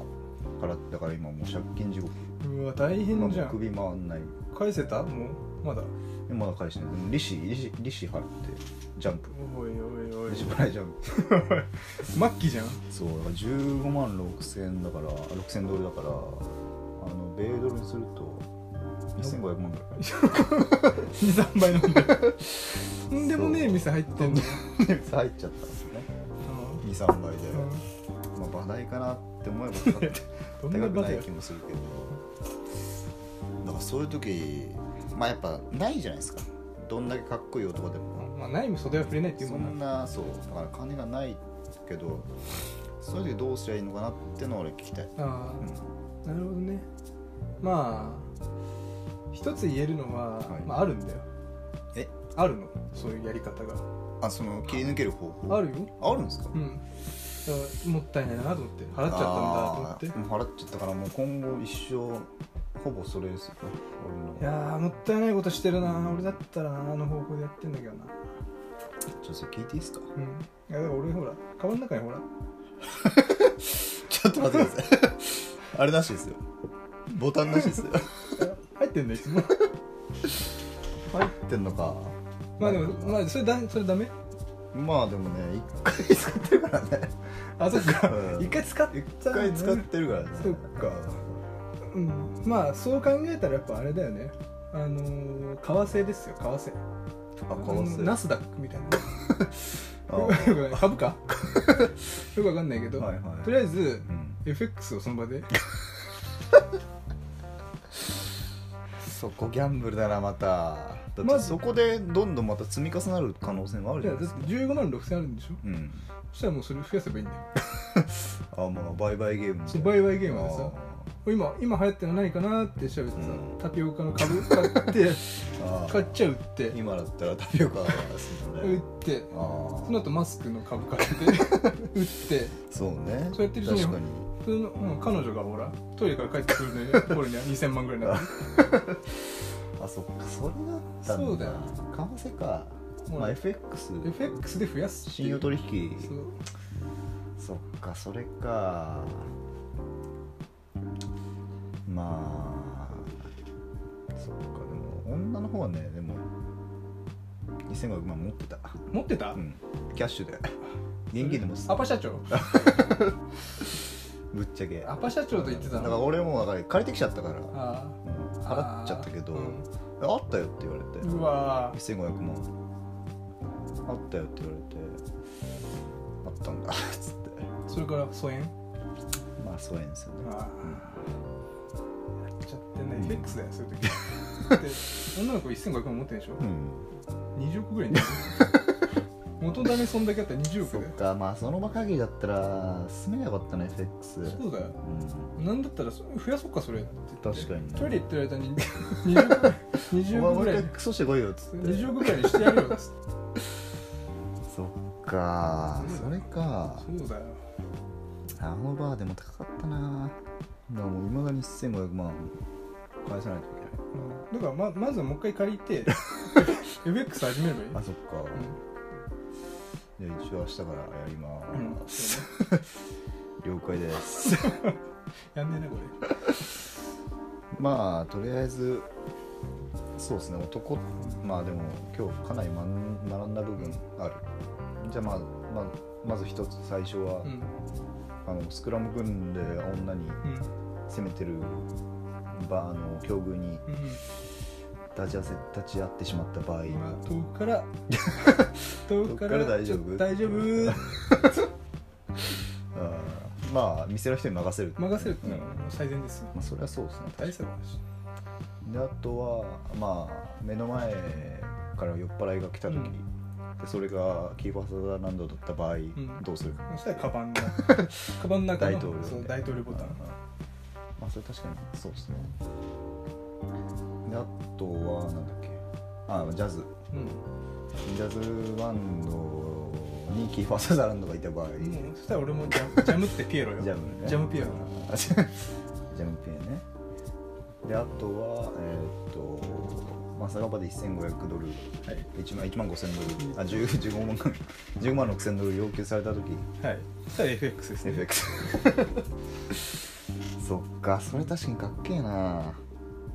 Speaker 1: 払ってだから今もう借金地獄
Speaker 2: ううわ大変じゃ
Speaker 1: 今
Speaker 2: ん
Speaker 1: 首回んない
Speaker 2: 返せたもうまだ
Speaker 1: でまだ返してないでも利子利子利子払ってジャンプ
Speaker 2: おいおいおい
Speaker 1: 利子払いジャンプ
Speaker 2: マッキーじゃん
Speaker 1: そうだから15万6000円だから6000ドルだからあの米ドルにすると1500万ぐらい
Speaker 2: 23倍飲んでとんでもねえ店入ってんの
Speaker 1: 入っちゃったんですね23倍で、まあ、馬代かなって思えば高く
Speaker 2: どんな
Speaker 1: 高く
Speaker 2: バ
Speaker 1: な
Speaker 2: カ
Speaker 1: い
Speaker 2: や
Speaker 1: 気もするけどだからそういう時まあやっぱないじゃないですかどんだけかっこいい男でも
Speaker 2: まあないも袖は触れないっていう
Speaker 1: そ
Speaker 2: もん
Speaker 1: ん
Speaker 2: な
Speaker 1: なそうだから金がないけどそういう時どうすりゃいいのかなってのを俺聞きたい、
Speaker 2: あ
Speaker 1: うん
Speaker 2: あなるほどねまあ一つ言えるのは、
Speaker 1: はい
Speaker 2: まあ、あるんだよ
Speaker 1: え
Speaker 2: あるのそういうやり方が
Speaker 1: あその切り抜ける方法
Speaker 2: あるよ
Speaker 1: あるんですか
Speaker 2: うんだからもったいないなと思って払っちゃったんだと思って
Speaker 1: あー払っちゃったからもう今後一生ほぼそれですよ俺の
Speaker 2: いやーもったいないことしてるな俺だったらなあの方向でやってんだけどな
Speaker 1: ちょっとそれ聞いていいですか
Speaker 2: うんいやだから俺ほら顔の中にほら
Speaker 1: ちょっと待ってください あれなしですよボタンなしですよ
Speaker 2: 入ってんだいつも
Speaker 1: 入ってんのか
Speaker 2: まあでもまあそれだそれダメ
Speaker 1: まあでもね一回使ってるからね
Speaker 2: あそっか
Speaker 1: うん
Speaker 2: 一回使ったんだね
Speaker 1: 一回使ってるからね
Speaker 2: そっかうんまあそう考えたらやっぱあれだよねあのー、為替ですよ為替
Speaker 1: あ為替
Speaker 2: ナスダックみたいな
Speaker 1: あ
Speaker 2: よくわかんない 株価よくわかんないけど、
Speaker 1: はいはい
Speaker 2: とりあえず
Speaker 1: うん、
Speaker 2: FX をその場で
Speaker 1: そこギャンブルだなまただっ
Speaker 2: ま
Speaker 1: て
Speaker 2: ず
Speaker 1: そこでどんどんまた積み重なる可能性もある
Speaker 2: い
Speaker 1: じゃな
Speaker 2: やだ
Speaker 1: い
Speaker 2: って
Speaker 1: ですか
Speaker 2: 15万6000あるんでしょ
Speaker 1: うん
Speaker 2: そしたらもうそれ増やせばいいんだよ
Speaker 1: あまあ売買ゲームみたいな
Speaker 2: そう売買ゲームでさ
Speaker 1: あ
Speaker 2: 今今流行ってるの何かなって調べてさ、
Speaker 1: うん
Speaker 2: タピオカの株 買って
Speaker 1: ーあー
Speaker 2: 買っちゃうって
Speaker 1: 今だったらタピオカですもん
Speaker 2: 売っ
Speaker 1: ね
Speaker 2: て
Speaker 1: ああ
Speaker 2: その後マスクの株買って売って
Speaker 1: そうね
Speaker 2: そうやってる人に
Speaker 1: 確かに
Speaker 2: その、うん、彼女がほらトイレから帰ってくるのに俺には2000万ぐらいになる
Speaker 1: あそっかそれだったんだ
Speaker 2: そうだよ
Speaker 1: 為替か、
Speaker 2: うん
Speaker 1: まあ、FX
Speaker 2: FX で増やすって
Speaker 1: 信
Speaker 2: い
Speaker 1: 用
Speaker 2: う
Speaker 1: 取引
Speaker 2: そ
Speaker 1: そ
Speaker 2: う
Speaker 1: っかそれかまあそっかでも女の方はねでも2500万持ってた
Speaker 2: 持ってた、
Speaker 1: うんキャッシュで現金でも
Speaker 2: アパ社長
Speaker 1: ぶっちゃけ
Speaker 2: アパ社長と言ってた
Speaker 1: だから
Speaker 2: の
Speaker 1: 俺もだから借りてきちゃったから、うん
Speaker 2: ああ
Speaker 1: 払っちゃったけど、
Speaker 2: うん
Speaker 1: あったよって言われて
Speaker 2: うわー
Speaker 1: 1500万あったよって言われてあったんだ っつって
Speaker 2: それから疎遠
Speaker 1: まあそうやんですよね
Speaker 2: ああやっちゃってね
Speaker 1: うん
Speaker 2: FX だよそういう時だって女の子1500万持ってるでしょ
Speaker 1: うん
Speaker 2: 20億ぐらいになる元ダメそんだけあったら20億
Speaker 1: そっ
Speaker 2: だよ
Speaker 1: かまあその場限りだったら進めなかったね FX うん
Speaker 2: そうだよなんだったらそ増やそうかそれって言って
Speaker 1: 確かにね
Speaker 2: トイレ行ってる間に 20,
Speaker 1: お前
Speaker 2: 20
Speaker 1: も
Speaker 2: 億ぐ
Speaker 1: う一回
Speaker 2: らい
Speaker 1: クソしてこいよっつって
Speaker 2: 20億ぐらいにしてやる よっつっ
Speaker 1: そっかそれか
Speaker 2: てそうだよ
Speaker 1: あのバーでも高かったなだからもういまだに1500万返さないといけない
Speaker 2: うんだからままずはもう一回借り て FX 始めればいい
Speaker 1: あそっか、じゃあ一応明日からやりま
Speaker 2: うんうん
Speaker 1: ーす、
Speaker 2: そうね
Speaker 1: 了解です
Speaker 2: やんねえなこれ
Speaker 1: まあとりあえずそうですね男まあでも今日かなり学ん学んだ部分ある、じゃあまあまあまず一つ最初は、
Speaker 2: うん
Speaker 1: あのスクラム組んで女に
Speaker 2: うん
Speaker 1: 攻めてるバーの境遇に
Speaker 2: うん
Speaker 1: 立ち合わせ立ち会ってしまった場合
Speaker 2: 今遠 くから遠くか
Speaker 1: 遠くか
Speaker 2: ら
Speaker 1: ら大丈夫
Speaker 2: 大丈夫
Speaker 1: あーまあ店の人に任せる
Speaker 2: 任せるって
Speaker 1: うん
Speaker 2: のはもう最善ですよ
Speaker 1: まあ、それはそうですね
Speaker 2: 大した話
Speaker 1: であとはまあ目の前から酔っ払いが来た時、
Speaker 2: うん
Speaker 1: でそれがキーファーサーランドだった場合、
Speaker 2: ん
Speaker 1: どうするか
Speaker 2: そしたらカ バンのカバンの中
Speaker 1: 大
Speaker 2: の
Speaker 1: 統領
Speaker 2: そう大統領ボタ
Speaker 1: うん
Speaker 2: ン
Speaker 1: まあそれ確かにそうですねであとはなんだっけあジャズ
Speaker 2: うん
Speaker 1: ジャズバンドにキーファーサザーランドがいた場合、
Speaker 2: もうそしたら俺もジャムジャムってピエロよ
Speaker 1: ジャムね
Speaker 2: ジャムピエロ
Speaker 1: あ ジャムジャムピエねであとはえーっとまあ酒場で1500ドル
Speaker 2: はい
Speaker 1: 1万1万5000ドルあ10 15万15万6000ドル要求された時
Speaker 2: はいそしたら FX ですね
Speaker 1: FX そっかそれ確かにかっけえな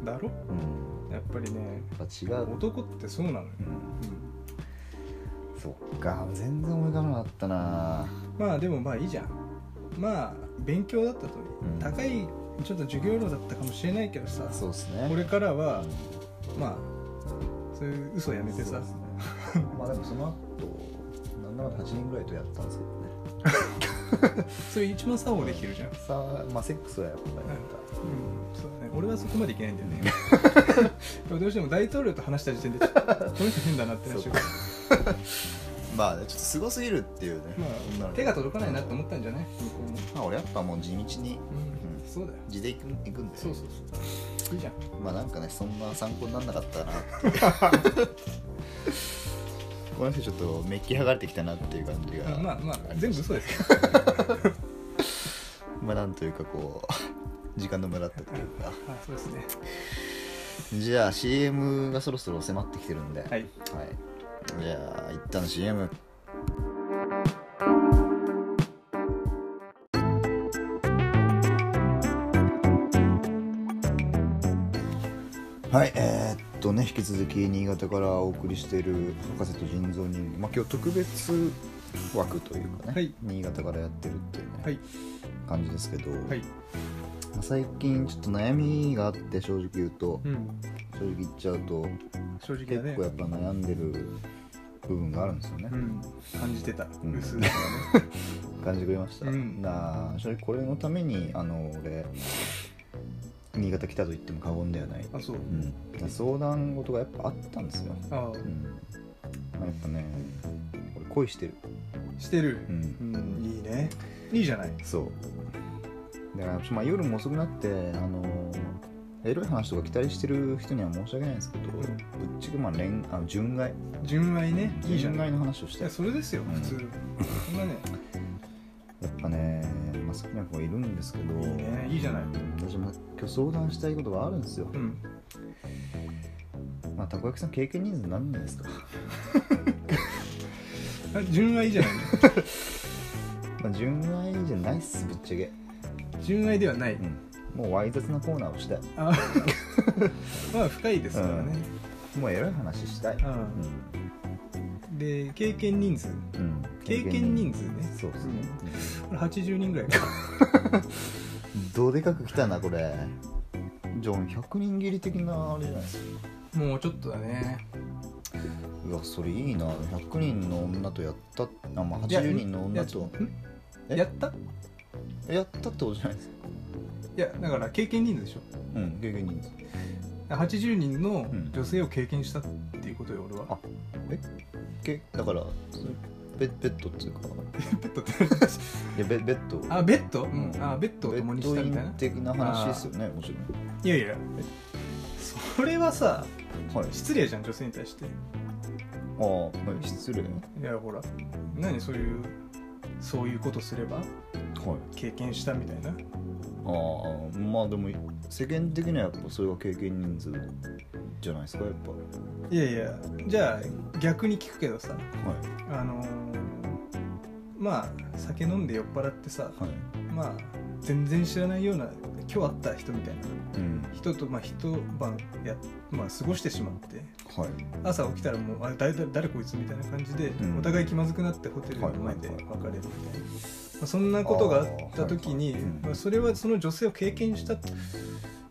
Speaker 2: だろ
Speaker 1: うん
Speaker 2: やっぱりね
Speaker 1: やっぱ違う、
Speaker 2: 男ってそうなのよ、
Speaker 1: うん、
Speaker 2: う、
Speaker 1: そっか全然思い浮かばなかったなん
Speaker 2: まあでもまあいいじゃんまあ勉強だったと、
Speaker 1: うん
Speaker 2: 高いちょっと授業料だったかもしれないけどさ
Speaker 1: そうですね
Speaker 2: これからはまあそういう嘘やめて
Speaker 1: そう
Speaker 2: さ
Speaker 1: っすね まあでもその後なんだかんだ8人ぐらいとやったんですけどね
Speaker 2: それ一番作法できるじゃん、うん
Speaker 1: さあまあセックスはやっぱりなんか、
Speaker 2: そうだね、俺はそこまでいけないんだ よねでもどうしても大統領と話した時点でちょっとこの人変だなって話を、
Speaker 1: まあねちょっとすごすぎるっていうね、
Speaker 2: まあ、手が届かないなって思ったんじゃない向こうも、
Speaker 1: まあ俺やっぱもう地道に
Speaker 2: うん、そうだよ
Speaker 1: 地で行く行くんで
Speaker 2: そうそうそういいじゃん
Speaker 1: まあなんかねそんな参考にならなかったなってこの人ちょっとメッキ剥がれてきたなっていう感じが
Speaker 2: あまあまあ
Speaker 1: り
Speaker 2: 全
Speaker 1: ま
Speaker 2: 部
Speaker 1: した
Speaker 2: 嘘ですよ
Speaker 1: まあなんというかこう時間の無駄だったというか
Speaker 2: あそうですね
Speaker 1: じゃあ CM がそろそろ迫ってきてるんでは、
Speaker 2: はいい
Speaker 1: じゃあ一旦 CM はいえーっとね引き続き新潟からお送りしている「博士と人造人間」まあ、今日特別枠というかね、
Speaker 2: はい
Speaker 1: 新潟からやってるっていうね、
Speaker 2: はい
Speaker 1: 感じですけど、
Speaker 2: はい
Speaker 1: まあ最近ちょっと悩みがあって正直言うと、
Speaker 2: うん
Speaker 1: 正直言っちゃうと
Speaker 2: 正直だ
Speaker 1: 結
Speaker 2: ね
Speaker 1: 構やっぱ悩んでる部分があるんですよね、
Speaker 2: うん感じてた
Speaker 1: ん
Speaker 2: 薄々ね
Speaker 1: 感じてくれました、
Speaker 2: うん
Speaker 1: なあ正直これのためにあの俺新潟来たと言っても過言ではない、
Speaker 2: あそう
Speaker 1: うん、相談事がやっぱあったんですよ、
Speaker 2: あ
Speaker 1: うんまあ、やっぱね俺恋してる、
Speaker 2: してる
Speaker 1: う、
Speaker 2: うんんいいねいいじゃない
Speaker 1: そうだからちょ、まあ、夜も遅くなってあのエロい話とか期待してる人には申し訳ないんですけど、
Speaker 2: ん
Speaker 1: ぶっちゃけまあ恋あの純愛
Speaker 2: 純愛ねいいじゃ
Speaker 1: 純
Speaker 2: ない
Speaker 1: 愛
Speaker 2: い
Speaker 1: の話をして
Speaker 2: やそれですよ
Speaker 1: うん
Speaker 2: 普通そんなね
Speaker 1: やっぱね、まあ、好きな子がいるんですけど
Speaker 2: いいねいいじゃない
Speaker 1: 私も今日相談したいことがあるんですよ、
Speaker 2: うん
Speaker 1: まあ、たこ焼きさん経験人数何人ですか、
Speaker 2: あ純愛じゃない
Speaker 1: まあ、純愛じゃないっすぶっちゃけ、
Speaker 2: 純愛ではない
Speaker 1: うん、もうわい雑なコーナーをしたい
Speaker 2: あ まあ深いですからね
Speaker 1: もうエロい話したい、
Speaker 2: う
Speaker 1: うんん
Speaker 2: で経験人数
Speaker 1: うん、
Speaker 2: 経験人数ね
Speaker 1: そうですね、
Speaker 2: これ80人ぐらいか
Speaker 1: うんどでかく来たなこれじゃあ100人切り的なあれじゃないですか
Speaker 2: もうちょっとだね
Speaker 1: うわそれいいな100人の女とやったあ、まあ、80人の女と
Speaker 2: や
Speaker 1: え
Speaker 2: やったい
Speaker 1: やったってことじゃないですか
Speaker 2: やだから経験人数でしょ
Speaker 1: うん経験人数
Speaker 2: 80人の
Speaker 1: うん
Speaker 2: 女性を経験したっていうことよ俺は
Speaker 1: あけだからベベッドっていうか
Speaker 2: ベッドって
Speaker 1: いやベベッド
Speaker 2: あベッド、う、
Speaker 1: うんん
Speaker 2: あベッドを共にしたみた
Speaker 1: ベッ
Speaker 2: いな
Speaker 1: ドイン的な話ですよねもち
Speaker 2: いやいやそれはさ
Speaker 1: ろんはい
Speaker 2: 失礼じゃん女性に対して
Speaker 1: ああはい失礼はい
Speaker 2: やほら何そういうそういうことすれば経験したみたいな
Speaker 1: ああまあでも世間的にはやっぱそれが経験人数じゃないですかやっ
Speaker 2: いやいやじゃあ逆に聞くけどさ
Speaker 1: ぱはい
Speaker 2: あのーまあ酒飲んで酔っ払ってさ
Speaker 1: はい
Speaker 2: まあ全然知らないような今日会った人みたいな
Speaker 1: うん
Speaker 2: 人とまあ一晩や、まあ、過ごしてしまって
Speaker 1: はい
Speaker 2: 朝起きたらもうあれ誰誰こいつみたいな感じで、
Speaker 1: ん
Speaker 2: お互い気まずくなってホテルの前で別れるみたいな、まあ、そんなことがあった時に
Speaker 1: あーはいはいうん
Speaker 2: まあ、それはその女性を経験したって言える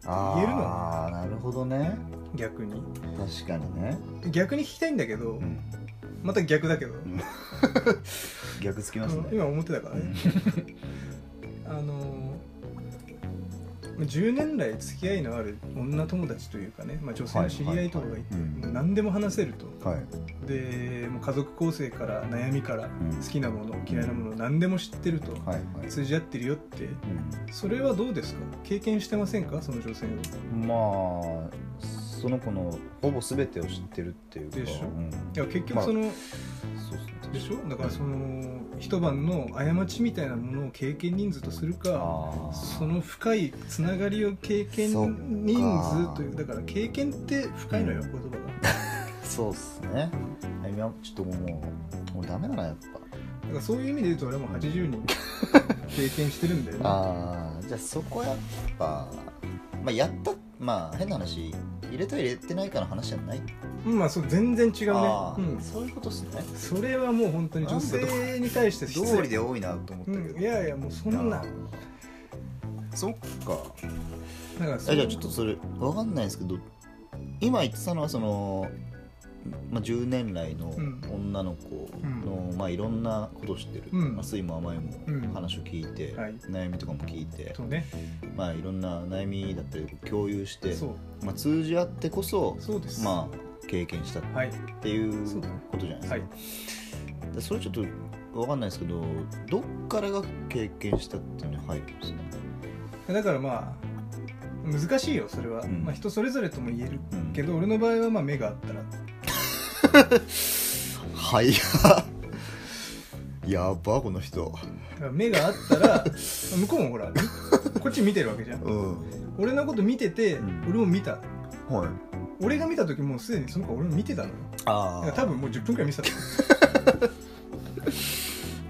Speaker 2: の
Speaker 1: ああなるほどね
Speaker 2: 逆に
Speaker 1: 確かにね
Speaker 2: 逆に聞きたいんだけど、
Speaker 1: うん
Speaker 2: また逆だけど、
Speaker 1: ん逆つき
Speaker 2: あ
Speaker 1: ます
Speaker 2: の
Speaker 1: ね
Speaker 2: 今思ってたからね、あのまあ10年来付き合いのある女友達というかね、まあ、女性の知り合いとかがいて、
Speaker 1: はいはいはいうん
Speaker 2: もう何でも話せると、
Speaker 1: うんはい
Speaker 2: でもう家族構成から悩みから
Speaker 1: ん
Speaker 2: 好きなもの、嫌いなもの何でも知ってると、
Speaker 1: はいはい
Speaker 2: 通じ合ってるよってそれはどうですか経験してませんかその女性を
Speaker 1: うんまあその子のほぼ全てを知ってるっていうか
Speaker 2: でしょ
Speaker 1: うん
Speaker 2: いや結
Speaker 1: まあ
Speaker 2: 局その、
Speaker 1: そうですね確かに
Speaker 2: でしょだからその一晩の過ちみたいなものを経験人数とするか
Speaker 1: あ
Speaker 2: その深いつながりを経験
Speaker 1: そっか
Speaker 2: 人数というだから経験って深いのよ、
Speaker 1: うん
Speaker 2: 言葉が
Speaker 1: そうっすねあいやちょっともうもうダメだなやっ
Speaker 2: だからそういう意味で言うと俺はもう80人経験してるんだよね
Speaker 1: ああじゃあそこやっぱ、まあ、やったまあ変な話入れた入れてないかの話じゃない違
Speaker 2: うんまあそう全然違うね
Speaker 1: あ
Speaker 2: う
Speaker 1: ー
Speaker 2: ん
Speaker 1: そういうことっすね
Speaker 2: それはもう本当に女性に対して失礼
Speaker 1: 道理で多いなと思った
Speaker 2: う
Speaker 1: けど、
Speaker 2: んいやいやもうそんな
Speaker 1: あーそっか
Speaker 2: だから
Speaker 1: えじゃあちょっとそれわかんないんですけど今言ってたのはその、まあ、10年来の
Speaker 2: うん
Speaker 1: 女の子の、まあ、いろんなことを知ってる、
Speaker 2: うん
Speaker 1: まあ、酸いも甘いも話を聞いて、
Speaker 2: はい
Speaker 1: 悩みとかも聞いて、
Speaker 2: そうね
Speaker 1: まあ、いろんな悩みだったりを共有して、
Speaker 2: そう
Speaker 1: まあ、通じ合ってこそ
Speaker 2: そうです
Speaker 1: まあ経験したっ
Speaker 2: あはい
Speaker 1: ていう
Speaker 2: そうだね
Speaker 1: ことじゃないですか、
Speaker 2: はい
Speaker 1: でそれちょっとわかんないですけどどっからが経験したっていうのに入るんですか、
Speaker 2: だからまあ難しいよそれは、
Speaker 1: ん
Speaker 2: まあ、人それぞれとも言える
Speaker 1: うん
Speaker 2: けど俺の場合はまあ目があったら
Speaker 1: はい。やば、この人。
Speaker 2: だから目があった ら向こうもほらこっち見てるわけじゃん
Speaker 1: うん。
Speaker 2: 俺のこと見てて、
Speaker 1: うん
Speaker 2: 俺も見た
Speaker 1: はい。
Speaker 2: 俺が見た時もうすでにその子俺も見てたのよだ
Speaker 1: あ
Speaker 2: か
Speaker 1: あ。
Speaker 2: ら多分もう10分くらい見てた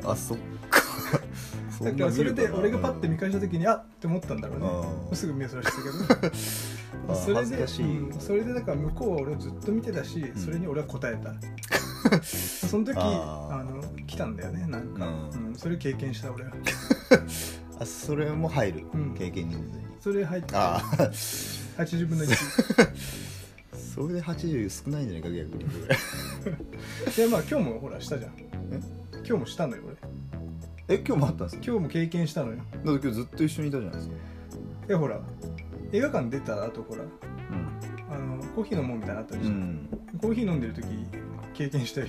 Speaker 2: の
Speaker 1: あ、そっか。 そ
Speaker 2: だからそれで俺がパッて見返した時にあっって思ったんだろうね
Speaker 1: うん
Speaker 2: すぐ目をそらしたけ
Speaker 1: あ
Speaker 2: どそれ
Speaker 1: 恥ず
Speaker 2: で
Speaker 1: かしい
Speaker 2: うんそれでだから向こうは俺をずっと見てたし
Speaker 1: ん
Speaker 2: それに俺は答 えたその時
Speaker 1: あー
Speaker 2: あの来たんだよねなんか、
Speaker 1: うん
Speaker 2: うんそれ経験した俺は
Speaker 1: あ、それも入る。
Speaker 2: うん
Speaker 1: 経験人数に。
Speaker 2: それ入って
Speaker 1: ああ。
Speaker 2: 80分の1
Speaker 1: それで80少ないんじゃないか、逆に。
Speaker 2: でまあ今日もほらしたじゃん
Speaker 1: え
Speaker 2: 今日もしたのよ俺
Speaker 1: え、今日もあったんですか
Speaker 2: 今日も経験したのよ
Speaker 1: だって今日ずっと一緒にいたじゃないですか。
Speaker 2: でほら映画館出た後ほら
Speaker 1: うん。
Speaker 2: あのコーヒー飲もうみたいなのあったでし
Speaker 1: う
Speaker 2: ょ、
Speaker 1: ん。
Speaker 2: コーヒー飲んでる時経験したよ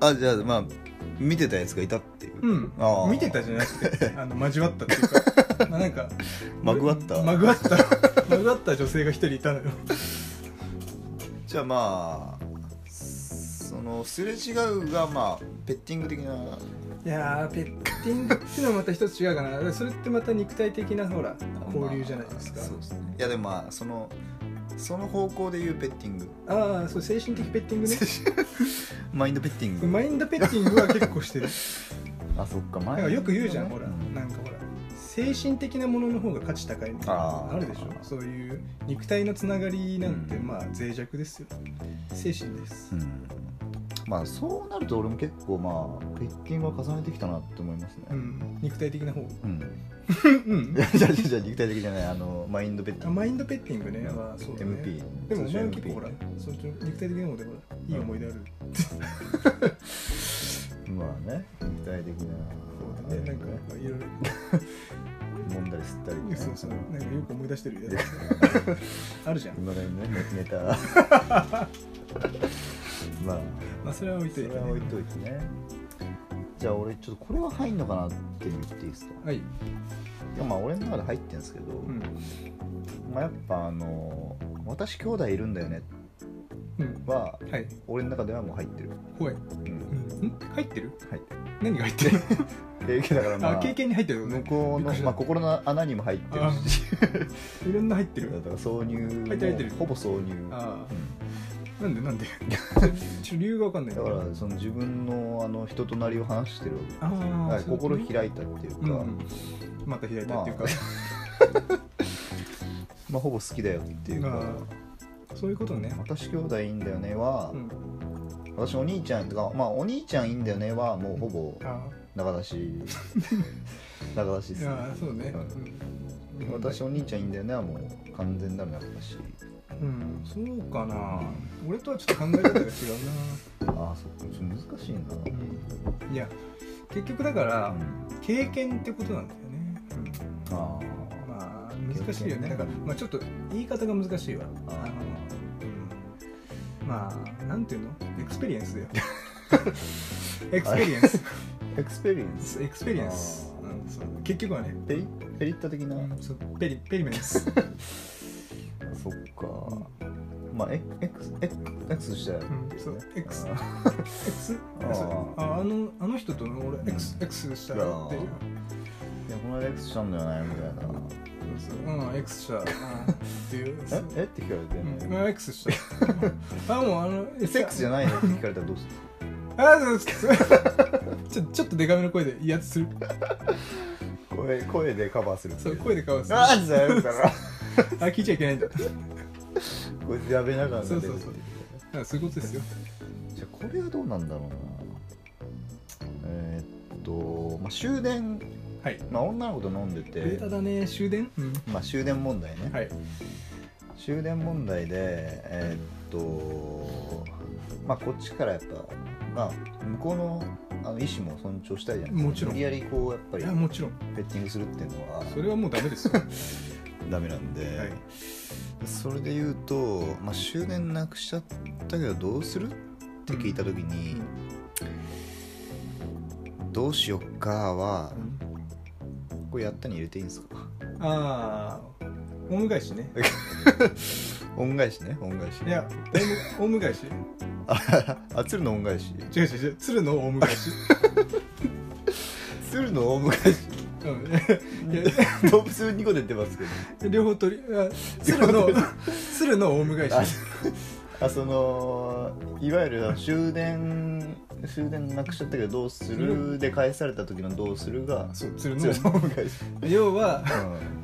Speaker 1: あ、じゃあ、まあ、見てたやつがいたっていう。
Speaker 2: うん
Speaker 1: あー
Speaker 2: 見てたじゃなくてあの 交わったっていうかまあなんか
Speaker 1: まぐわった。
Speaker 2: まぐわったまぐわった女性が一人いたのよ
Speaker 1: じゃあまあ、その、すれ違うが、まあ、ペッティング的な。
Speaker 2: いやーペッティングっていうのはまた一つ違うかなだからそれってまた肉体的なほら交流じゃないですか
Speaker 1: まあそうですねいやでもまあそのその方向で言うペッティ ング
Speaker 2: ああそう精神的ペッティングね
Speaker 1: マインドペッティング
Speaker 2: マインドペッティングは結構してる
Speaker 1: あそっか マ
Speaker 2: なんかよく言うじゃんほら
Speaker 1: うん
Speaker 2: なんかほら精神的なものの方が価値高いみたい
Speaker 1: あ
Speaker 2: な
Speaker 1: ー
Speaker 2: あるでしょそういう肉体のつながりなんて
Speaker 1: うん
Speaker 2: まあ脆弱ですよ精神です
Speaker 1: うんまあそうなると俺も結構まあ経験は重ねてきたなって思いますね
Speaker 2: うん肉体的な方
Speaker 1: うん
Speaker 2: うん
Speaker 1: いやじゃあじゃあ肉体的じゃないあのマインドペッティ
Speaker 2: あ
Speaker 1: ング
Speaker 2: マインドペッティングねまあそうだね
Speaker 1: MP
Speaker 2: でもお
Speaker 1: 通称
Speaker 2: 前も結構ほら
Speaker 1: MP
Speaker 2: そういう肉体的な方でほらいい思い出ある
Speaker 1: まあね肉体的な
Speaker 2: そうだねなんかなんかいろいろ
Speaker 1: 揉んだり吸ったりね
Speaker 2: そうそうなんかよく思い出してるよね あるじゃん
Speaker 1: いまだにねネネ タまあ
Speaker 2: まあそれは置い
Speaker 1: そ
Speaker 2: とい
Speaker 1: れ
Speaker 2: て
Speaker 1: は置いといてねじゃあ俺ちょっとこれは入んのかなっていうの言っていいですか
Speaker 2: はい
Speaker 1: いやまあ俺の中で入ってるんですけど、
Speaker 2: うん
Speaker 1: まあ、やっぱあの私兄弟いるんだよね」
Speaker 2: うん
Speaker 1: は
Speaker 2: はい
Speaker 1: 俺の中ではもう入ってる、
Speaker 2: 怖い
Speaker 1: うん
Speaker 2: うん入ってる
Speaker 1: 入ってる
Speaker 2: 何が入ってる
Speaker 1: 経験だからまあ
Speaker 2: あ経験に入ってるの
Speaker 1: 向こう
Speaker 2: びっく
Speaker 1: の
Speaker 2: り、した
Speaker 1: まあ、心の穴にも入ってるし
Speaker 2: いろんな入って
Speaker 1: だ
Speaker 2: る
Speaker 1: から挿入も
Speaker 2: 入ってる入ってる
Speaker 1: ほぼ挿入
Speaker 2: あ
Speaker 1: うん
Speaker 2: あなんでなんでちょ理由が分かんないん
Speaker 1: だからその自分のあの人となりを話してるわけ
Speaker 2: ああ、
Speaker 1: だから
Speaker 2: そういうこと
Speaker 1: 心
Speaker 2: ね
Speaker 1: 開いたっていうか、
Speaker 2: うんうんまた開いたっていうか、
Speaker 1: まあ、ほぼ好きだよっていう
Speaker 2: あ
Speaker 1: か
Speaker 2: ーそういうことね、
Speaker 1: 私兄弟いいんだよねは、
Speaker 2: うん、
Speaker 1: 私お兄ちゃんとかまあお兄ちゃんいいんだよねはもうほぼ
Speaker 2: あ
Speaker 1: 仲 出し仲出しです
Speaker 2: ーい
Speaker 1: ね
Speaker 2: やーそうね、うん、
Speaker 1: 私お兄ちゃんいいんだよねはもう完全なる仲出し
Speaker 2: うんそうかな俺とはちょっと考え方が違うな、
Speaker 1: ああそっかちょっと難しいな
Speaker 2: うん、いや結局だから、
Speaker 1: うん
Speaker 2: 経験ってことなんだよね、
Speaker 1: あ
Speaker 2: う
Speaker 1: あ
Speaker 2: ん、まあ難しいよね
Speaker 1: 経験ね
Speaker 2: だから、まあ、ちょっと言い方が難しいわ
Speaker 1: あ
Speaker 2: あ
Speaker 1: ー
Speaker 2: の、うん、まあなんていうのエクスペリエンスだよ エクスペリエンス
Speaker 1: エクスペリエンス
Speaker 2: エクスペリエンス、
Speaker 1: あ
Speaker 2: うん、そう結局はね、
Speaker 1: ペリペリッタ的な、
Speaker 2: そうペリペリメンス、
Speaker 1: そっかまあエエクスエクエクスしたよ、
Speaker 2: うん、そう X
Speaker 1: あー
Speaker 2: X
Speaker 1: あー
Speaker 2: そうああのあの人との俺 X X したらっていう
Speaker 1: いやこの間エクスしたんだよねみたいな
Speaker 2: そうそううん X したらうんっていうそう
Speaker 1: ええって聞かれて、
Speaker 2: うんうん X したらあもうあの
Speaker 1: セックスじゃないのって聞かれたらどうする
Speaker 2: あそうそう ちょちょっとデカめの声で威圧する
Speaker 1: 声声でカバーする
Speaker 2: そう声でカバーする
Speaker 1: あーじゃあやるから
Speaker 2: あ聞いちゃいけないんだだか
Speaker 1: これやべながら
Speaker 2: そうそうそうらそういうことですよ
Speaker 1: じゃあこれはどうなんだろうなえーっと、まあ、終電、
Speaker 2: はい
Speaker 1: まあ、女の子と飲んで
Speaker 2: ベ
Speaker 1: て
Speaker 2: ータ、だね終電うん
Speaker 1: まあ、終電問題ね、
Speaker 2: はい
Speaker 1: 終電問題でえーっとまあこっちからやっぱまあ向こうのあの意思も尊重したいじゃないですか
Speaker 2: もちろん
Speaker 1: 無理やりこうやっぱ
Speaker 2: い
Speaker 1: り
Speaker 2: やもちろん
Speaker 1: ペッティングするっていうのは
Speaker 2: それはもうダメですよ
Speaker 1: ダメなんで、
Speaker 2: はい
Speaker 1: それで言うと、まあ、終電なくしちゃったけどどうするって 聞いた時に、どうしよっかはこれやったに入れていいんですか
Speaker 2: ああ恩返しね
Speaker 1: 恩返しね恩返し
Speaker 2: いやオウム返し
Speaker 1: ああ鶴の恩返し
Speaker 2: 違う違う違う鶴のオウム返し、
Speaker 1: 鶴の恩 返し
Speaker 2: うん、いや
Speaker 1: 動物2個出てますけど
Speaker 2: 両方取りあ鶴の鶴のオウム返
Speaker 1: あ
Speaker 2: し
Speaker 1: あそのいわゆる終電終電なくしちゃったけどどうするで返された時のどうするが
Speaker 2: そう鶴の
Speaker 1: 鶴の恩返し、
Speaker 2: 要は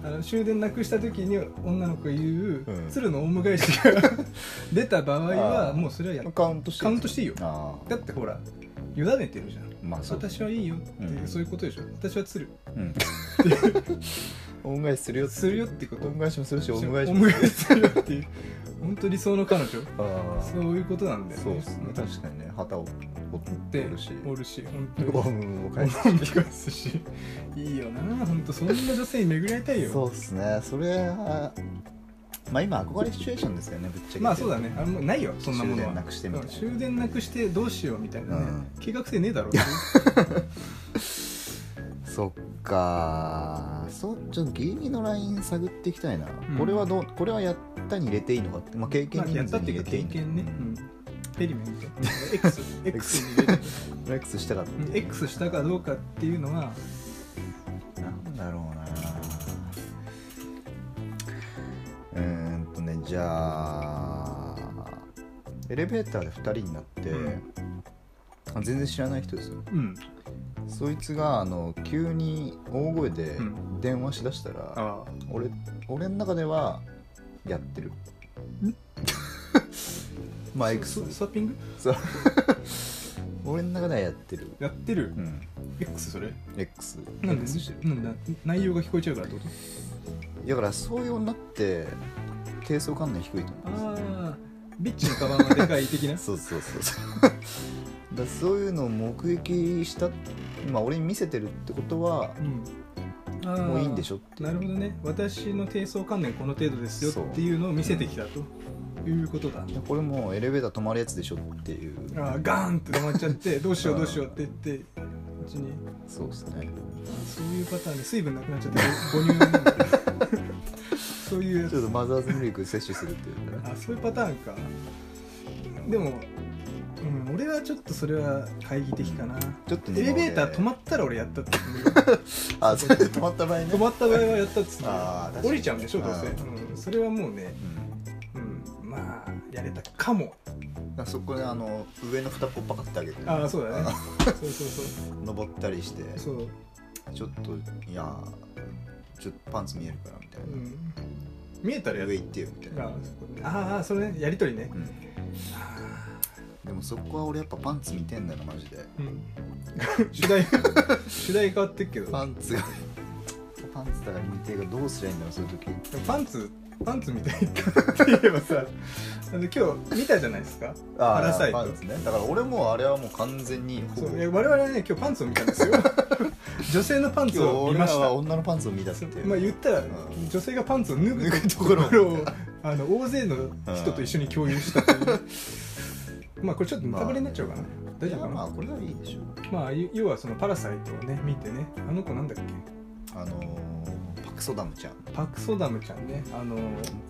Speaker 1: うん
Speaker 2: あの終電なくした時に女の子が言う、
Speaker 1: うん
Speaker 2: 鶴のオウム返しが 出た場合は
Speaker 1: あー
Speaker 2: もうそれはや
Speaker 1: カウントして
Speaker 2: カウントしていいよ
Speaker 1: ああ
Speaker 2: だってほら委ねてるじゃん
Speaker 1: まあそう
Speaker 2: 私はいいよって、
Speaker 1: うん
Speaker 2: そういうことでしょ私は鶴
Speaker 1: うん、恩返しするよ
Speaker 2: するよってこと
Speaker 1: 恩返しもするし
Speaker 2: オ
Speaker 1: 恩
Speaker 2: ウ
Speaker 1: 返しも
Speaker 2: ム返しするよっていう本当理想の彼女
Speaker 1: ああ
Speaker 2: そ
Speaker 1: そう
Speaker 2: いうことなんだよ
Speaker 1: うですね確かにね旗を折って
Speaker 2: で
Speaker 1: るし
Speaker 2: おるし本当に
Speaker 1: オウムを
Speaker 2: オウ
Speaker 1: 返
Speaker 2: ム
Speaker 1: す
Speaker 2: 返すしいいよな本当そんな女性に巡り合いたいよ
Speaker 1: そうですねそれはまあ今憧れシチュエーションですよねぶっちゃけ
Speaker 2: まあそうだねあもうないよそんなも
Speaker 1: 終
Speaker 2: の
Speaker 1: 電な
Speaker 2: は
Speaker 1: くしてみたいな
Speaker 2: 終電なくしてどうしようみたいなね、
Speaker 1: うん
Speaker 2: 計画性ねえだ ろっていう
Speaker 1: そっかそうちょっとギリギリのライン探っていきたいな、
Speaker 2: ん
Speaker 1: これはどうこれはやったに入れていいのかって、まあ、経験
Speaker 2: まあ
Speaker 1: に
Speaker 2: や
Speaker 1: 入
Speaker 2: ったってい
Speaker 1: れ
Speaker 2: うか
Speaker 1: てい
Speaker 2: 経
Speaker 1: いのか
Speaker 2: 験ね、う
Speaker 1: うん
Speaker 2: ん、ペリメント X, X に入れる
Speaker 1: リラックスしたかった
Speaker 2: うん X したかどうかっていうのは
Speaker 1: なんだろうなうーんとねじゃあエレベーターで2人になって、
Speaker 2: うん
Speaker 1: あ全然知らない人ですよ
Speaker 2: うん
Speaker 1: そいつがあの急に大声で
Speaker 2: うん
Speaker 1: 電話しだしたら、
Speaker 2: ああ
Speaker 1: 俺俺の中ではやってる まあエクス
Speaker 2: ススワッピング
Speaker 1: 俺の中ではやってる
Speaker 2: やってる
Speaker 1: うん
Speaker 2: X それ
Speaker 1: X
Speaker 2: なんで
Speaker 1: X してる
Speaker 2: なんだ内容が聞こえちゃうからってこと
Speaker 1: だからそういう女って低層観念低いと思うんですよ
Speaker 2: ああビッチのカバンはでかい 的な
Speaker 1: そうそうそうそう だからそういうのを目撃したまあ俺に見せてるってことは
Speaker 2: うんああ
Speaker 1: もういいんでしょって
Speaker 2: なるほどね私の低層観念この程度ですよ
Speaker 1: そう
Speaker 2: っていうのを見せてきたということだ
Speaker 1: でこれもうエレベーター止まるやつでしょっていう
Speaker 2: ああガーンって止まっち ゃってどうしよ
Speaker 1: あ
Speaker 2: う
Speaker 1: あ
Speaker 2: どうしようって言ってうちに
Speaker 1: そうですね
Speaker 2: そういうパターンで水分なくなっちゃってご母乳飲んで そういうや
Speaker 1: ちょっ
Speaker 2: つ
Speaker 1: とマザーズミルク摂取するっていうね
Speaker 2: あそういうパターンかでも、うん、俺はちょっとそれは懐疑的かな
Speaker 1: ちょっと
Speaker 2: エレベーター止
Speaker 1: ま
Speaker 2: まったら俺やったって言うよ
Speaker 1: あそれで止まった場合ね
Speaker 2: 止まった場合はやったっつって
Speaker 1: あー確かに
Speaker 2: 降りちゃうんでしょどうせ、
Speaker 1: あ
Speaker 2: うん、それはもうね、うん、まあやれたかも
Speaker 1: うんあそこであの上の蓋ポッパカってあげて
Speaker 2: ああそうだねそうそうそう
Speaker 1: 登ったりして
Speaker 2: そう、、
Speaker 1: ちょっといやーちょっとパンツ見えるからみたいうなん
Speaker 2: 見えたらや
Speaker 1: 上
Speaker 2: る
Speaker 1: 行ってよみたい
Speaker 2: あ
Speaker 1: な
Speaker 2: あーそれねやりとりね
Speaker 1: うんでもそこは俺やっぱパンツ見てんだよなマジで
Speaker 2: うん主題主題変わってっけど
Speaker 1: パンツがパンツだから見てがどうすりゃいいんだろうそういう時
Speaker 2: でもパンツパンツみたいって言えばさあの今日見たじゃないですか
Speaker 1: あ
Speaker 2: パラサイト
Speaker 1: パンツねだから俺もあれはもう完全にほ
Speaker 2: そ
Speaker 1: ぼ
Speaker 2: ういや我々はね今日パンツを見たんです よ女性のパンツ
Speaker 1: 今日
Speaker 2: を見
Speaker 1: 俺
Speaker 2: ま
Speaker 1: ら
Speaker 2: した
Speaker 1: は女のパンツを見出すっていう、
Speaker 2: まあ言ったら、
Speaker 1: ん
Speaker 2: 女性がパンツを脱ぐ
Speaker 1: 脱ぐ
Speaker 2: と
Speaker 1: と
Speaker 2: こ
Speaker 1: こ
Speaker 2: ろ
Speaker 1: ろ
Speaker 2: をあの大勢の人と一緒に共有したという、まあこれちょっとネタバレになっちゃうかな、大丈夫か
Speaker 1: まあ
Speaker 2: な
Speaker 1: これはいいでしょう
Speaker 2: まあゆ要はその「パラサイト」をね見てねあの子なんだっけ
Speaker 1: あのー、パクソダムちゃん
Speaker 2: パク・ソダムちゃんねあの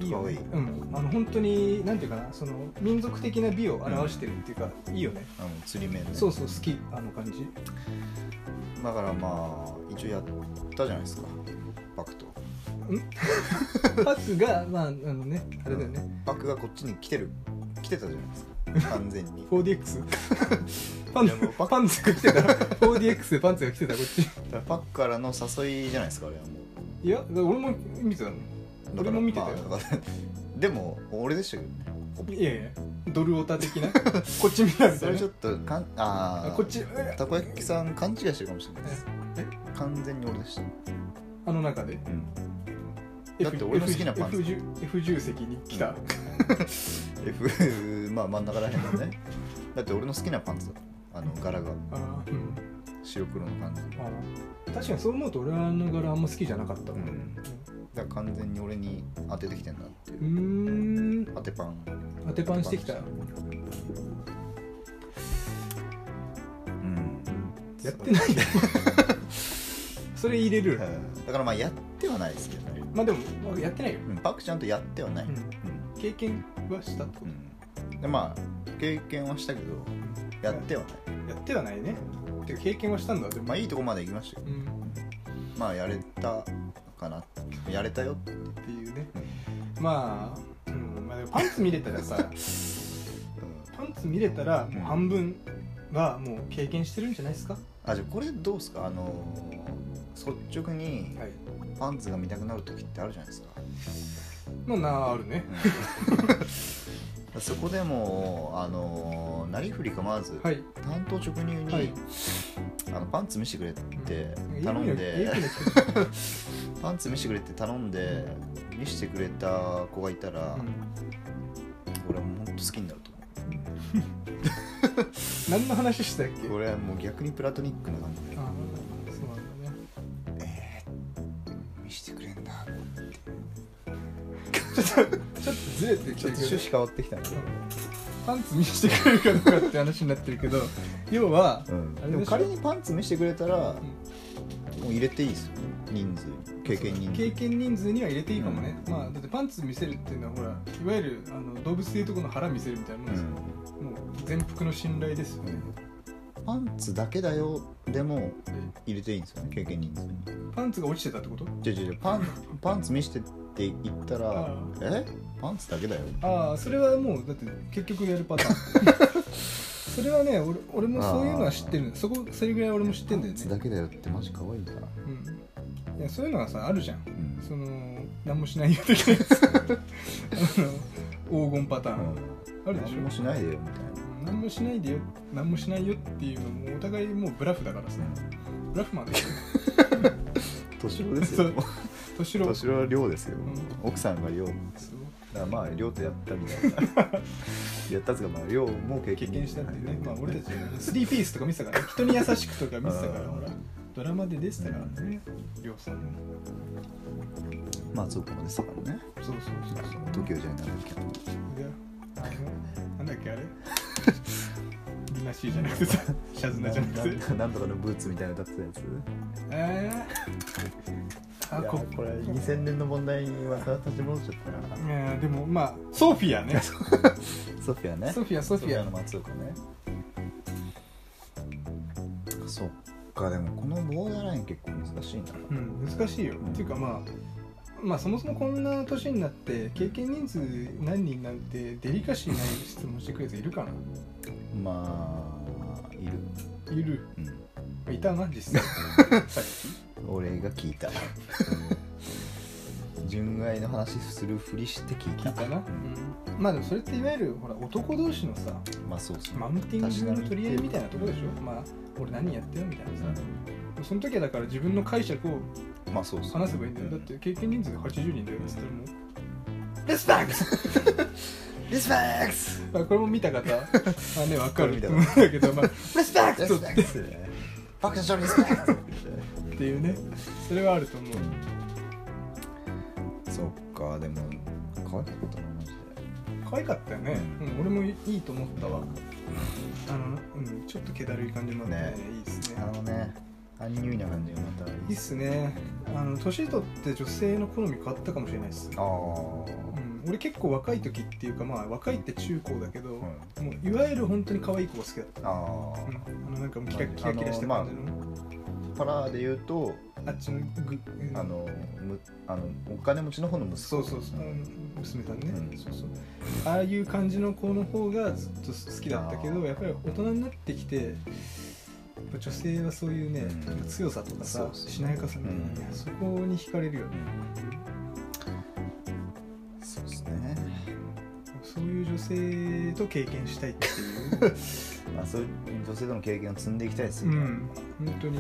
Speaker 2: いいよ、ね、
Speaker 1: 可
Speaker 2: うんあの本当になんていうかなその民族的な美を表してるっていうか、いいよね
Speaker 1: あの釣り目のね
Speaker 2: そうそう好きあの感 じ
Speaker 1: だからまあ一応やったじゃないですかパクと
Speaker 2: パクがまああのねあれだよね
Speaker 1: パクがこっちに来てる来てたじゃないですか 完全に
Speaker 2: 4DX パン
Speaker 1: いやもうパ
Speaker 2: パンツ食ってた 4DX でパンツが来てたこっち
Speaker 1: パッからの誘いじゃないですかあれはも
Speaker 2: いやだから俺も見てたの
Speaker 1: う
Speaker 2: 俺も見てたよ
Speaker 1: まあだからでも俺でしたけどね
Speaker 2: いやいやドルオ タ的なこっち見られ
Speaker 1: そ
Speaker 2: た
Speaker 1: れち
Speaker 2: ね
Speaker 1: ょっとかんあ
Speaker 2: あ
Speaker 1: あ
Speaker 2: こっちえ
Speaker 1: たこ焼きさん勘違いしてるかもしれないです
Speaker 2: え
Speaker 1: 完全に俺でした、
Speaker 2: あの中で
Speaker 1: だって俺の好きなパンツ
Speaker 2: F10 F10 席に来た、
Speaker 1: F まあ真ん中らへんだねだって俺の好きなパンツだあの柄が
Speaker 2: あーうん
Speaker 1: 白黒の感じ
Speaker 2: あー確かにそう思うと俺はあの柄あんま好きじゃなかったう
Speaker 1: うんだから完全に俺に当ててきてんなって
Speaker 2: ーん
Speaker 1: 当てパン
Speaker 2: 当てパンしてきた
Speaker 1: うん
Speaker 2: やってないよそれ入れる
Speaker 1: うんだからまあやってはないですけどね、
Speaker 2: まあでもまあやってないよ、
Speaker 1: うん、パクちゃんとやってはない、
Speaker 2: う
Speaker 1: うん
Speaker 2: ん経験はしたと
Speaker 1: うんでまあ経験はしたけどやってはない、
Speaker 2: やってはないねてか経験はしたんだでも、
Speaker 1: まあいいとこまで行きましたよ
Speaker 2: うん、
Speaker 1: まあやれたかなやれたよって
Speaker 2: っていうねまあ、うんまあ、でもパンツ見れたらさパンツ見れたらもう半分はもう経験してるんじゃないですか、
Speaker 1: あじゃあこれどうですかあのー率直に
Speaker 2: はい
Speaker 1: パンツが見たくなる時ってあるじゃないですか、
Speaker 2: まあなあるね
Speaker 1: うん そこでもうあのーなりふり構わず、
Speaker 2: はい
Speaker 1: 担当直入に、
Speaker 2: はい
Speaker 1: あのパンツ見せてくれって頼ん
Speaker 2: いい
Speaker 1: で
Speaker 2: のよいいのよ
Speaker 1: パンツ見せてくれって頼んで見せてくれた子がいたら、
Speaker 2: うん
Speaker 1: 俺はもうほんと好きになると思
Speaker 2: 何の話したっけ
Speaker 1: う俺はもう逆にプラトニックな感じで
Speaker 2: ああそうなんだね
Speaker 1: 見せてくれんだ
Speaker 2: ちょっとずれてき
Speaker 1: ちょ
Speaker 2: て
Speaker 1: っ
Speaker 2: る
Speaker 1: と
Speaker 2: け
Speaker 1: 趣
Speaker 2: ど
Speaker 1: 旨変わってきたね、
Speaker 2: パンツ見せてくれるかどうかって話になってるけど要は
Speaker 1: うん
Speaker 2: あれでしょ
Speaker 1: でも仮にパンツ見せてくれたら、もう入れていいですよ人数経験人数
Speaker 2: 経験人数には入れていいかもね、まあだってパンツ見せるっていうのはほらいわゆるあの動物でいうとこの腹見せるみたいなもん
Speaker 1: う
Speaker 2: ですよ、
Speaker 1: ん
Speaker 2: もう全幅の信頼ですよね、
Speaker 1: パンツだけだよでも
Speaker 2: で
Speaker 1: 入れていいんですよね経験人数に
Speaker 2: パンツが落ちてたってこと
Speaker 1: じゃじゃパンパンツ見せてって言ったら
Speaker 2: あ
Speaker 1: 「えパンツだけだよ
Speaker 2: ああそれはもうだって結局やるパター ンそれはね俺俺もそういうのは知ってるそこそれぐらい俺も知ってんだよ
Speaker 1: パンツ
Speaker 2: ね、
Speaker 1: だけだよ」ってマジ可愛いな、
Speaker 2: うん、いやそういうのはさあるじゃん
Speaker 1: うん
Speaker 2: その何もしないよ的なやつあの黄金パターン、あるでし
Speaker 1: 何もしないでよみたいな
Speaker 2: ょ何もしないでよ何もしないよっていうのもお互いもうブラフだからさブラフマンだよ
Speaker 1: 年郎ですよ
Speaker 2: 年老
Speaker 1: 年郎は寮ですよ、
Speaker 2: ん
Speaker 1: 奥さんが寮だからまあ寮とやった みたいなやったっつうかまあ寮も経
Speaker 2: 経
Speaker 1: 験
Speaker 2: 験したっていうねまあ俺たちスリーピースとか見てたから人に優しくとか見てたから
Speaker 1: うん
Speaker 2: ほらドラマで出てたからねりょうさんね
Speaker 1: まあそうかもですからね
Speaker 2: そうそうそうそう
Speaker 1: 東京じゃなんだっけ
Speaker 2: であのなんだっけあれ ルナシーじゃ なくてさシャズナじゃなくて
Speaker 1: なななんとかのブーツみたいなの立ってたやつ
Speaker 2: えー、あ
Speaker 1: いや
Speaker 2: こ
Speaker 1: これ2000年の問題にまた立ち戻っちゃったない
Speaker 2: やでもまあソフィアねソ
Speaker 1: ソフィアね
Speaker 2: フィアソフィア
Speaker 1: の松岡ねそっかでもこのボーダーライン結構難しいな
Speaker 2: うん難しいよ、っていうかまあまあそもそもこんな年になって経験人数何人なんてデリカシーない質問してくるやついるかな
Speaker 1: まあいる、
Speaker 2: いる
Speaker 1: うん、
Speaker 2: いたな 実際さっ
Speaker 1: 俺が聞い た純愛の話するふりして聞い
Speaker 2: きい
Speaker 1: た
Speaker 2: たな、うん、まあでもそれっていわゆるほら男同士のさ
Speaker 1: まあそうそう
Speaker 2: マウンティングの取り合いみたいなところでしょまあ俺何やってるみたいなさその時はだから自分の解釈を
Speaker 1: まあそうそう
Speaker 2: 話せばいいんだよ、
Speaker 1: う
Speaker 2: だって経験人数が80人だよっつったらもう「レスパックス!
Speaker 1: リスペックス」
Speaker 2: まあこれも見 た方はね分かると思うんだけど、まあ、レスパック
Speaker 1: リ
Speaker 2: ス
Speaker 1: スペックスパクションリスペックス
Speaker 2: っていうねそれはあると思う
Speaker 1: そっかでも可愛かったなマジで
Speaker 2: 可愛かったよね、うん、俺もいいと思ったわあの、うん、ちょっと気だるい感じもあってね
Speaker 1: ね
Speaker 2: いいですね
Speaker 1: あのねアンニュイな感じがまたいい
Speaker 2: いい
Speaker 1: っ
Speaker 2: っ
Speaker 1: す
Speaker 2: すねあの年取って女性の好み変わったかもしれないっす
Speaker 1: ああ
Speaker 2: うん、俺結構若い時っていうかまあ若いって中高だけど、
Speaker 1: うん
Speaker 2: もういわゆる本当に可愛い子が好きだった
Speaker 1: ああ
Speaker 2: うんあのなんかもうキラキラキラしてる
Speaker 1: まあ
Speaker 2: 感じの、
Speaker 1: からで言うと
Speaker 2: あっちのぐ
Speaker 1: あのむあのお金持ちの方の息子
Speaker 2: そうそうそう、娘さんね、
Speaker 1: うん
Speaker 2: そうそうああいう感じの子の方がずっと好きだったけどやっぱり大人になってきて女性はそういうね、
Speaker 1: うん
Speaker 2: 強さとか
Speaker 1: そ
Speaker 2: さ
Speaker 1: うそう
Speaker 2: しなやかさみたいなね、
Speaker 1: うん
Speaker 2: そこに惹かれるよね
Speaker 1: そうですね
Speaker 2: そういう女性と経験したいっていう、
Speaker 1: まあそういう女性との経験を積んでいきたいです
Speaker 2: う
Speaker 1: よね、うん
Speaker 2: ん、本当に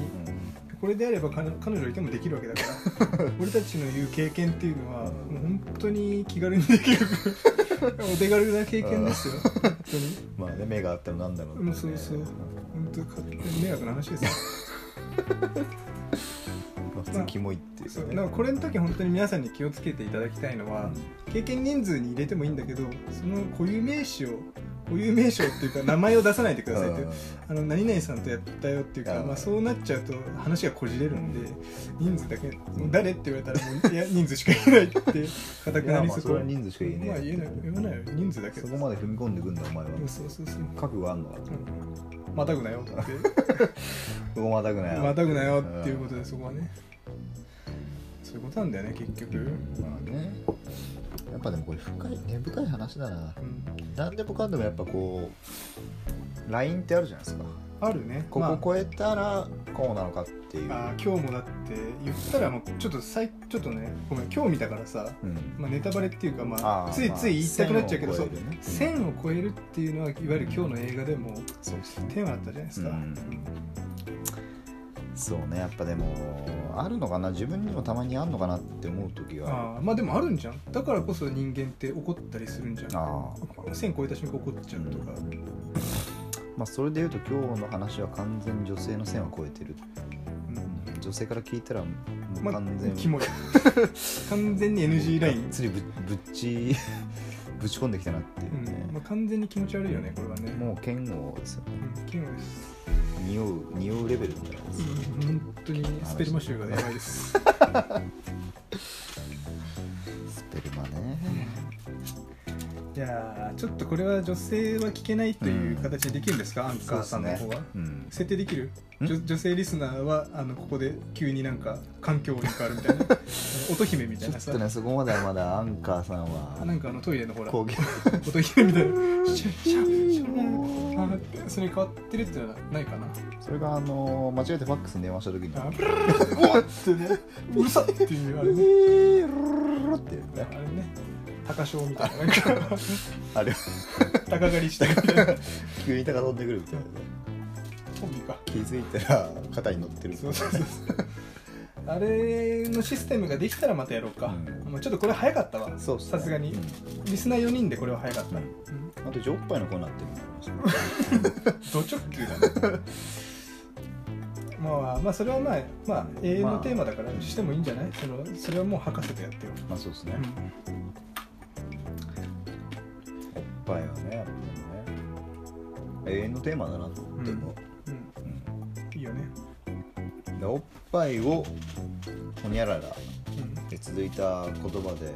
Speaker 2: これであれば彼彼女いてもできるわけだから 俺たちの言う経験っていうのはもう本当に気軽にでき るお手軽な経験ですよ本当に
Speaker 1: まあね目があったらなんだろうって、
Speaker 2: う
Speaker 1: ね、
Speaker 2: んそうそう本当か迷惑な話ですよ
Speaker 1: まあ、普通にキモいっていうか
Speaker 2: そう
Speaker 1: ね、
Speaker 2: だからこれの時本当に皆さんに気をつけていただきたいのは経験人数に入れてもいいんだけどその固有名詞を固有名称っていうか名前を出さないでくださいっていうあの何々さんとやったよっていうか、
Speaker 1: うん
Speaker 2: まあ、そうなっちゃうと話がこじれるんで人数だけもう誰って言われたらもういや人数しか言えないってかた
Speaker 1: だ
Speaker 2: く
Speaker 1: か
Speaker 2: な
Speaker 1: ら
Speaker 2: り
Speaker 1: まあ
Speaker 2: そ
Speaker 1: そ
Speaker 2: こ
Speaker 1: れ
Speaker 2: は
Speaker 1: は人数しか言えねえ
Speaker 2: まあ言えない言わないよ人数だけ
Speaker 1: そ
Speaker 2: ど
Speaker 1: こまで踏み込んでくんだお前は
Speaker 2: うんそうそうそう
Speaker 1: 覚悟あんのか
Speaker 2: うんまたぐなよって
Speaker 1: そこまたくない
Speaker 2: またぐなよっていうことでそこはねそういうことなんだよね結局、うん
Speaker 1: まあねやっぱでもこれ深い根深い話だな何でもかんでもやっぱこうラインってあるじゃないですか
Speaker 2: あるねま
Speaker 1: こ
Speaker 2: あ
Speaker 1: こ超えたらこうなのかっていう、
Speaker 2: あー今日もだって言ったらもうちょっとさいちょっとねごめん今日見たからさ、
Speaker 1: うん
Speaker 2: まあ、ネタバレっていうか、まあ、
Speaker 1: あー
Speaker 2: ついつい言いたくなっちゃうけど、
Speaker 1: まあ
Speaker 2: そう
Speaker 1: 線
Speaker 2: 1000を超えるっていうのはいわゆる今日の映画でも
Speaker 1: そうです
Speaker 2: テーマだったじゃないですか、
Speaker 1: うんそうねやっぱでもあるのかな自分にもたまにあるのかなって思う時が
Speaker 2: ああまあでもあるんじゃんだからこそ人間って怒ったりするんじゃん
Speaker 1: ああ
Speaker 2: 1000超えた瞬間怒っちゃうとか、
Speaker 1: まあそれでいうと今日の話は完全に女性の線を超えてる
Speaker 2: う
Speaker 1: 女性から聞いたらもうん
Speaker 2: まあ
Speaker 1: 完全
Speaker 2: キ
Speaker 1: に
Speaker 2: モい 完全に NG ライン、
Speaker 1: つりぶぶっち ぶち込んできたなっていううんね
Speaker 2: ま、あ、完全に気持ち悪いよねこれはね
Speaker 1: もう嫌悪ですよね
Speaker 2: うんキモいです
Speaker 1: 匂う匂うレベルみたいなやつ
Speaker 2: うん本当にスペルマ臭がやばいです
Speaker 1: スペルマね
Speaker 2: いやーちょっとこれは女性は聞けないという形でできるんですか、アンカーさんの
Speaker 1: そ
Speaker 2: 方
Speaker 1: う
Speaker 2: は、
Speaker 1: ですねうん
Speaker 2: 設定できる
Speaker 1: ん
Speaker 2: 女女性リスナーはあのここで急になんか環境音変わるみたいなあの乙姫みた
Speaker 1: ちょ
Speaker 2: いな
Speaker 1: っ
Speaker 2: さ
Speaker 1: とねそこまではまだアンカーさんは
Speaker 2: なんかあのトイレのほら
Speaker 1: 攻撃
Speaker 2: 音姫みたいなシュッシュッシュッあのそれ変わってるっていうのはないかな
Speaker 1: それがあの間違えてファックスに電話した時に
Speaker 2: あブルーおっってねうるさいっていうあれね
Speaker 1: えーろって
Speaker 2: あれね高潮みたいななんか
Speaker 1: あれ
Speaker 2: 高狩 りしたみたいな
Speaker 1: 急に高飛んでくるみたいなね
Speaker 2: コンビか
Speaker 1: 気づいたら肩に乗ってる
Speaker 2: そうそうそうあれのシステムができたらまたやろうか、
Speaker 1: う
Speaker 2: もうちょっとこれ早かったわ
Speaker 1: そうっすね
Speaker 2: さすがに、
Speaker 1: うん
Speaker 2: リスナー4人でこれは早かった、
Speaker 1: う
Speaker 2: うんん、
Speaker 1: あとおっぱいの子になってるのもありまし
Speaker 2: ド直球だねまあまあそれはまあ、まあ、永遠のテーマだからしてもいいんじゃないそのそれはもう博士とやってよ、
Speaker 1: たまあそうですね、おっ
Speaker 2: う
Speaker 1: ぱいはねやっぱりね永遠のテーマだなと思ってるの、
Speaker 2: んうん、いいよね、
Speaker 1: うんでおっぱいをほにゃらら
Speaker 2: うん
Speaker 1: で続いた言葉で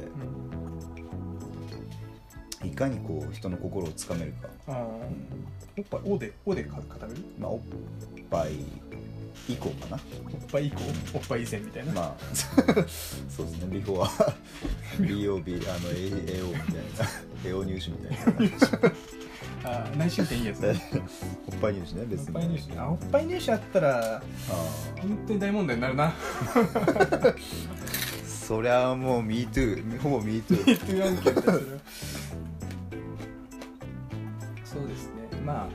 Speaker 2: うん、
Speaker 1: いかにこう人の心をつかめるか、
Speaker 2: あーおっぱいおでおでか固める
Speaker 1: まあ、おっぱい以降かな
Speaker 2: おっぱい以降おっぱい以前みたいな、
Speaker 1: ま あそうですねビフォーは BOB あの AO みたいな AO 入試みたい
Speaker 2: あー内申点いいやつ
Speaker 1: な
Speaker 2: ね
Speaker 1: おっぱい入試ね
Speaker 2: お
Speaker 1: 別
Speaker 2: っ
Speaker 1: に
Speaker 2: ぱい入試あおっぱい入試あったら
Speaker 1: あー
Speaker 2: 本当に大問題になるなっ
Speaker 1: そりゃもう MeToo ほぼ MeToo
Speaker 2: ていう案件 だそれはそうですねまあ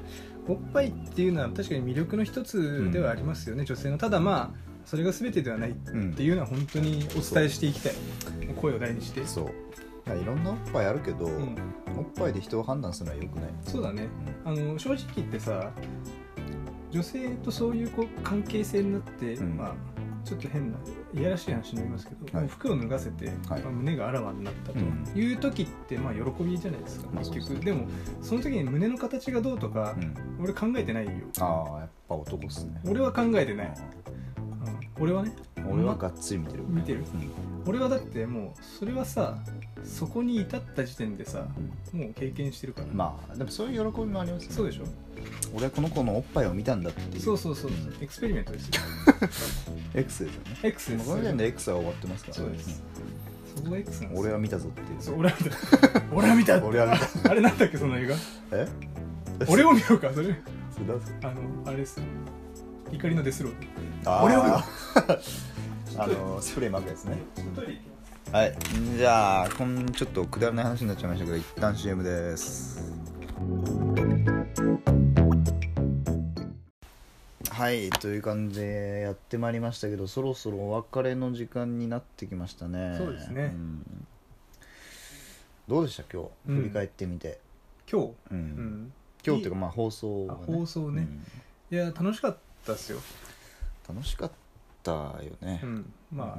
Speaker 2: おっぱいっていうのは確かに魅力の一つではありますよね、女性のただまあそれが全てではないっ
Speaker 1: うん
Speaker 2: ていうのは本当にお伝えしていきたい声を大にして
Speaker 1: そういやいろんなおっぱいあるけど、
Speaker 2: うん、
Speaker 1: おっぱいで人を判断するのはよくない、
Speaker 2: そうだねあの正直言ってさ女性とそういうこう関係性になって、
Speaker 1: うん
Speaker 2: まあ、ちょっと変ないやらしい話になりますけど、
Speaker 1: はい
Speaker 2: 服を脱がせて、
Speaker 1: はい
Speaker 2: まあ胸があらわになった
Speaker 1: うん
Speaker 2: という時って、まあ、喜びじゃないですか、
Speaker 1: まあそ
Speaker 2: 結
Speaker 1: う
Speaker 2: 局
Speaker 1: です
Speaker 2: でもその時に胸の形がどうとか
Speaker 1: う、ん、
Speaker 2: 俺考えてないよ
Speaker 1: ああやっぱ男っすね
Speaker 2: 俺は考えてない、
Speaker 1: あ
Speaker 2: うん俺はね
Speaker 1: ー俺はがっつり見てる
Speaker 2: 見てる
Speaker 1: うん
Speaker 2: 俺はだってもうそれはさそこに至った時点でさもう経験してるから、
Speaker 1: まあでもそういう喜びもありますよね
Speaker 2: そうでしょ
Speaker 1: 俺はこの子のおっぱいを見たんだっていう
Speaker 2: そうそうそうエクスペリメントです よ
Speaker 1: X ですよね
Speaker 2: X で
Speaker 1: もう
Speaker 2: す
Speaker 1: この時点で X は終わってますから
Speaker 2: そうですそこが X なんです
Speaker 1: 俺は見たぞっていう
Speaker 2: そう俺は見た俺は見た
Speaker 1: 俺は見た
Speaker 2: あれなんだっけその映画
Speaker 1: え
Speaker 2: 俺を見ようかそれ
Speaker 1: それなん すか
Speaker 2: あのあれです怒りのデスロー
Speaker 1: あー
Speaker 2: 俺を見よ
Speaker 1: あのスプレー巻くやつね
Speaker 2: ドトイレ行きます
Speaker 1: はいじゃあこんちょっとくだらない話になっちゃいましたけど一旦 CM ですはいという感じでやってまいりましたけどそろそろお別れの時間になってきましたね
Speaker 2: そうですね
Speaker 1: んどうでした今日
Speaker 2: うん
Speaker 1: 振り返ってみて、
Speaker 2: 今日、
Speaker 1: うん
Speaker 2: うん、
Speaker 1: 今日っていうかまあ放送
Speaker 2: あ
Speaker 1: がね
Speaker 2: 放送ね、いや楽しかったっすよ
Speaker 1: うん楽しかったよね
Speaker 2: う、んま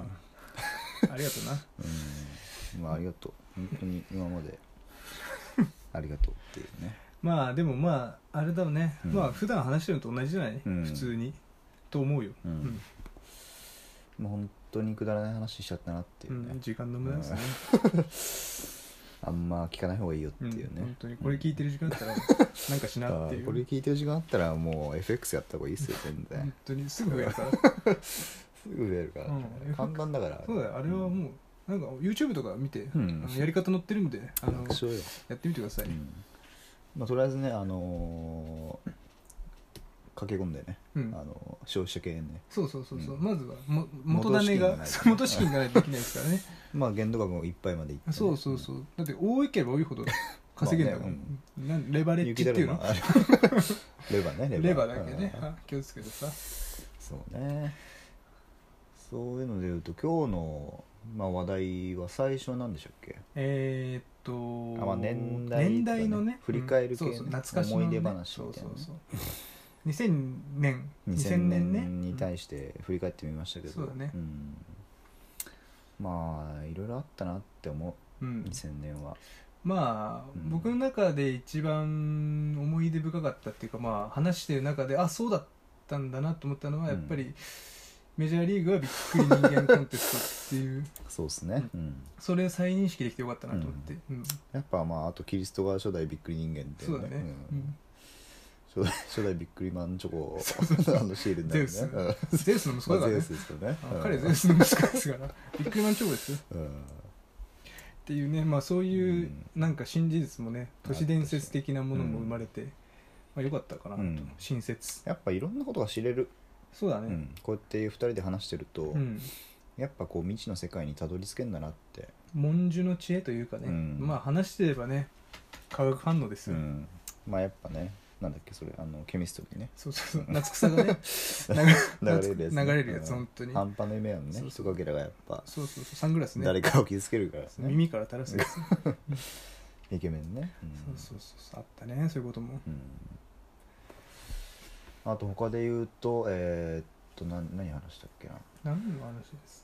Speaker 2: あありがとうな
Speaker 1: うんまあありがとう本当に今ま でありがとうっていうね
Speaker 2: まあでもまああれだよね、
Speaker 1: うん
Speaker 2: まあ普段話してるのと同じじゃない、
Speaker 1: うん
Speaker 2: 普通にと思うよ、
Speaker 1: うんもう本当にくだらない話しちゃったなっていううね、
Speaker 2: ん時間の無駄ですね、
Speaker 1: あんま聞かない方がいいよって
Speaker 2: うん
Speaker 1: いうね、
Speaker 2: 本当にこれ聞いてる時間だった らなんかし
Speaker 1: あ
Speaker 2: なってい
Speaker 1: ー
Speaker 2: う
Speaker 1: これ聞いてる時間あったらもう FX やった方がいいっすよ全然
Speaker 2: 本当にすぐ増えるから
Speaker 1: すぐ売れるから、
Speaker 2: うん FX
Speaker 1: 簡単だから
Speaker 2: そうだよあれはもう、なんか YouTube とか見て、
Speaker 1: うん
Speaker 2: あのやり方載ってるんであの
Speaker 1: 楽勝よ、
Speaker 2: やってみてください、
Speaker 1: う
Speaker 2: うん
Speaker 1: んまあ、とりあえずねあのー駆け込んでね、あのー消費者系ね
Speaker 2: そうそうそうそう、
Speaker 1: うん
Speaker 2: まずはも元種が 元
Speaker 1: 元
Speaker 2: 資
Speaker 1: 資
Speaker 2: 金
Speaker 1: 金
Speaker 2: がないとできないですか らね
Speaker 1: まあ限度額もいっぱいまでいってね、
Speaker 2: そうそうそうだって多いければ多いほど稼げるんだから、
Speaker 1: ま
Speaker 2: なんレバレッジっていうの
Speaker 1: 雪だるま レバーね
Speaker 2: レバーだけね、
Speaker 1: うん
Speaker 2: あ気をつけてさ
Speaker 1: そうねそういうのでいうと今日の、まあ、話題は最初は何でしたっけ
Speaker 2: えー、っと
Speaker 1: あまあ年代とかね
Speaker 2: 年代のね
Speaker 1: 振り返る系ね
Speaker 2: うんそうそう懐かしのね
Speaker 1: 思い出話みたいな
Speaker 2: そうそうそう2000年
Speaker 1: 2000年に
Speaker 2: ね
Speaker 1: 対して振り返ってみましたけど、
Speaker 2: そうだね
Speaker 1: んまあいろいろあったなって思
Speaker 2: うん、う
Speaker 1: うん2000年は
Speaker 2: まあ、
Speaker 1: うん
Speaker 2: 僕の中で一番思い出深かったっていうかまあ話してる中であそうだったんだなと思ったのはやっぱり、メジャーリーグはびっくり人間コンテストっていう
Speaker 1: そうですね、うん
Speaker 2: それを再認識できてよかったなと思って、うん
Speaker 1: やっぱまああとキリストが初代びっくり人間って、
Speaker 2: そうだね、
Speaker 1: うん
Speaker 2: うん
Speaker 1: 初代初代びっくりマンチョコ
Speaker 2: そうそうそう
Speaker 1: あのシールになるね
Speaker 2: ゼ
Speaker 1: う
Speaker 2: ウス
Speaker 1: ん
Speaker 2: ゼウスの息子だ
Speaker 1: まあ
Speaker 2: から
Speaker 1: ゼ
Speaker 2: ね
Speaker 1: ウスですよね
Speaker 2: あ彼はゼウスの息子ですからビックリマン超ですよ
Speaker 1: うん、
Speaker 2: っていうねまあそういう
Speaker 1: うん
Speaker 2: なんか新事実もね都市伝説的なものも
Speaker 1: うん
Speaker 2: 生まれて、まあ、よかったかなと、
Speaker 1: うん
Speaker 2: 新説
Speaker 1: やっぱいろんなことが知れる、
Speaker 2: そうだ
Speaker 1: う
Speaker 2: ね
Speaker 1: ん、こうやって2人で話してると、
Speaker 2: うん
Speaker 1: やっぱこう未知の世界にたどり着けんだなって、
Speaker 2: 文殊の知恵というかね、
Speaker 1: うん
Speaker 2: まあ話してればね化学反応です
Speaker 1: う
Speaker 2: よ、
Speaker 1: ん、まあやっぱねなんだっけそれあのケミストリーね
Speaker 2: そうそうそう夏草がね
Speaker 1: 流れるやつ、
Speaker 2: 流れるやつ
Speaker 1: うん
Speaker 2: 本当に
Speaker 1: 半端の夢やのね
Speaker 2: そうそ
Speaker 1: 人
Speaker 2: う
Speaker 1: かけらがやっぱ
Speaker 2: そうそうそうサングラスね
Speaker 1: 誰かを傷つけるからですね
Speaker 2: 耳から垂らすやつ、
Speaker 1: イケメンね、うん、
Speaker 2: そうそうそうあったねそういうことも
Speaker 1: うん、あと他で言うとえーっとな何話したっけな
Speaker 2: 何の話です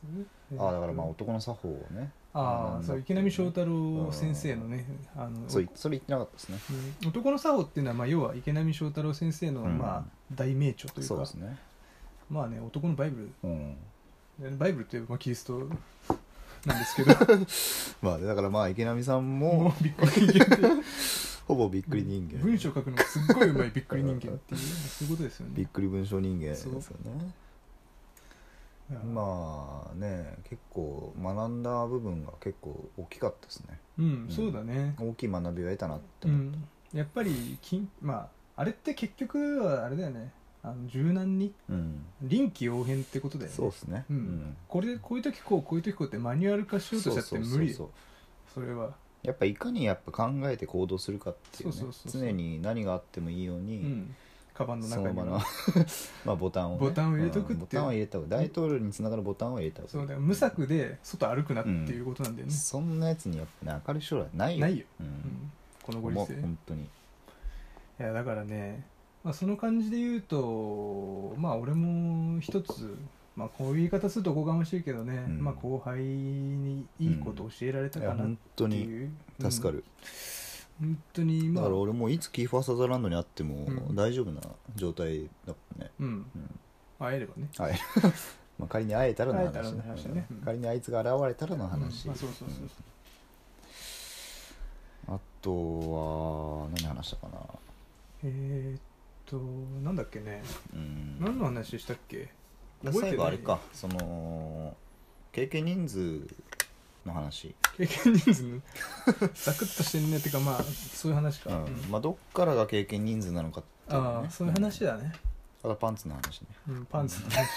Speaker 1: あーだからまあ
Speaker 2: えっと
Speaker 1: 男の作法をね
Speaker 2: ああそう池波正太郎先生のねあの
Speaker 1: そういそれ言ってなかったですね
Speaker 2: うん男の作法っていうのは、まあ、要は池波正太郎先生の、
Speaker 1: うん
Speaker 2: まあ、大名著という
Speaker 1: そう
Speaker 2: か
Speaker 1: ですね
Speaker 2: まあね男のバイブ
Speaker 1: うん
Speaker 2: ルバイブルといえば、まあ、キリストなんです けど
Speaker 1: まあだからまあ池波さん
Speaker 2: も
Speaker 1: も
Speaker 2: うびっくり人間って
Speaker 1: ほぼびっくり人間
Speaker 2: 文章書くのがすっごいうまいびっくり人間っていうそういうことですよ
Speaker 1: びっ
Speaker 2: ね
Speaker 1: くり文章人間ですよねまあね結構学んだ部分が結構大きかったですね
Speaker 2: うんそうだね
Speaker 1: 大きい学びを得たなって
Speaker 2: う
Speaker 1: 思う、
Speaker 2: んやっぱり金まああれって結局はあれだよねあの柔軟に
Speaker 1: うん
Speaker 2: 臨機応変ってことだよね
Speaker 1: そうですね
Speaker 2: うんこれこういう時こうこういう時こうってマニュアル化しようとしちゃって無理
Speaker 1: そうそうそうそう
Speaker 2: よそれは
Speaker 1: やっぱいかにやっぱ考えて行動するかっていう,、ね、
Speaker 2: そうそうそうそう
Speaker 1: 常に何があってもいいよう
Speaker 2: う
Speaker 1: に、
Speaker 2: んカバンの
Speaker 1: そ
Speaker 2: 中
Speaker 1: の
Speaker 2: に
Speaker 1: 場の まあボタンを、ね、
Speaker 2: ボタンを入れとくっていうん
Speaker 1: ボタンを入れた方が大統領につながるボタンを入れた方が
Speaker 2: そうだよ無策で外歩くなっていうことなんだよね、
Speaker 1: そんなやつにやっぱね明るい将来ないよ
Speaker 2: ないよ、
Speaker 1: う
Speaker 2: うん
Speaker 1: ん
Speaker 2: このご
Speaker 1: 思
Speaker 2: 時
Speaker 1: う
Speaker 2: 世い
Speaker 1: 本当に
Speaker 2: やだからね、まあ、その感じで言うとまあ俺も一つ、まあ、こういう言い方するとおこがましいけどね、
Speaker 1: うん
Speaker 2: まあ、後輩にいいこと教えられた
Speaker 1: い
Speaker 2: か
Speaker 1: や
Speaker 2: なっ
Speaker 1: 本当
Speaker 2: て
Speaker 1: に
Speaker 2: いう、
Speaker 1: 助か
Speaker 2: る、
Speaker 1: る、
Speaker 2: 本当に
Speaker 1: だ
Speaker 2: ま
Speaker 1: か
Speaker 2: あ
Speaker 1: ら俺もういつキーファー・サザーランドに会っても
Speaker 2: うん
Speaker 1: 大丈夫な状態だもんね、
Speaker 2: うん
Speaker 1: うん
Speaker 2: 会えればね、
Speaker 1: はいまあ、仮に会えたらの
Speaker 2: 会えたら
Speaker 1: 話,、
Speaker 2: の
Speaker 1: ね
Speaker 2: 話ねうん
Speaker 1: 仮にあいつが現れたらの話、
Speaker 2: まあ、そうそうそう
Speaker 1: あとは何話したかな
Speaker 2: えー、っとなんだっけね
Speaker 1: うん
Speaker 2: 何の話したっけ
Speaker 1: だ
Speaker 2: 覚え
Speaker 1: 最
Speaker 2: てない
Speaker 1: 後あれかその経験人数の話、
Speaker 2: 経験人数 のザクッとしてんねってかまあそういう話
Speaker 1: う
Speaker 2: か、
Speaker 1: ん
Speaker 2: うん
Speaker 1: まあ、どっからが経験人数なのかっていうのね、
Speaker 2: ああそういう話だね、
Speaker 1: あとパンツの話ね
Speaker 2: うん、パンツの話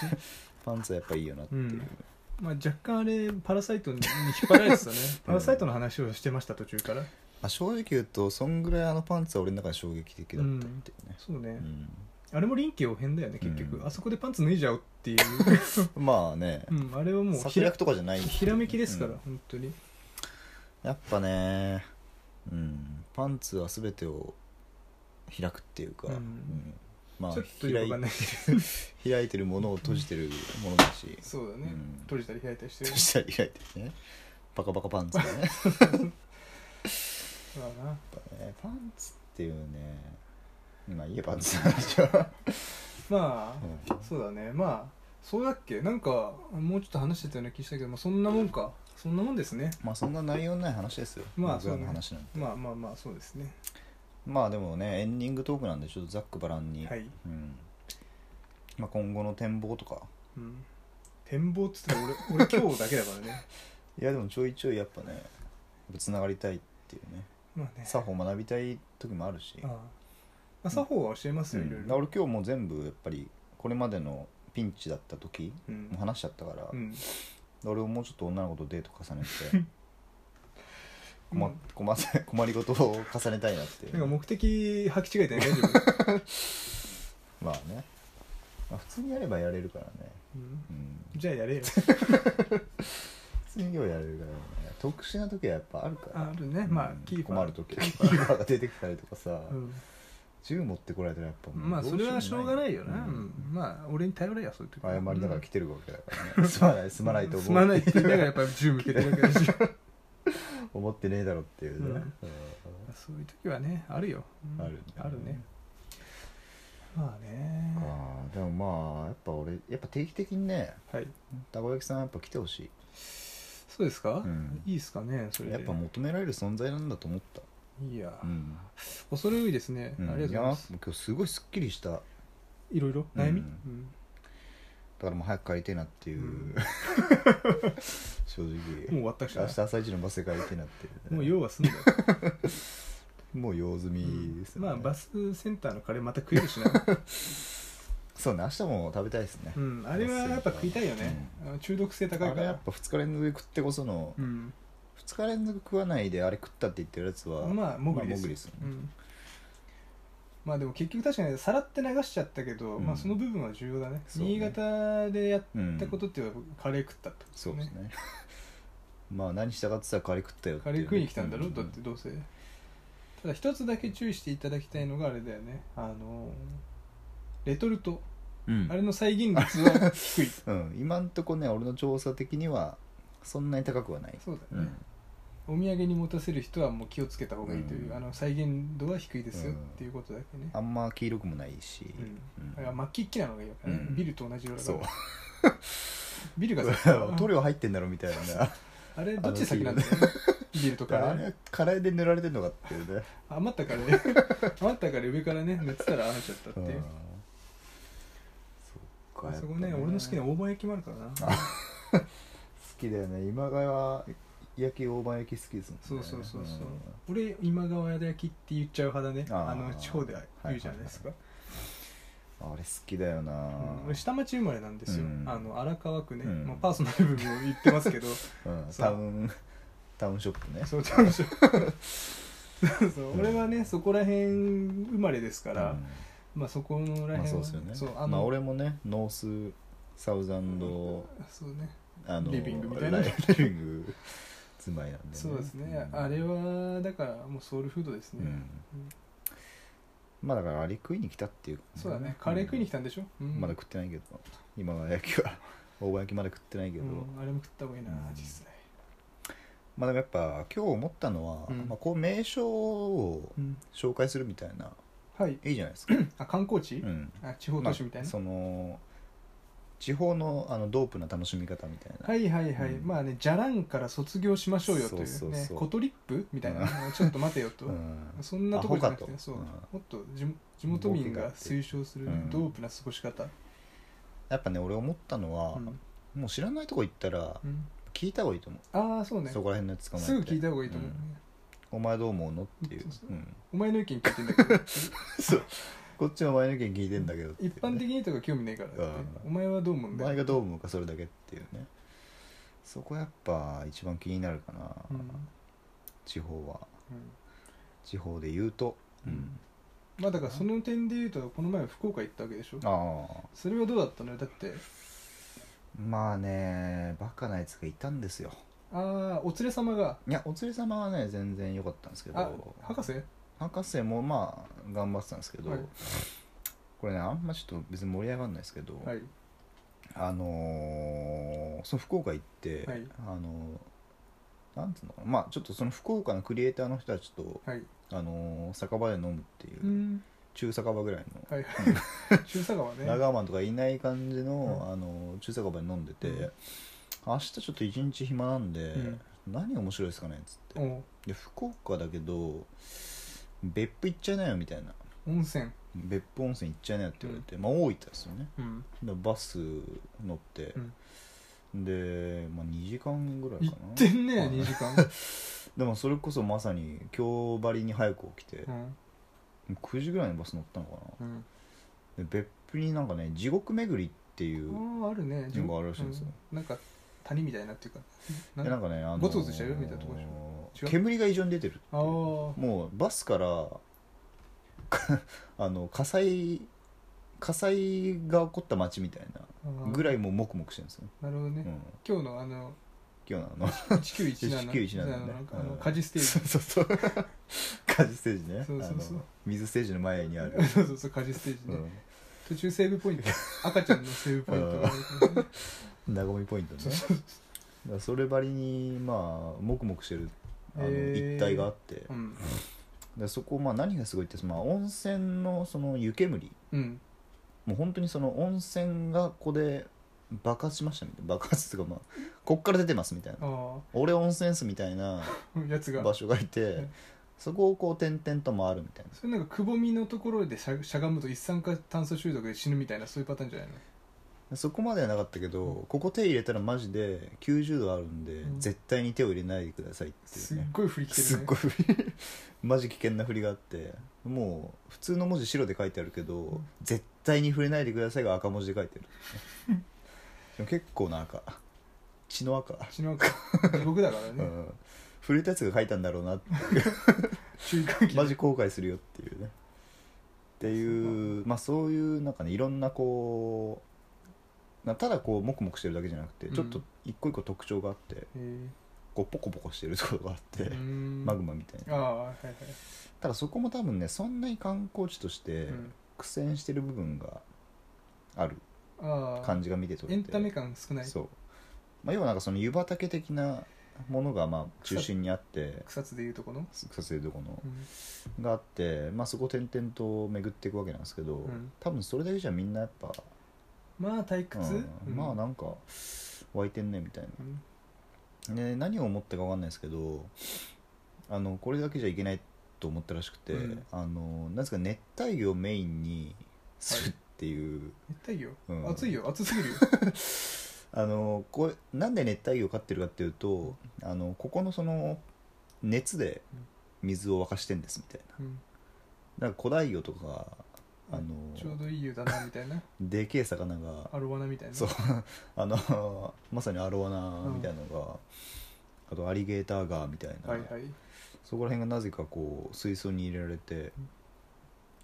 Speaker 1: パンツはやっぱいいよなっていう、
Speaker 2: うんまあ若干あれパラサイトに引っ張られて たねパラサイトの話をしてました途中から
Speaker 1: まあ、正直言うとそんぐらいあのパンツは俺の中で衝撃的だったっていうね、
Speaker 2: そうね、
Speaker 1: うん
Speaker 2: あれも臨機応変だよね結局、
Speaker 1: うん
Speaker 2: あそこでパンツ脱いじゃうっていう、
Speaker 1: まあね、
Speaker 2: うん、あれはもうひ
Speaker 1: 策
Speaker 2: ら
Speaker 1: 略とかじゃない
Speaker 2: ひらめきですから、
Speaker 1: うん
Speaker 2: 本当に
Speaker 1: やっぱねうんパンツは全てを開くっていうか、
Speaker 2: うん
Speaker 1: うんまあ
Speaker 2: ちょっとよ
Speaker 1: 開
Speaker 2: くわ
Speaker 1: い
Speaker 2: かんない
Speaker 1: 開いてるものを閉じてるものだし
Speaker 2: そうだね、
Speaker 1: うん
Speaker 2: 閉じたり開いたりしてる
Speaker 1: 閉じたり開いてるねバカバカパンツだね やっ
Speaker 2: まあな
Speaker 1: ぱねパンツっていうねまあいいよパンツの話は、
Speaker 2: ま
Speaker 1: う
Speaker 2: あ、
Speaker 1: ん
Speaker 2: そうだねまあそうだっけなんかもうちょっと話してたような気したけど、まあ、そんなもんかそんなもんですね
Speaker 1: まあそんな内容のない話ですよ
Speaker 2: まあ
Speaker 1: 僕ら
Speaker 2: そう
Speaker 1: の
Speaker 2: ね
Speaker 1: 話なんて
Speaker 2: まあまあまあそうですね
Speaker 1: まあでもねエンディングトークなんでちょっとざっくばらんに、
Speaker 2: はい、
Speaker 1: うんまあ、今後の展望とか
Speaker 2: うん、展望っつったら俺俺今日だけだからね
Speaker 1: いやでもちょいちょいやっぱねつながりたいっていうね
Speaker 2: まあね
Speaker 1: 作法学びたい時もあるし、
Speaker 2: ああまあ作法は教えます
Speaker 1: う
Speaker 2: よ、
Speaker 1: ん
Speaker 2: いろい
Speaker 1: だから俺
Speaker 2: ろ、
Speaker 1: 今日もう全部やっぱりこれまでのピンチだった時
Speaker 2: う
Speaker 1: も
Speaker 2: ん
Speaker 1: う話しちゃったから、
Speaker 2: うん、
Speaker 1: 俺ももうちょっと女の子とデート重ね て困っ
Speaker 2: うん
Speaker 1: 困って 困りごとを重ねたいなっていう
Speaker 2: なんか目的履き違えてね大丈夫、
Speaker 1: まあね、まあ、普通にやればやれるからね、
Speaker 2: うん
Speaker 1: うん、
Speaker 2: じゃあ やれよ
Speaker 1: 普通にやれるからね特殊な時はやっぱあるから
Speaker 2: あるねまあ
Speaker 1: うん
Speaker 2: キーパー
Speaker 1: 困る時キーパーが出てきたりとかさ、
Speaker 2: うん
Speaker 1: 銃持ってこられたらやっぱもう
Speaker 2: まあ
Speaker 1: ど
Speaker 2: そうれ
Speaker 1: ようも
Speaker 2: はしょうがないよな、
Speaker 1: うん
Speaker 2: うんまあ俺に頼れやそういう時
Speaker 1: 謝りながら来てるわけだからねすまないすまないと
Speaker 2: す
Speaker 1: 思
Speaker 2: ま
Speaker 1: う
Speaker 2: ないって言いながらやっぱり銃向けてるわけだし
Speaker 1: 思ってねえだろっていうね、
Speaker 2: うんそういう時はねあるよ、うん
Speaker 1: あるね
Speaker 2: あるねまあね
Speaker 1: ああでもまあやっぱ俺やっぱ定期的にね
Speaker 2: はい
Speaker 1: たこ焼きさんはやっぱ来てほし
Speaker 2: そうですか、
Speaker 1: うん
Speaker 2: いいですかねそれ
Speaker 1: い
Speaker 2: で
Speaker 1: やっぱ求められる存在なんだと思った
Speaker 2: いや、
Speaker 1: うん、
Speaker 2: 恐れ多いですね、
Speaker 1: うん
Speaker 2: ありがとうございます
Speaker 1: や今日すごいすっきりしただ
Speaker 2: いろいろ悩み、
Speaker 1: うん
Speaker 2: うん
Speaker 1: からもう早く帰りたいなっていう、
Speaker 2: うん
Speaker 1: 正直
Speaker 2: もう終わったし
Speaker 1: 明
Speaker 2: な
Speaker 1: 日朝一のバスで帰りたいなっていうね、
Speaker 2: もう用は済 んだよ
Speaker 1: もう用済みですよね、
Speaker 2: まあバスセンターのカレーまた食えるしな
Speaker 1: そうね明日も食べたいですね、
Speaker 2: うんあれはやっぱ食いたいよね、あの中毒性高い
Speaker 1: あ
Speaker 2: か
Speaker 1: れやっ
Speaker 2: ら
Speaker 1: ぱ2日連続で食ってこその、
Speaker 2: うん
Speaker 1: 2日連続食わないであれ食ったって言ってるやつは
Speaker 2: まあもぐりです,、
Speaker 1: まあ、よ
Speaker 2: う
Speaker 1: ね、
Speaker 2: んまあでも結局確かにさらって流しちゃったけど、
Speaker 1: うん
Speaker 2: まあその部分は重要だね
Speaker 1: そうね
Speaker 2: 新潟でやっ
Speaker 1: うん
Speaker 2: たことっていうのはカレー食ったってこと
Speaker 1: そうですね まあ何したかって言ったらカレー食ったよって
Speaker 2: カ
Speaker 1: いう
Speaker 2: レ
Speaker 1: ね、
Speaker 2: ー食いに来たんだろ、
Speaker 1: う
Speaker 2: だってどうせただ一つだけ注意していただきたいのがあれだよねあのレトルト
Speaker 1: うん
Speaker 2: あれの再現率は低 い
Speaker 1: うん、今んとこね俺の調査的にはそんなに高くはない、
Speaker 2: そうだ
Speaker 1: う
Speaker 2: よね、
Speaker 1: ん
Speaker 2: お土産に持たせる人はもう気をつけた方がいいという、
Speaker 1: うん
Speaker 2: あの再現度は低いですよ
Speaker 1: うん
Speaker 2: っていうことだけね、
Speaker 1: あんま黄色くもないし、
Speaker 2: うん
Speaker 1: うん
Speaker 2: だから末期っきなのがいいわけね、
Speaker 1: うん
Speaker 2: ビルと同じ色だか
Speaker 1: そ
Speaker 2: ら
Speaker 1: う
Speaker 2: ビルが さ
Speaker 1: 塗料入ってんだろみ たいな
Speaker 2: あれどっち先なんだろうねビルとか
Speaker 1: あ
Speaker 2: ね
Speaker 1: れカレーで塗られてんのかっていうね、
Speaker 2: 余っ たからね余ったから上からね塗ってたらああなっちゃったって
Speaker 1: うん
Speaker 2: いう、
Speaker 1: そっかやっぱ
Speaker 2: そこね俺の好きな大判焼きもあるからな
Speaker 1: 好きだよね今川焼き大判焼き好きですもんね
Speaker 2: そうそうそうそう、俺今川焼きって言っちゃう派だね
Speaker 1: あー
Speaker 2: あの地方で言うじゃないですか、
Speaker 1: うんあれ好きだよな、
Speaker 2: うん俺下町生まれなんですよ、
Speaker 1: うん
Speaker 2: あの荒川区ね、
Speaker 1: うん
Speaker 2: まあ、パーソナル部分を言ってますけど
Speaker 1: うん
Speaker 2: そう
Speaker 1: タウン タウンショップね
Speaker 2: そう楽しい そうそう俺はねそこら辺生まれですか
Speaker 1: だ
Speaker 2: ら、
Speaker 1: うん
Speaker 2: まあそこら辺は、
Speaker 1: まあそうですよね
Speaker 2: そうあの、
Speaker 1: まあ俺もねノースサウザンド
Speaker 2: そうね
Speaker 1: あの
Speaker 2: リビングみたいな
Speaker 1: ライ リビング住まいなんで、
Speaker 2: そうですね、
Speaker 1: うん
Speaker 2: あれはだからもうソウルフードです
Speaker 1: う
Speaker 2: ね、
Speaker 1: んまあだからあれ食いに来たっていうこと
Speaker 2: そうだねカレー食いに来
Speaker 1: た、
Speaker 2: たんでしょ、
Speaker 1: う
Speaker 2: う
Speaker 1: ん
Speaker 2: ん
Speaker 1: まだ食ってないけど今は焼きは大判焼きまだ食ってないけど、
Speaker 2: うん、あれも食った方がいいな、
Speaker 1: うん
Speaker 2: 実際
Speaker 1: まあでもやっぱ今日思ったのは、
Speaker 2: うん
Speaker 1: まあ、こう名所を
Speaker 2: うん
Speaker 1: 紹介するみたいな
Speaker 2: はい
Speaker 1: いいじゃないですか、
Speaker 2: あ観光地、
Speaker 1: うん
Speaker 2: あ地方
Speaker 1: ま
Speaker 2: 都
Speaker 1: あ
Speaker 2: 市みたいな、
Speaker 1: その地方のあのドープの楽しみ方みたいな、
Speaker 2: はいはいはい、
Speaker 1: うん
Speaker 2: まあねじゃらんから卒業しましょうよというね
Speaker 1: そうそうそう
Speaker 2: コトリップみたいな、ちょっと待て よと、
Speaker 1: うん
Speaker 2: そんなとこじゃなく
Speaker 1: アホ
Speaker 2: て
Speaker 1: かと
Speaker 2: そう、
Speaker 1: うん
Speaker 2: もっと地地元民が推奨する、ね
Speaker 1: うん
Speaker 2: ドープな過ごし方、
Speaker 1: やっぱね俺思ったのは
Speaker 2: う、ん
Speaker 1: もう知らないとこ行ったら
Speaker 2: うん
Speaker 1: 聞いた方がいいと思う、
Speaker 2: ああそうね
Speaker 1: そこら辺のやつ捕まえて
Speaker 2: すぐ聞いた方がいいと思う、
Speaker 1: んお前どう思うのっていう
Speaker 2: そうそう、
Speaker 1: うん
Speaker 2: お前の意見聞いてんだけど
Speaker 1: そうこっちのお前の意見聞いてんだけどっていう
Speaker 2: 一
Speaker 1: ね
Speaker 2: 般的にとか興味ないからって、
Speaker 1: う
Speaker 2: お前はどう思う
Speaker 1: お
Speaker 2: んだ
Speaker 1: 前
Speaker 2: よ、
Speaker 1: がどう思うかそれだけっていうねそこやっぱ一番気になるかな、
Speaker 2: うん
Speaker 1: 地方は
Speaker 2: うん
Speaker 1: 地方で言うと、
Speaker 2: うんまあだからその点で言うとこの前福岡行ったわけでしょ
Speaker 1: ああ
Speaker 2: それはどうだったのよだって
Speaker 1: まあねバカなやつがいたんですよ
Speaker 2: ああお連れ様が
Speaker 1: いやお連れ様はね全然良かったんですけ
Speaker 2: あ
Speaker 1: ど
Speaker 2: 博士
Speaker 1: 博士もまあ頑張ってたんですけど、
Speaker 2: はい
Speaker 1: これねあんまちょっと別に盛り上がらないですけど、
Speaker 2: はい
Speaker 1: あのーその福岡行って、
Speaker 2: はい
Speaker 1: あのーなんつうのかなまあちょっとその福岡のクリエイターの人たちと、
Speaker 2: はい
Speaker 1: あのー酒場で飲むっていうう、
Speaker 2: ん
Speaker 1: 中酒場ぐらいの、
Speaker 2: はい 中佐川ね
Speaker 1: ラガーマンとかいない感じの、
Speaker 2: う
Speaker 1: あの中酒場に飲んでて、
Speaker 2: うん
Speaker 1: 明日ちょっと一日暇なんで、
Speaker 2: うん
Speaker 1: 何面白いですかねっつって、
Speaker 2: おう
Speaker 1: で福岡だけど別府行っちゃいなよみたいな
Speaker 2: 温泉
Speaker 1: 別府温泉行っちゃいなよって言われて、まあ大分ですよね
Speaker 2: うん
Speaker 1: でバス乗って、で、まあ、2時間ぐらい
Speaker 2: 行
Speaker 1: か
Speaker 2: っ
Speaker 1: な
Speaker 2: てんね
Speaker 1: うん
Speaker 2: 2 時間
Speaker 1: でもそれこそまさに今日ばりに早く起きて
Speaker 2: う、ん
Speaker 1: 9時ぐらいにバス乗ったのか
Speaker 2: うん
Speaker 1: なで別府になんかね地獄巡りっていう
Speaker 2: あああるね
Speaker 1: 順番あるらしいんですよ
Speaker 2: うんなんか谷みたいなっていうか
Speaker 1: で
Speaker 2: な
Speaker 1: なんんかね、あのー
Speaker 2: ゴツゴツしてるみたいなとこでし違う
Speaker 1: 煙が異常に出てるっていう
Speaker 2: あー
Speaker 1: もうバスから かあの火災火災が起こった街みたい
Speaker 2: あ
Speaker 1: な
Speaker 2: ー
Speaker 1: ぐらいもうもくもくしてるんですよ、
Speaker 2: なるほど
Speaker 1: う
Speaker 2: ね
Speaker 1: ん、
Speaker 2: 今日のあの
Speaker 1: 今日のあの
Speaker 2: 1917
Speaker 1: 1917
Speaker 2: の
Speaker 1: ね
Speaker 2: なんか
Speaker 1: うん
Speaker 2: あの家事ステー ジ
Speaker 1: そうそうそう火事ステージね
Speaker 2: そうそうそう
Speaker 1: あの水ステージの前にある、
Speaker 2: そうそうそう家事ステージね、
Speaker 1: う
Speaker 2: 途中セーブポイント赤ちゃんのセーブポイントがあるからね
Speaker 1: ん、和みポイントね
Speaker 2: そうそう
Speaker 1: だからそればりにまあもくもくしてる あの
Speaker 2: へー
Speaker 1: 一帯があって、
Speaker 2: そううん
Speaker 1: でそこまあ何がすごいって、まあ、温泉のその湯煙
Speaker 2: うん
Speaker 1: もう本当にその温泉がここで爆発しましたみたいな爆発というかまあこっから出てますみたいな
Speaker 2: あ
Speaker 1: 俺温泉っすみたいな
Speaker 2: あやつが
Speaker 1: 場所がい
Speaker 2: うん
Speaker 1: てそこをこう点々と回るみたいな
Speaker 2: それなんかくぼみのところでしゃしゃがむと一酸化炭素中毒で死ぬみたいなそういうパターンじゃないの
Speaker 1: そこまではなかったけど、ここ手入れたらマジで90度あるんで、
Speaker 2: うん
Speaker 1: 絶対に手を入れないでくださいっていう
Speaker 2: すっ
Speaker 1: ね
Speaker 2: ごい振り切って
Speaker 1: す
Speaker 2: る
Speaker 1: っ
Speaker 2: ね
Speaker 1: ごい振り マジ危険な振りがあってもう普通の文字白で書いてあるけど、
Speaker 2: ん
Speaker 1: 絶対に触れないでくださいが赤文字で書いてる でも結構な赤血の赤、
Speaker 2: 死ぬわけ地獄だか ら
Speaker 1: う
Speaker 2: ね
Speaker 1: ん、触れたやつが書いたんだろうなって
Speaker 2: 注意喚起
Speaker 1: マジ後悔するよっていうねっていうまあそういうなんかねいろんなこうなただこうもくもくしてるだけじゃなくて、
Speaker 2: うん
Speaker 1: ちょっと一個一個特徴があって
Speaker 2: へー
Speaker 1: こうポコポコしてるところがあって、
Speaker 2: うーん
Speaker 1: マグマみたいな
Speaker 2: ああはいはい
Speaker 1: ただそこも多分ねそんなに観光地として
Speaker 2: うん
Speaker 1: 苦戦してる部分がある
Speaker 2: ああ
Speaker 1: 感じが見て取
Speaker 2: エ
Speaker 1: れ
Speaker 2: ン
Speaker 1: て
Speaker 2: タメ感少ない
Speaker 1: そう、まあ、要はなんかその湯畑的なものがまあ
Speaker 2: 草
Speaker 1: 中心にあって
Speaker 2: 草津でいうとこの
Speaker 1: 撮影どこの
Speaker 2: うん
Speaker 1: があって、まあ、そこを転々と巡っていくわけなんですけど、
Speaker 2: うん
Speaker 1: 多分それだけじゃみんなやっぱ、
Speaker 2: まあ退屈
Speaker 1: うんまあなんか湧いてんねみたい
Speaker 2: うん
Speaker 1: なで何を思ったか分かんないですけどあのこれだけじゃいけないと思ったらしくて、
Speaker 2: うん
Speaker 1: あのなんですか熱帯魚をメインにするっていう。
Speaker 2: 熱帯魚
Speaker 1: うん
Speaker 2: 暑いよ暑すぎる よ
Speaker 1: あのこれなんで熱帯魚を飼ってるかっていうとあのここのその熱で水を沸かしてんですみたいな
Speaker 2: うん
Speaker 1: だから古代魚とかあの
Speaker 2: ちょうどいい湯だなみたいな
Speaker 1: でけえ魚が
Speaker 2: アロワナみたいな
Speaker 1: そう あのまさにアロワナみたいなのが、あとアリゲーターガーみたいな、
Speaker 2: はいはい
Speaker 1: そこら辺がなぜかこう水槽に入れられて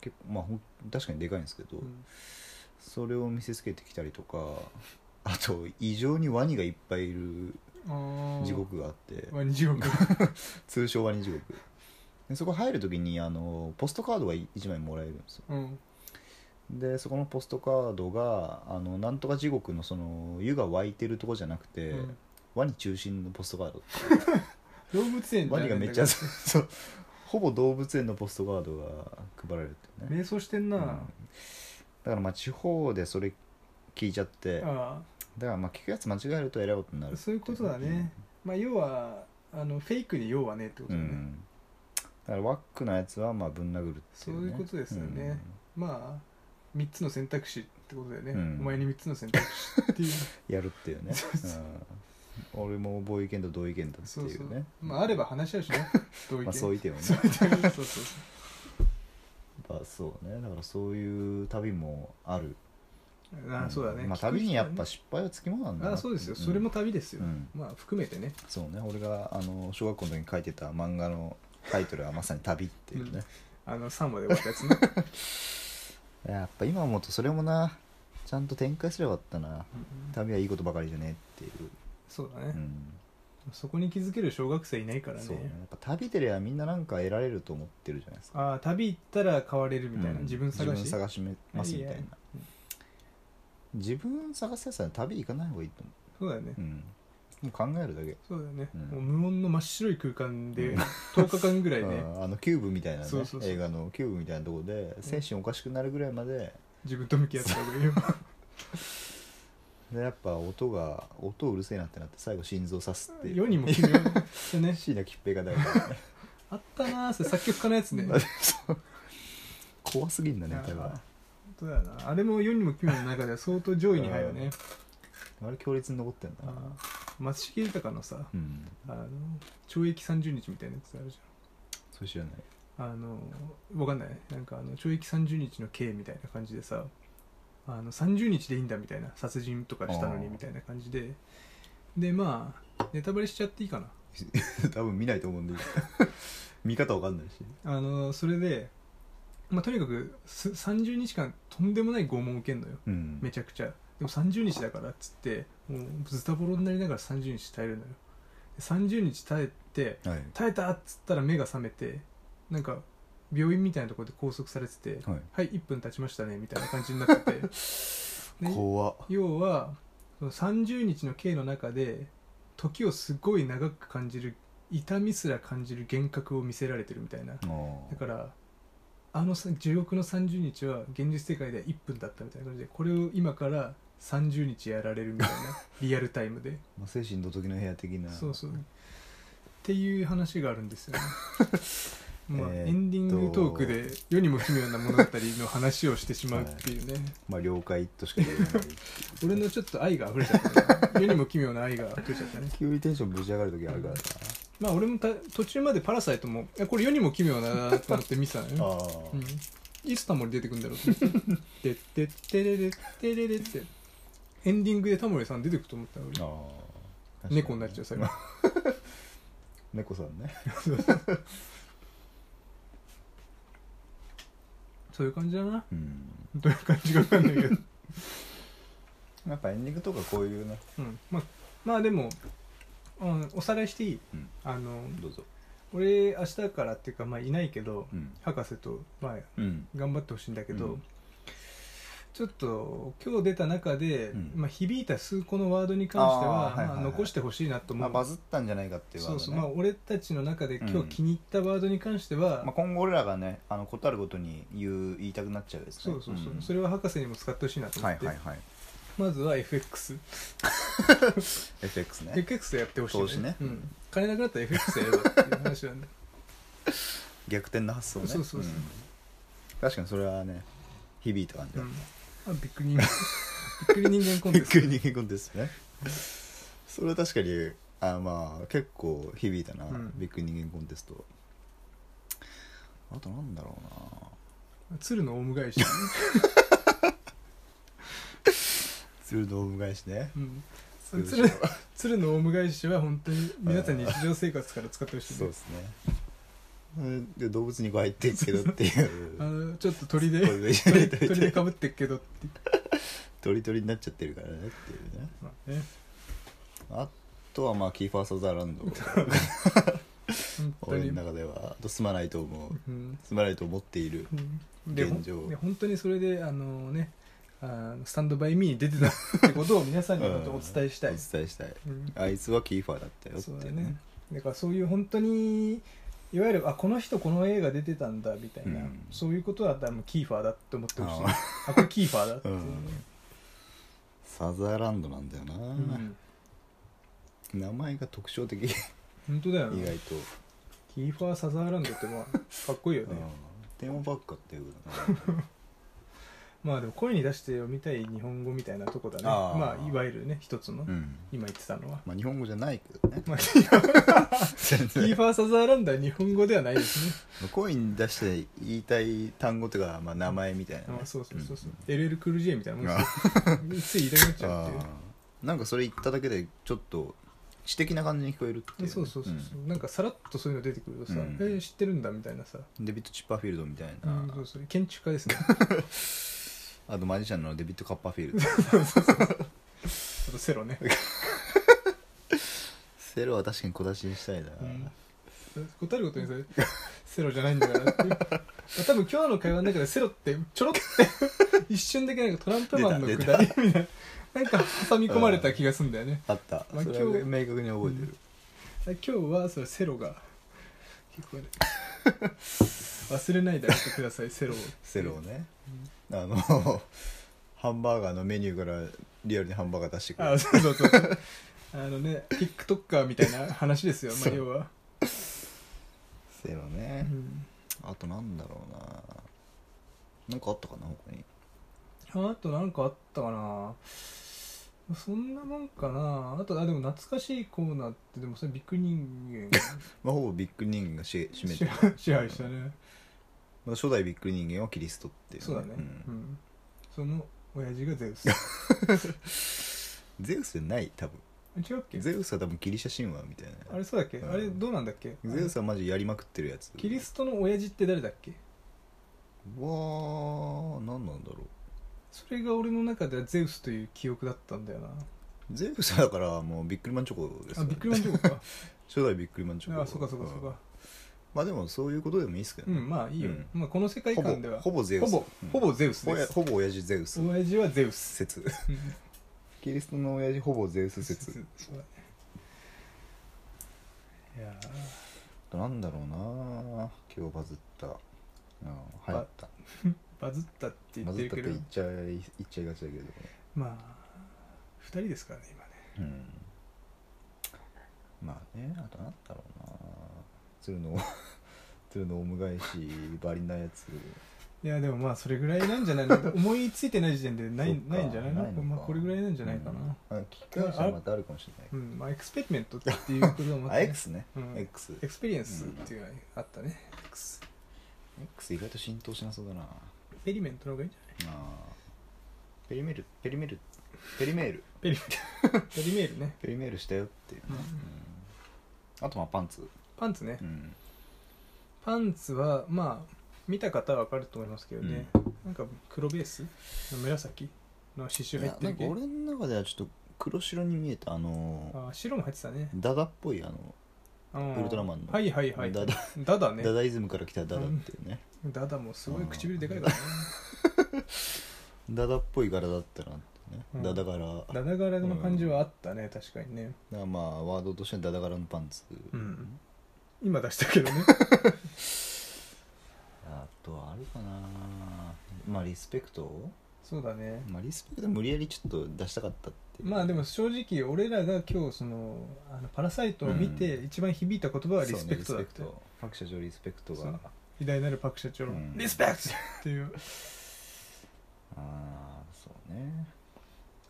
Speaker 1: 結構まあほん確かにでかいんですけど、
Speaker 2: うん
Speaker 1: それを見せつけてきたりとかあと異常にワニがいっぱいいる
Speaker 2: あー
Speaker 1: 地獄があって、
Speaker 2: ワニ地獄
Speaker 1: 通称ワニ地獄でそこ入る時にあのポストカードが1枚もらえるんですよ
Speaker 2: うん
Speaker 1: でそこのポストカードがあのなんとか地獄のその湯が湧いてるとこじゃなくて、
Speaker 2: うん
Speaker 1: ワニ中心のポストカ ード
Speaker 2: 動物園じゃ
Speaker 1: ワ
Speaker 2: ね
Speaker 1: ニ
Speaker 2: え
Speaker 1: が
Speaker 2: ん
Speaker 1: め
Speaker 2: だ
Speaker 1: っ
Speaker 2: か
Speaker 1: ちゃ
Speaker 2: ら
Speaker 1: そう そうほぼ動物園のポストカードが配られるっていうね
Speaker 2: 瞑想してんな、
Speaker 1: うんだからまあ地方でそれ聞いちゃってだか
Speaker 2: あ
Speaker 1: らまあ聞くやつ間違えるとえらいことにな
Speaker 2: あ
Speaker 1: る
Speaker 2: そういうことだね、まあ要はあのフェイクに要はねってこと
Speaker 1: う
Speaker 2: だね、
Speaker 1: んだからワックのやつはまあぶん殴るっていう、ね、
Speaker 2: そういうことですよねまあ3つの選択肢ってことだよね、
Speaker 1: うん
Speaker 2: お前に3つの選択肢っていう
Speaker 1: うんやるっていうね
Speaker 2: そうそう
Speaker 1: うん、俺も同意見と同意見だってい
Speaker 2: そうう
Speaker 1: ね
Speaker 2: そうまああれば話し合う しね同意見、
Speaker 1: まあそういう点をね
Speaker 2: そういう点そうそうそう
Speaker 1: まあそうねだからそういう旅もある
Speaker 2: ああそうだね、
Speaker 1: まあ旅にやっぱ失敗はつきものなんだ
Speaker 2: あ
Speaker 1: な
Speaker 2: あそうですよ、それも旅です
Speaker 1: う
Speaker 2: よ、
Speaker 1: ん
Speaker 2: まあ含めてね
Speaker 1: そうね俺があの小学校の時に書いてた漫画のタイトルはまさに「旅」っていうね、
Speaker 2: あの3話で終わったやつ ね
Speaker 1: やっぱ今思うとそれもなちゃんと展開すればよかったな
Speaker 2: うん
Speaker 1: 旅はいいことばかりじゃねえっていう、
Speaker 2: そうだ
Speaker 1: う
Speaker 2: ね、
Speaker 1: ん、
Speaker 2: そこに気づける小学生いないからね
Speaker 1: そうねやっぱ旅でりゃみんななんか得られると思ってるじゃないですか
Speaker 2: ああ旅行ったら変われるみたいな、
Speaker 1: うん
Speaker 2: 自分探し
Speaker 1: 自分探しますみたい
Speaker 2: いい
Speaker 1: な自分探すやつは旅行かない方がいいと思
Speaker 2: そうだよね、
Speaker 1: う、うん、もう考えるだけ
Speaker 2: そうだよね、
Speaker 1: うん
Speaker 2: もう無音の真っ白い空間
Speaker 1: う
Speaker 2: で
Speaker 1: ん
Speaker 2: 10日間ぐらいね
Speaker 1: あーあのキューブみたいなね
Speaker 2: そうそうそう
Speaker 1: 映画のキューブみたいなところで精神おかしくなるぐらいまで,、
Speaker 2: 自分と向き合った方がいいよ
Speaker 1: でやっぱ音が音うるせえなってなって最後心臓刺すっていう
Speaker 2: 世にも奇妙で ね
Speaker 1: 椎名桔平が大事だね
Speaker 2: あったなーそれ作曲家のやつね
Speaker 1: そう怖すぎんだね多分
Speaker 2: あー本当だよなあれも世にも奇妙の中では相当上位に入るね
Speaker 1: あれ強烈に残ってんだな
Speaker 2: あー松重豊のさ
Speaker 1: うん
Speaker 2: あの懲役30日みたいなやつあるじ
Speaker 1: そう知らない
Speaker 2: ゃんあのわかんないなんかあの懲役30日の刑みたいな感じでさあの30日でいいんだみたいな殺人とかしたのに
Speaker 1: あー
Speaker 2: みたいな感じででまあネタバレしちゃっていいかな
Speaker 1: 多分見ないと思うんで 見方わかんないし
Speaker 2: あのそれで、まあ、とにかくす30日間とんでもない拷問を受けんのよ
Speaker 1: うん
Speaker 2: めちゃくちゃでも30日だからっつってもうズタボロになりながら30日耐えるのよで30日耐えて
Speaker 1: はい
Speaker 2: 耐えたっつったら目が覚めてなんか病院みたいなところで拘束されてて「
Speaker 1: はい
Speaker 2: はい1分経ちましたね」みたいな感じになっててで
Speaker 1: 怖っ
Speaker 2: 要はその30日の刑の中で時をすごい長く感じる痛みすら感じる幻覚を見せられてるみたいな
Speaker 1: あ
Speaker 2: だからあのさ地獄の30日は現実世界では1分だったみたいな感じでこれを今から30日やられるみたいなリアルタイムで
Speaker 1: まあ精神の時の部屋的な
Speaker 2: そうそうっていう話があるんで すよねまあ、
Speaker 1: えーっと
Speaker 2: エンディングトークで世にも奇妙な物語の話をしてしまうっていうね、
Speaker 1: まあ了解としか言え ない
Speaker 2: 俺のちょっと愛が溢れちゃったね世にも奇妙な愛が溢れちゃったね
Speaker 1: 急にテンションぶち上がる時あるからな
Speaker 2: まあ俺もた途中まで「パラサイトも」いやこれ世にも奇妙だなと思って見てたの よ
Speaker 1: あ
Speaker 2: うん、いつタモリ出てくんだろうと思って「てってってれれってれれ」ってエンディングでタモリさん出てくと思った
Speaker 1: あ
Speaker 2: 俺
Speaker 1: ああ
Speaker 2: 猫になっちゃう最後
Speaker 1: 猫さんね
Speaker 2: そういう感じだな
Speaker 1: うん
Speaker 2: どういう感じか分かんないけど、
Speaker 1: やっぱエンディングとかこういうね
Speaker 2: うん、まあまあでも、うん、おさらいしていい、
Speaker 1: うん
Speaker 2: あの
Speaker 1: どうぞ
Speaker 2: 俺明日からっていうかまあいないけど、
Speaker 1: うん
Speaker 2: 博士とまあ
Speaker 1: うん
Speaker 2: 頑張ってほしいんだけど、
Speaker 1: うん
Speaker 2: ちょっと今日出た中で、
Speaker 1: うん
Speaker 2: まあ、響いた数個のワードに関しては
Speaker 1: あーはいはいはい
Speaker 2: まあ、残してほしいなと思
Speaker 1: まあ
Speaker 2: う、
Speaker 1: バズったんじゃないかっていうワー
Speaker 2: そ
Speaker 1: ド
Speaker 2: う
Speaker 1: ね
Speaker 2: そうまあ俺たちの中で今
Speaker 1: うん
Speaker 2: 日気に入ったワードに関しては、
Speaker 1: まあ今後俺らがねあのことあるごとに言う言いたくなっちゃうですね
Speaker 2: そうそうそう、
Speaker 1: ん
Speaker 2: それは博士にも使ってほしいなと思
Speaker 1: は
Speaker 2: っ
Speaker 1: い
Speaker 2: て、
Speaker 1: はいはい
Speaker 2: まずは FX
Speaker 1: FX ね
Speaker 2: FX でやってほしいよ
Speaker 1: 投資ね
Speaker 2: うん、金なくなったら FX でやればっていう話なんで
Speaker 1: 逆転の発想ね
Speaker 2: そうそうそうん
Speaker 1: 確かにそれはね響いた感じ
Speaker 2: う
Speaker 1: だ
Speaker 2: ん
Speaker 1: っ
Speaker 2: あびっくり人間びっくり人間
Speaker 1: た
Speaker 2: コン
Speaker 1: びっ
Speaker 2: テス
Speaker 1: く
Speaker 2: ト
Speaker 1: り逃げ込んですねそれは確かにあまあ結構響いたな、
Speaker 2: うん
Speaker 1: びっくり人間コンテストあとなんだろうな
Speaker 2: 鶴のオウ ム返し、ね
Speaker 1: 鶴のオウム返しね
Speaker 2: うん、
Speaker 1: 鶴
Speaker 2: 鶴鶴のオウム返しは本当に皆さんに日常生活から使ってほしい、
Speaker 1: そう
Speaker 2: ね
Speaker 1: で、すねうんで動物にこう入っていくけどっていう
Speaker 2: あのちょっと鳥で
Speaker 1: これ一緒に入れ
Speaker 2: 鳥
Speaker 1: とい
Speaker 2: 鳥
Speaker 1: て
Speaker 2: でかぶってっけどっていう、
Speaker 1: 鳥鳥になっちゃってるからねっていうね
Speaker 2: まあね、
Speaker 1: あとはまあキーファー・サザーランド
Speaker 2: 本当
Speaker 1: 俺
Speaker 2: に
Speaker 1: の中ではあとすまないと思う
Speaker 2: うん
Speaker 1: すまないと思っている
Speaker 2: で
Speaker 1: 現状
Speaker 2: ほんで本当にそれであのねあのスタンドバイミーに出てたってことを皆さんに本当お伝えしたい、
Speaker 1: お伝えしたい
Speaker 2: うん
Speaker 1: あいつはキーファーだったよって
Speaker 2: そ
Speaker 1: いうう
Speaker 2: だ
Speaker 1: ね
Speaker 2: ねだからそういう本当にいわゆるあこの人この映画出てたんだみたいな、
Speaker 1: うん
Speaker 2: そういうことだったらもうキーファーだって思ってほしい
Speaker 1: あ
Speaker 2: あこれキーファーだって、
Speaker 1: うんサザーランドなんだよな、
Speaker 2: うん、
Speaker 1: 名前が特徴的意
Speaker 2: 本当だよ
Speaker 1: 外
Speaker 2: ね
Speaker 1: と、
Speaker 2: キーファー・サザーランドってまあかっこいいよ
Speaker 1: うん
Speaker 2: ね、
Speaker 1: テーマばっかっていうかな
Speaker 2: まあでも声に出して読みたい日本語みたいなとこだね
Speaker 1: あー
Speaker 2: まあいわゆるね一つの、
Speaker 1: うん
Speaker 2: 今言ってたのは
Speaker 1: まあ日本語じゃないけどね
Speaker 2: まあキーファー
Speaker 1: 全
Speaker 2: キー
Speaker 1: 然
Speaker 2: ファー・サザーランドは日本語ではないですね
Speaker 1: 声に出して言いたい単語とか、まあ、名前みたいなね、
Speaker 2: あそうそうそうそう、LL クルージェみたいなもん
Speaker 1: あ
Speaker 2: ですよつい言いたくなっちゃうっていう
Speaker 1: あーなんかそれ言っただけでちょっと知的な感じに聞こえるっていうね、
Speaker 2: そうそうそうそう、なんかさらっとそういうの出てくるとさ「
Speaker 1: うん
Speaker 2: えー知ってるんだ」みたいなさ、
Speaker 1: うんデビッド・チッパーフィールドみたいな、
Speaker 2: うんそうそう建築家 ですね
Speaker 1: あとマジシャンのデビッド・カッパーフィールド
Speaker 2: あと セロね、
Speaker 1: セロは確かに小出しにしたいな、
Speaker 2: うん、答えることにそれセロじゃないん だからっていうまあ多分今日の会話の中でセロってちょろって一瞬だけなんかトランプマンの
Speaker 1: 出
Speaker 2: く
Speaker 1: た
Speaker 2: だりみたいななんか挟み込まれた気がすんだよね、
Speaker 1: あった、
Speaker 2: まあ
Speaker 1: それ
Speaker 2: 今
Speaker 1: は
Speaker 2: 日
Speaker 1: 明確に覚えてる、
Speaker 2: 今日はそれセロが聞こえる忘れないであげてくださいセロを
Speaker 1: セロをね、あの ハンバーガーのメニューからリアルにハンバーガー出してくれ
Speaker 2: あ
Speaker 1: る
Speaker 2: そうそうそうあのね TikToker みたいな話ですよ、ま
Speaker 1: そ
Speaker 2: あ、
Speaker 1: う
Speaker 2: 要は、
Speaker 1: セロ
Speaker 2: う
Speaker 1: ね、
Speaker 2: ん
Speaker 1: あとなんだろうななんかあったかな他に
Speaker 2: あとなんかあったかなそんなもんかなあとあでも懐かしいコーナーってでもそれビッグ人間
Speaker 1: まあ、ほぼビッグ人間がし占めて
Speaker 2: 支
Speaker 1: る、
Speaker 2: 配支配したね
Speaker 1: まあ、初代ビッグ人間はキリストっていう、
Speaker 2: そうだね、うん
Speaker 1: ん
Speaker 2: その親父がゼウス
Speaker 1: ゼウスじゃない多分
Speaker 2: 違うっけ
Speaker 1: ゼウスは多分ギリシャ神話みたい
Speaker 2: あ
Speaker 1: な
Speaker 2: れそうだっけ、
Speaker 1: うん
Speaker 2: あれどうなんだっけ
Speaker 1: ゼウスはマジやりまくってるやつ
Speaker 2: キリストの親父って誰だっけ
Speaker 1: うわあ何なんだろう
Speaker 2: それが俺の中ではゼウスという記憶だったんだよな
Speaker 1: ゼウスはだからもうビックリマンチョコです
Speaker 2: あ
Speaker 1: よ
Speaker 2: ビックリマンチョコか
Speaker 1: 初代ビックリマンチョコ
Speaker 2: あそうかそうかそうんか
Speaker 1: まあでもそういうことでもいいですけど
Speaker 2: うん、
Speaker 1: ね、
Speaker 2: まあいいよ、
Speaker 1: うん
Speaker 2: まあ、この世界
Speaker 1: ほ
Speaker 2: 観で
Speaker 1: ぼ
Speaker 2: は
Speaker 1: ほぼゼウ
Speaker 2: ほ
Speaker 1: ス
Speaker 2: ぼほぼゼウス
Speaker 1: ほぼ
Speaker 2: で
Speaker 1: や
Speaker 2: す、
Speaker 1: ほぼ親父ゼウス
Speaker 2: 親父はゼウス
Speaker 1: 説
Speaker 2: うん
Speaker 1: キリストの親父ほぼゼウス説
Speaker 2: そうだねいや
Speaker 1: なんだろうな今日バズったうん流行った
Speaker 2: ーバズったって言
Speaker 1: バ
Speaker 2: っ
Speaker 1: ズ
Speaker 2: て
Speaker 1: っ
Speaker 2: る
Speaker 1: たっ
Speaker 2: け
Speaker 1: て
Speaker 2: ど
Speaker 1: 言っちゃい言っちゃいがちだけど
Speaker 2: まあ2人ですからね今ね
Speaker 1: うんまあねあとなんだろうな鶴の 鶴のオウム返しばりなやつ
Speaker 2: いやでもまあそれぐらいなんじゃな いの思いついてない時点でない
Speaker 1: そっか
Speaker 2: ないんじゃないの
Speaker 1: ないのか
Speaker 2: まあ、これぐらいなんじゃないかな
Speaker 1: うんあ機械車はまたあるかもしれない
Speaker 2: うん、まあエクスペリメントっていうこともあっ
Speaker 1: あ
Speaker 2: て
Speaker 1: X ね、
Speaker 2: うん
Speaker 1: X
Speaker 2: エクスペリエンスっていうのがあったね、X
Speaker 1: X 意外と浸透しなそうだな
Speaker 2: ペリメントの方がいいんじゃ
Speaker 1: あーペリメールペリメールペリメール
Speaker 2: ないペリペリメールね
Speaker 1: ペリメールしたよっていうね、
Speaker 2: う
Speaker 1: う
Speaker 2: ん
Speaker 1: んあとまあパンツ、
Speaker 2: パンツね
Speaker 1: うん、
Speaker 2: パンツはまあ見た方は分かると思いますけどね、なんか黒ベースの紫の刺
Speaker 1: い
Speaker 2: 繍入
Speaker 1: や
Speaker 2: って
Speaker 1: なん
Speaker 2: る
Speaker 1: か
Speaker 2: けど
Speaker 1: 俺の中ではちょっと黒白に見えたあのー
Speaker 2: あ白も入ってたね
Speaker 1: ダダっぽいあの
Speaker 2: ウ
Speaker 1: ウルトラマンの
Speaker 2: はいはいはい
Speaker 1: ダダ
Speaker 2: ダダね
Speaker 1: ダダイズムから来たダダっていうね、
Speaker 2: ダダもすごい
Speaker 1: うん
Speaker 2: 唇でかいからね
Speaker 1: ダダっぽい柄だったなってね、
Speaker 2: うん
Speaker 1: ダダ柄だか
Speaker 2: ダダ柄の感じはあったね確かにね
Speaker 1: らまあワードとしてはダダ柄のパンツ、
Speaker 2: うん今出したけ どね
Speaker 1: あとはあるかなまあリスペクト
Speaker 2: そうだね
Speaker 1: まあリスペクト無理やりちょっと出したかったっていう
Speaker 2: まあでも正直俺らが今日そのあのパラサイトを見て
Speaker 1: う
Speaker 2: 一番響いた言葉はリスペクト
Speaker 1: そう
Speaker 2: だ
Speaker 1: ね
Speaker 2: っ
Speaker 1: リス
Speaker 2: て
Speaker 1: ペクトパク社長リスペクト
Speaker 2: そ
Speaker 1: が
Speaker 2: う偉大なるパク社長の
Speaker 1: うん
Speaker 2: リスペクトっていう
Speaker 1: ああそうね、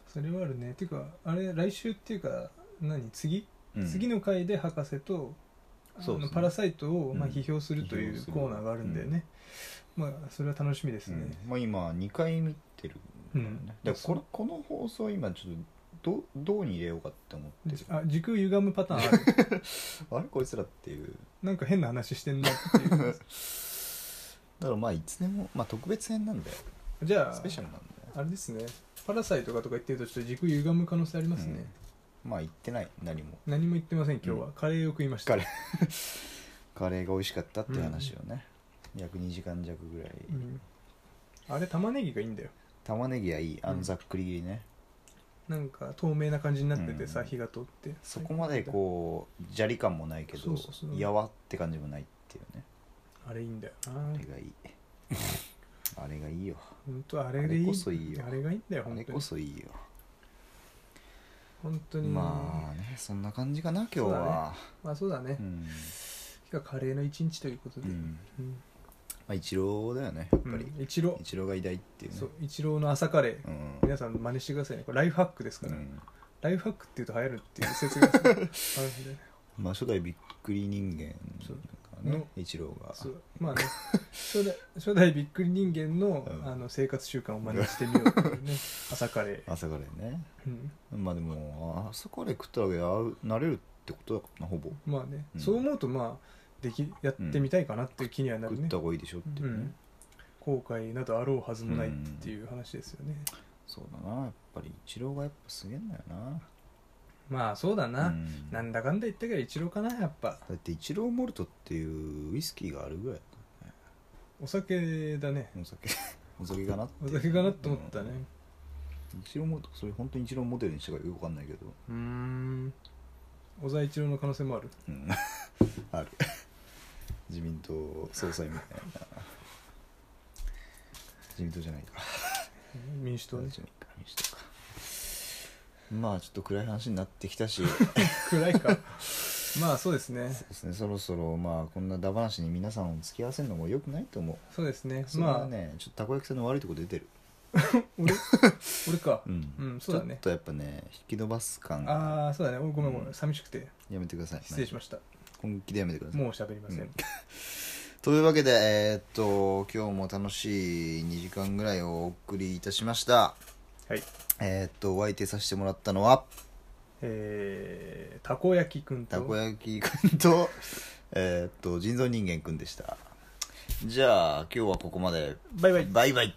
Speaker 2: それはあるねていうかあれ来週っていうか何次、
Speaker 1: うん
Speaker 2: 次の回で博士とあ
Speaker 1: そうです
Speaker 2: の
Speaker 1: ね
Speaker 2: パラサイトをまあ
Speaker 1: うん
Speaker 2: 批評するとい
Speaker 1: 批評
Speaker 2: う
Speaker 1: する
Speaker 2: コーナーがあるんだよね、まあそれは楽しみです
Speaker 1: う
Speaker 2: ね
Speaker 1: ん、まあ今2回見てる
Speaker 2: うん
Speaker 1: ねだからこれこの放送今ちょっとどどうに入れようかって思ってる
Speaker 2: あ時空歪むパターンあ る
Speaker 1: あれこいつらっていう
Speaker 2: なんか変な話してんなっていう
Speaker 1: だからまあいつでも、まあ、特別編なんだよ
Speaker 2: じゃあ
Speaker 1: スペシャルなんだよ
Speaker 2: あれですねパラサイトかとか言ってるとちょっと時空歪む可能性ありますね、
Speaker 1: まあ言ってない何も
Speaker 2: 何も言ってません今日は、カレーを食いました
Speaker 1: カレカレーが美味しかったっていう話をね、約2時間弱ぐらい、
Speaker 2: うんあれ玉ねぎがいいんだよ
Speaker 1: 玉ねぎはいいあ
Speaker 2: うん
Speaker 1: のざっくり切りね、
Speaker 2: なんか透明な感じになっててさ、
Speaker 1: うん
Speaker 2: 火が通って
Speaker 1: そこまでこう砂利感もないけ
Speaker 2: そ
Speaker 1: ど
Speaker 2: うそうそう
Speaker 1: やわって感じもないっていうね
Speaker 2: あれいいんだよな
Speaker 1: あれがいい あれがいいよ
Speaker 2: 本当あれでいい
Speaker 1: あれこそいいよ
Speaker 2: あれがいいんだよ
Speaker 1: あ
Speaker 2: 本
Speaker 1: れ
Speaker 2: 当
Speaker 1: こ
Speaker 2: に
Speaker 1: そいいよ
Speaker 2: 本当に
Speaker 1: まあねそんな感じかな今日は
Speaker 2: まあそうだね、
Speaker 1: う,、ん、
Speaker 2: 今日はカレーの一日ということ
Speaker 1: う
Speaker 2: で、
Speaker 1: ん、
Speaker 2: うん
Speaker 1: まあ一郎だよねやっぱり、
Speaker 2: うん一郎
Speaker 1: 一郎が偉大っていうね
Speaker 2: そう一郎の朝カレー、
Speaker 1: うん
Speaker 2: 皆さん真似してくださいねこれライフハックですから、
Speaker 1: うん
Speaker 2: ライフハックっていうと流行るっていう説があ るんで
Speaker 1: まあ初代びっくり人間がね
Speaker 2: の
Speaker 1: 一郎が
Speaker 2: そうまあね初代初代びっくり人間の,、
Speaker 1: うん
Speaker 2: あの生活習慣を真似してみようっていう ね朝カレー、
Speaker 1: 朝カレーね
Speaker 2: うん、
Speaker 1: まあでも朝カレー食ったらや慣れるってことだからなほぼ
Speaker 2: まあね、
Speaker 1: うん
Speaker 2: そう思うとまあできやってみたいかなっていう気にはなる
Speaker 1: 食
Speaker 2: ね
Speaker 1: っ、た方がいいでしょっていううね、
Speaker 2: ん、後悔などあろうはずもないっていう話ですよね、
Speaker 1: そうだなやっぱり一郎がやっぱすげえんだよな
Speaker 2: まあそうだな、
Speaker 1: うん
Speaker 2: なんだかんだ言ったけど一郎かなやっぱ
Speaker 1: だって一郎モルトっていうウイスキーがあるぐらい
Speaker 2: お酒だね
Speaker 1: お 酒お酒かなって
Speaker 2: お酒かなと思ったね
Speaker 1: 一郎モルトそれ本当に一郎モデルにしたかよくわかんないけど、
Speaker 2: うーん小沢一郎の可能性もある
Speaker 1: うんある 自民党総裁みたいな自民党じゃないか
Speaker 2: 民主党ね
Speaker 1: 自民党か民主党かまあちょっと暗い話になってきた し
Speaker 2: 暗い かまあそうですね
Speaker 1: そうですねそろそろまあこんなダバなしに皆さんを付き合わせるのもよくないと思う
Speaker 2: そうですね
Speaker 1: それは
Speaker 2: まあ
Speaker 1: ね、ちょっとたこ焼きさんの悪いとこ出てる
Speaker 2: 俺俺か
Speaker 1: うん、
Speaker 2: うんそうだね
Speaker 1: ちょっとやっぱね引き延ばす感
Speaker 2: ああそうだねおごめんごめ
Speaker 1: うん
Speaker 2: ん寂しくて
Speaker 1: やめてください
Speaker 2: 失礼しました
Speaker 1: 本気でやめてください
Speaker 2: もう喋りませ
Speaker 1: うん
Speaker 2: ん
Speaker 1: というわけでえーっと今日も楽しい2時間ぐらいをお送りいたしました
Speaker 2: はい
Speaker 1: えーっとお相手させてもらったのは
Speaker 2: えーたこ焼きくんと
Speaker 1: たこ焼きくんとえーっと人造人間くんでしたじゃあ今日はここまで
Speaker 2: バイバイ
Speaker 1: バイバイ